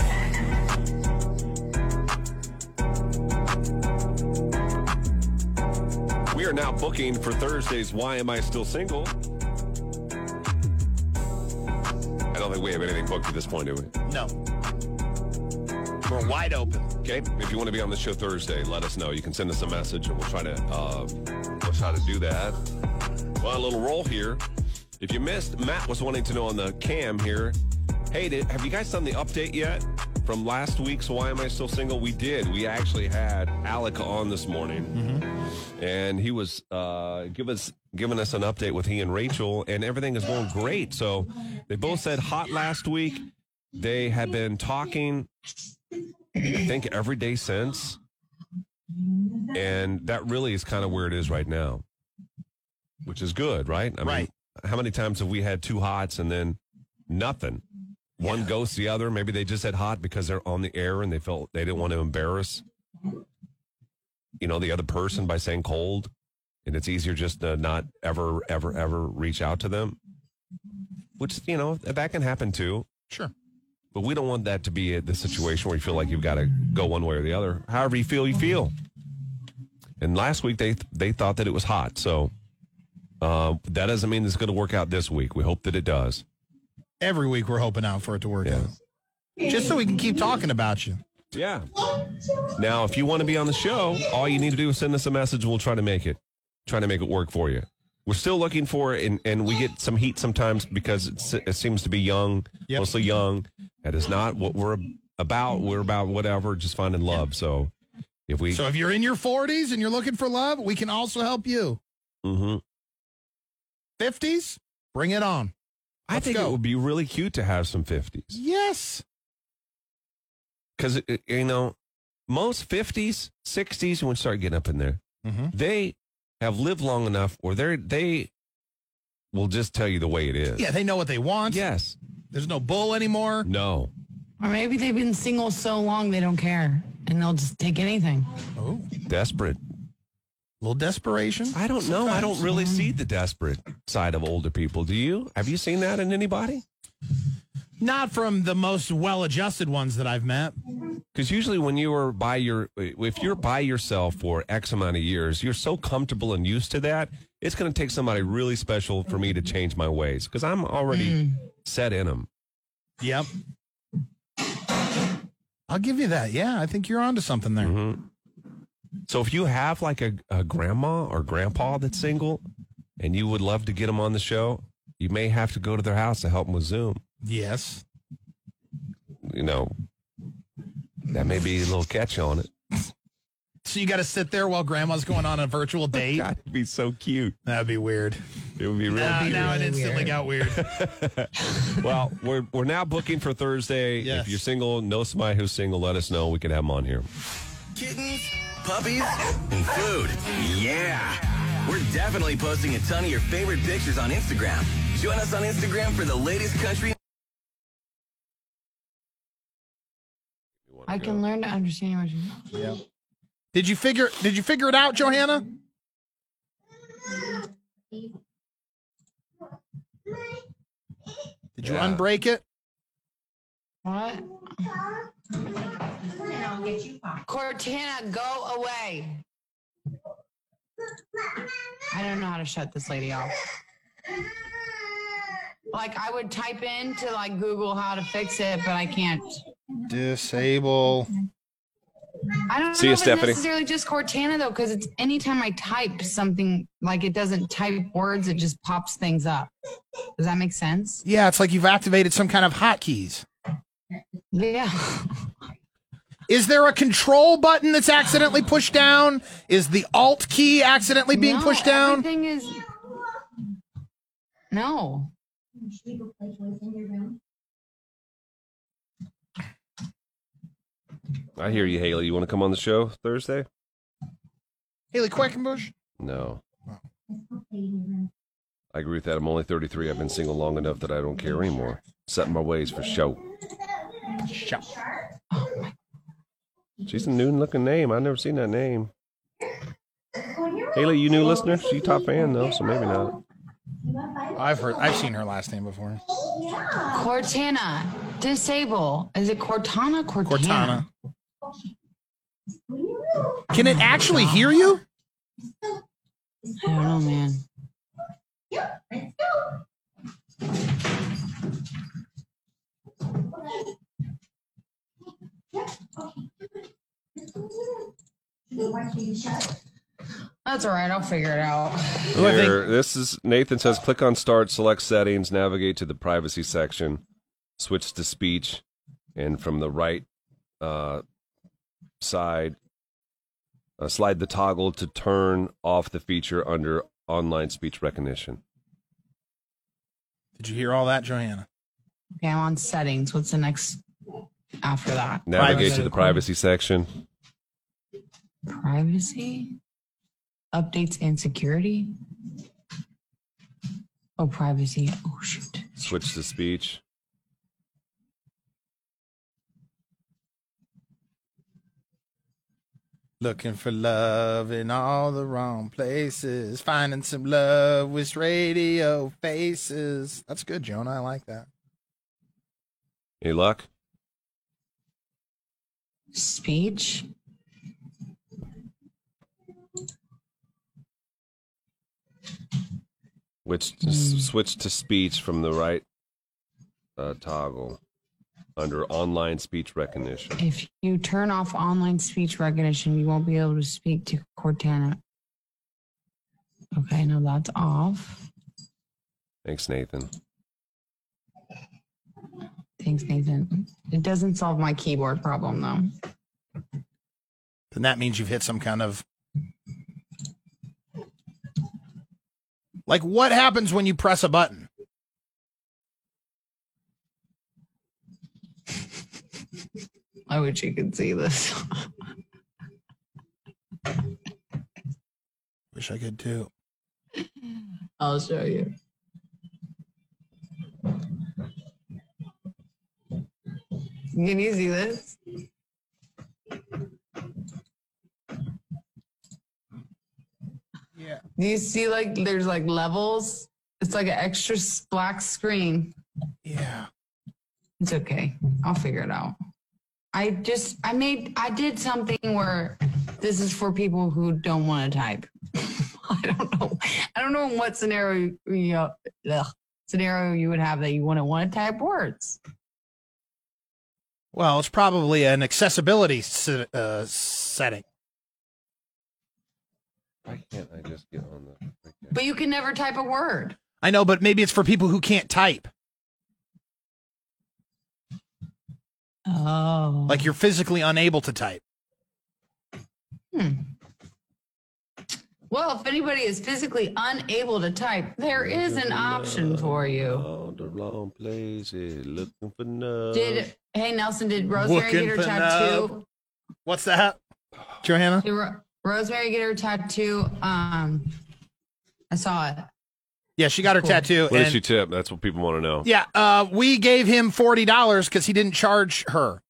[SPEAKER 2] We are are now booking for Thursday's Why Am I Still Single? I don't think we have anything booked at this point, do we?
[SPEAKER 3] No. We're wide open.
[SPEAKER 2] Okay. If you want to be on the show Thursday, let us know. You can send us a message, and we'll try to uh, we'll try to do that. Well, a little roll here. If you missed, Matt was wanting to know on the cam here. Hey, did, have you guys done the update yet from last week's Why Am I Still Single? We did. We actually had Alec on this morning, and he was uh, give us giving us an update with he and Rachel, and everything is going great. So they both said hot last week. They have been talking I think every day since. And that really is kind of where it is right now, which is good, right? I
[SPEAKER 3] Right.
[SPEAKER 2] mean, how many times have we had two hots and then nothing? One ghosts the other. Maybe they just had hot because they're on the air and they felt they didn't want to embarrass, you know, the other person by saying cold. And it's easier just to not ever, ever, ever reach out to them, which, you know, that can happen too.
[SPEAKER 3] Sure.
[SPEAKER 2] But we don't want that to be the situation where you feel like you've got to go one way or the other. However you feel, you feel. And last week they they thought that it was hot, so uh, that doesn't mean it's going to work out this week. We hope that it does.
[SPEAKER 3] Every week we're hoping out for it to work
[SPEAKER 2] Yeah.
[SPEAKER 3] out. Just so we can keep talking about you.
[SPEAKER 2] Yeah. Now, if you want to be on the show, all you need to do is send us a message. and We'll try to make it, try to make it work for you. We're still looking for, and and we get some heat sometimes because it's, it seems to be young,
[SPEAKER 3] Yep.
[SPEAKER 2] mostly young. That is not what we're about. We're about whatever, just finding love. So if we
[SPEAKER 3] So if you're in your 40s and you're looking for love, we can also help you.
[SPEAKER 2] Mm-hmm.
[SPEAKER 3] 50s, bring it on.
[SPEAKER 2] I
[SPEAKER 3] Let's
[SPEAKER 2] think
[SPEAKER 3] go.
[SPEAKER 2] it would be really cute to have some 50s
[SPEAKER 3] Yes.
[SPEAKER 2] because, you know, most 50s, 60s, when we start getting up in there,
[SPEAKER 3] Mm-hmm.
[SPEAKER 2] they have lived long enough or they're, they will just tell you the way it is.
[SPEAKER 3] Yeah, they know what they want.
[SPEAKER 2] Yes.
[SPEAKER 3] There's no bull anymore.
[SPEAKER 2] No.
[SPEAKER 7] Or maybe they've been single so long they don't care and they'll just take anything.
[SPEAKER 3] Oh,
[SPEAKER 2] Desperate.
[SPEAKER 3] little desperation.
[SPEAKER 2] I don't know. I don't really see the desperate side of older people. Do you? Have you seen that in anybody?
[SPEAKER 3] Not from the most well-adjusted ones that I've met.
[SPEAKER 2] Because usually when you are by your, if you're by yourself for X amount of years, you're so comfortable and used to that. It's going to take somebody really special for me to change my ways because I'm already set in them.
[SPEAKER 3] Yep. I'll give you that. Yeah, I think you're onto something
[SPEAKER 2] Mm-hmm.
[SPEAKER 3] there.
[SPEAKER 2] So if you have like a, a grandma or grandpa that's single and you would love to get them on the show, you may have to go to their house to help them with Zoom.
[SPEAKER 3] Yes.
[SPEAKER 2] You know, that may be a little catch on it.
[SPEAKER 3] So you got to sit there while grandma's going on a virtual date.
[SPEAKER 2] God, it'd be so cute.
[SPEAKER 3] That'd be weird.
[SPEAKER 2] It would be really
[SPEAKER 3] Now,
[SPEAKER 2] cute.
[SPEAKER 3] now it instantly got weird.
[SPEAKER 2] Well, we're we're now booking for Thursday.
[SPEAKER 3] Yes.
[SPEAKER 2] If you're single, know somebody who's single, let us know. We can have them on here.
[SPEAKER 1] Kittens, puppies, and food. Yeah. We're definitely posting a ton of your favorite pictures on Instagram. Join us on Instagram for the latest country.
[SPEAKER 7] I can learn to understand what you
[SPEAKER 3] Did you figure? Did you figure it out, Johanna? Did you
[SPEAKER 2] Yeah.
[SPEAKER 3] unbreak it?
[SPEAKER 7] What? Cortana, go away. I don't know how to shut this lady off. Like I would type in to like Google how to fix it, but I can't.
[SPEAKER 3] Disable.
[SPEAKER 7] I don't
[SPEAKER 2] See
[SPEAKER 7] know
[SPEAKER 2] ya,
[SPEAKER 7] if
[SPEAKER 2] Stephanie.
[SPEAKER 7] it's necessarily just Cortana though, because it's anytime I type something, like it doesn't type words, it just pops things up. Does that make sense?
[SPEAKER 3] Yeah, it's like you've activated some kind of hotkeys.
[SPEAKER 7] Yeah.
[SPEAKER 3] Is there a control button that's accidentally pushed down? Is the alt key accidentally being
[SPEAKER 7] No,
[SPEAKER 3] pushed down?
[SPEAKER 7] Everything is. No.
[SPEAKER 2] I hear you, Haley. You want to come on the show Thursday?
[SPEAKER 3] Haley Quackenbush?
[SPEAKER 2] No. I agree with that. I'm only 33. I've been single long enough that I don't care anymore. Set my ways for show.
[SPEAKER 3] Show.
[SPEAKER 2] She's a new looking name. I've never seen that name. Haley, you new listener? She top fan though, so maybe not.
[SPEAKER 3] I've heard I've seen her last name before.
[SPEAKER 7] Cortana, disable. Is it Cortana? Cortana.
[SPEAKER 3] Cortana. Can it actually hear you?
[SPEAKER 7] I don't know, man. That's all right. I'll figure it out.
[SPEAKER 3] Ooh, I think-
[SPEAKER 2] Here, this is Nathan says click on start, select settings, navigate to the privacy section, switch to speech, and from the right uh, side, uh, slide the toggle to turn off the feature under online speech recognition.
[SPEAKER 3] Did you hear all that, Johanna?
[SPEAKER 7] Okay, I'm on settings. What's the next after that?
[SPEAKER 2] Navigate
[SPEAKER 3] Privacy.
[SPEAKER 2] to the privacy section.
[SPEAKER 7] Privacy, updates, and security. Oh, privacy. Oh, shoot.
[SPEAKER 2] Switch to speech.
[SPEAKER 3] Looking for love in all the wrong places. Finding some love with radio faces. That's good, Jonah. I like that.
[SPEAKER 2] Any luck?
[SPEAKER 7] Speech.
[SPEAKER 2] Which
[SPEAKER 3] Hmm.
[SPEAKER 2] s- switch to speech from the right uh, toggle under online speech recognition.
[SPEAKER 7] If you turn off online speech recognition, you won't be able to speak to Cortana. Okay, now that's off.
[SPEAKER 2] Thanks, Nathan.
[SPEAKER 7] Thanks, Nathan. It doesn't solve my keyboard problem though.
[SPEAKER 3] Then that means you've hit some kind of. Like, what happens when you press a button?
[SPEAKER 7] I wish you could see this.
[SPEAKER 3] Wish I could too.
[SPEAKER 7] I'll show you. Can you see this?
[SPEAKER 3] Yeah.
[SPEAKER 7] Do you see like there's like levels? It's like an extra s- black screen.
[SPEAKER 3] Yeah.
[SPEAKER 7] It's okay. I'll figure it out. I just I made I did something where this is for people who don't want to type. I don't know. I don't know in what scenario you know, ugh, scenario you would have that you wouldn't want to type words.
[SPEAKER 3] Well, it's probably an accessibility se- uh, setting.
[SPEAKER 2] Why can't I just get on the? freaking-
[SPEAKER 7] But you can never type a word.
[SPEAKER 3] I know, but maybe it's for people who can't type.
[SPEAKER 7] Oh.
[SPEAKER 3] Like, you're physically unable to type.
[SPEAKER 7] well, if anybody is physically unable to type, there is an option for you.
[SPEAKER 2] All the wrong places, looking for love.
[SPEAKER 7] Did hey Nelson, did Rosemary
[SPEAKER 3] Looking
[SPEAKER 7] get her
[SPEAKER 3] for
[SPEAKER 7] tattoo?
[SPEAKER 3] What's that? Johanna?
[SPEAKER 7] Did Ro- Rosemary get her tattoo? Um I saw it.
[SPEAKER 3] Yeah, she got her
[SPEAKER 7] Cool.
[SPEAKER 3] tattoo.
[SPEAKER 2] What did
[SPEAKER 3] and-
[SPEAKER 2] she tip? That's what people want to know.
[SPEAKER 3] yeah, uh, we gave him forty dollars because he didn't charge her.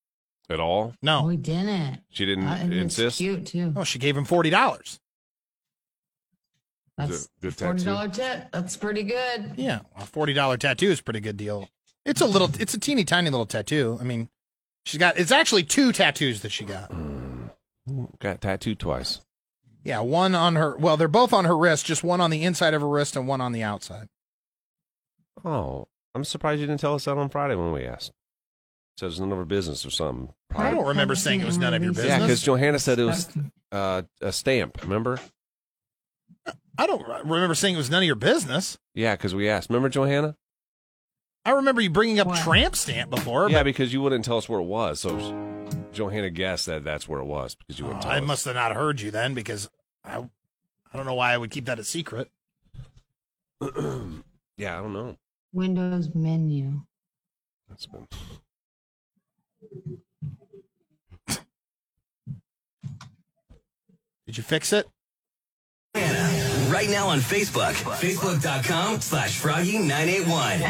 [SPEAKER 2] At all?
[SPEAKER 7] Oh,
[SPEAKER 3] No,
[SPEAKER 7] we didn't.
[SPEAKER 2] She didn't
[SPEAKER 7] Uh, and It's
[SPEAKER 2] insist.
[SPEAKER 7] cute too.
[SPEAKER 3] Mm, oh, she gave him forty dollars.
[SPEAKER 7] That's
[SPEAKER 2] a good
[SPEAKER 7] forty
[SPEAKER 2] tattoo.
[SPEAKER 7] dollar tip. That's pretty good.
[SPEAKER 3] Yeah, a forty dollar tattoo is a pretty good deal. It's a little, it's a teeny tiny little tattoo. I mean, she's got it's actually two tattoos that she got.
[SPEAKER 2] Mm, Got tattooed twice.
[SPEAKER 3] Yeah, one on her. Well, they're both on her wrist, just one on the inside of her wrist and one on the outside.
[SPEAKER 2] Oh, I'm surprised you didn't tell us that on Friday when we asked. Said it's none of our business or something.
[SPEAKER 3] I don't remember saying it was none of your
[SPEAKER 2] Yeah,
[SPEAKER 3] business.
[SPEAKER 2] because Johanna said it was uh, a stamp. Remember?
[SPEAKER 3] I don't re- remember saying it was none of your business.
[SPEAKER 2] Yeah, because we asked. Remember Johanna?
[SPEAKER 3] I remember you bringing up
[SPEAKER 7] What?
[SPEAKER 3] tramp stamp before.
[SPEAKER 2] Yeah, because you wouldn't tell us where it was. So Johanna guessed that that's where it was because you
[SPEAKER 3] but,
[SPEAKER 2] wouldn't
[SPEAKER 3] Oh,
[SPEAKER 2] tell
[SPEAKER 3] I
[SPEAKER 2] us.
[SPEAKER 3] must have not heard you then because I, I don't know why I would keep that a secret.
[SPEAKER 2] yeah, I don't know.
[SPEAKER 7] Windows menu.
[SPEAKER 2] That's been.
[SPEAKER 3] Did you fix it?
[SPEAKER 1] Right now on Facebook, facebook.com slash froggy981.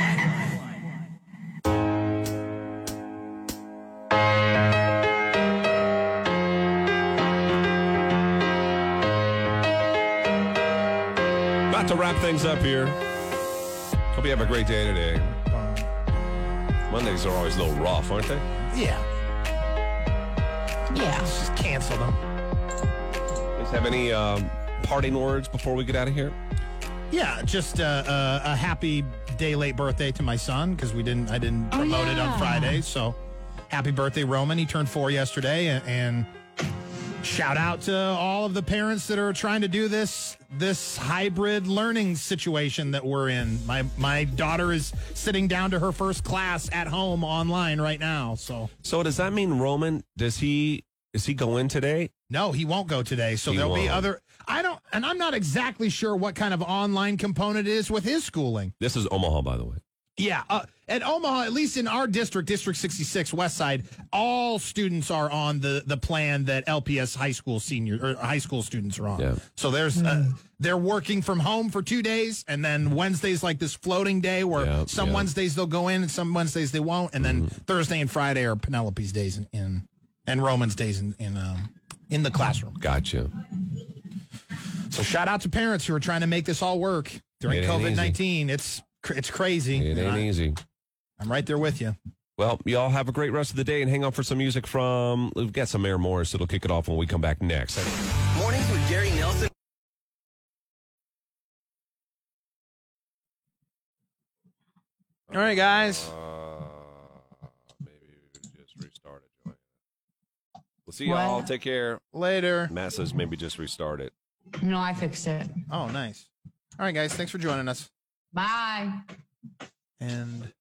[SPEAKER 2] About to wrap things up here. Hope you have a great day today. Mondays are always a little rough, aren't they?
[SPEAKER 3] Yeah,
[SPEAKER 7] Yeah.
[SPEAKER 3] just cancel them.
[SPEAKER 2] Guys have any um, parting words before we get out of here?
[SPEAKER 3] Yeah, just uh, uh, a happy day late birthday to my son because we didn't I didn't
[SPEAKER 7] Oh,
[SPEAKER 3] promote it
[SPEAKER 7] yeah.
[SPEAKER 3] on Friday. So happy birthday, Roman! He turned four yesterday, and, and shout out to all of the parents that are trying to do this this hybrid learning situation that we're in. My my daughter is sitting down to her first class at home online right now. So
[SPEAKER 2] So does that mean Roman? Does he? Is he going today?
[SPEAKER 3] No, he won't go today. So
[SPEAKER 2] He
[SPEAKER 3] there'll be
[SPEAKER 2] won't.
[SPEAKER 3] other. I don't, and I'm not exactly sure what kind of online component it is with his schooling.
[SPEAKER 2] This is Omaha, by the way.
[SPEAKER 3] Yeah, uh, at Omaha, at least in our district, District 66 West Side, all students are on the the plan that LPS high school senior or high school students are on.
[SPEAKER 2] Yeah.
[SPEAKER 3] So there's uh, they're working from home for two days, and then Wednesday's like this floating day where
[SPEAKER 2] Yeah,
[SPEAKER 3] some
[SPEAKER 2] yeah. Mm-hmm.
[SPEAKER 3] Wednesdays they'll go in and some Wednesdays they won't, and then Thursday and Friday are Penelope's days in, in and Roman's days in in, um, in the classroom.
[SPEAKER 2] Gotcha.
[SPEAKER 3] So shout out to parents who are trying to make this all work during
[SPEAKER 2] It ain't
[SPEAKER 3] COVID nineteen. It's cr- it's crazy.
[SPEAKER 2] It ain't
[SPEAKER 3] I,
[SPEAKER 2] easy.
[SPEAKER 3] am right there with you.
[SPEAKER 2] Well, y'all have a great rest of the day and hang on for some music from. We've got some Mayor Morris that'll kick it off when we come back next.
[SPEAKER 1] Mornings with Gary Nelson.
[SPEAKER 3] All right, guys.
[SPEAKER 2] Uh, maybe just restart it. We'll see y'all. Take care.
[SPEAKER 3] Later.
[SPEAKER 2] Masses, maybe just restart it.
[SPEAKER 7] No, I fixed it.
[SPEAKER 3] Oh, nice. All right, guys. Thanks for joining us.
[SPEAKER 7] Bye.
[SPEAKER 3] And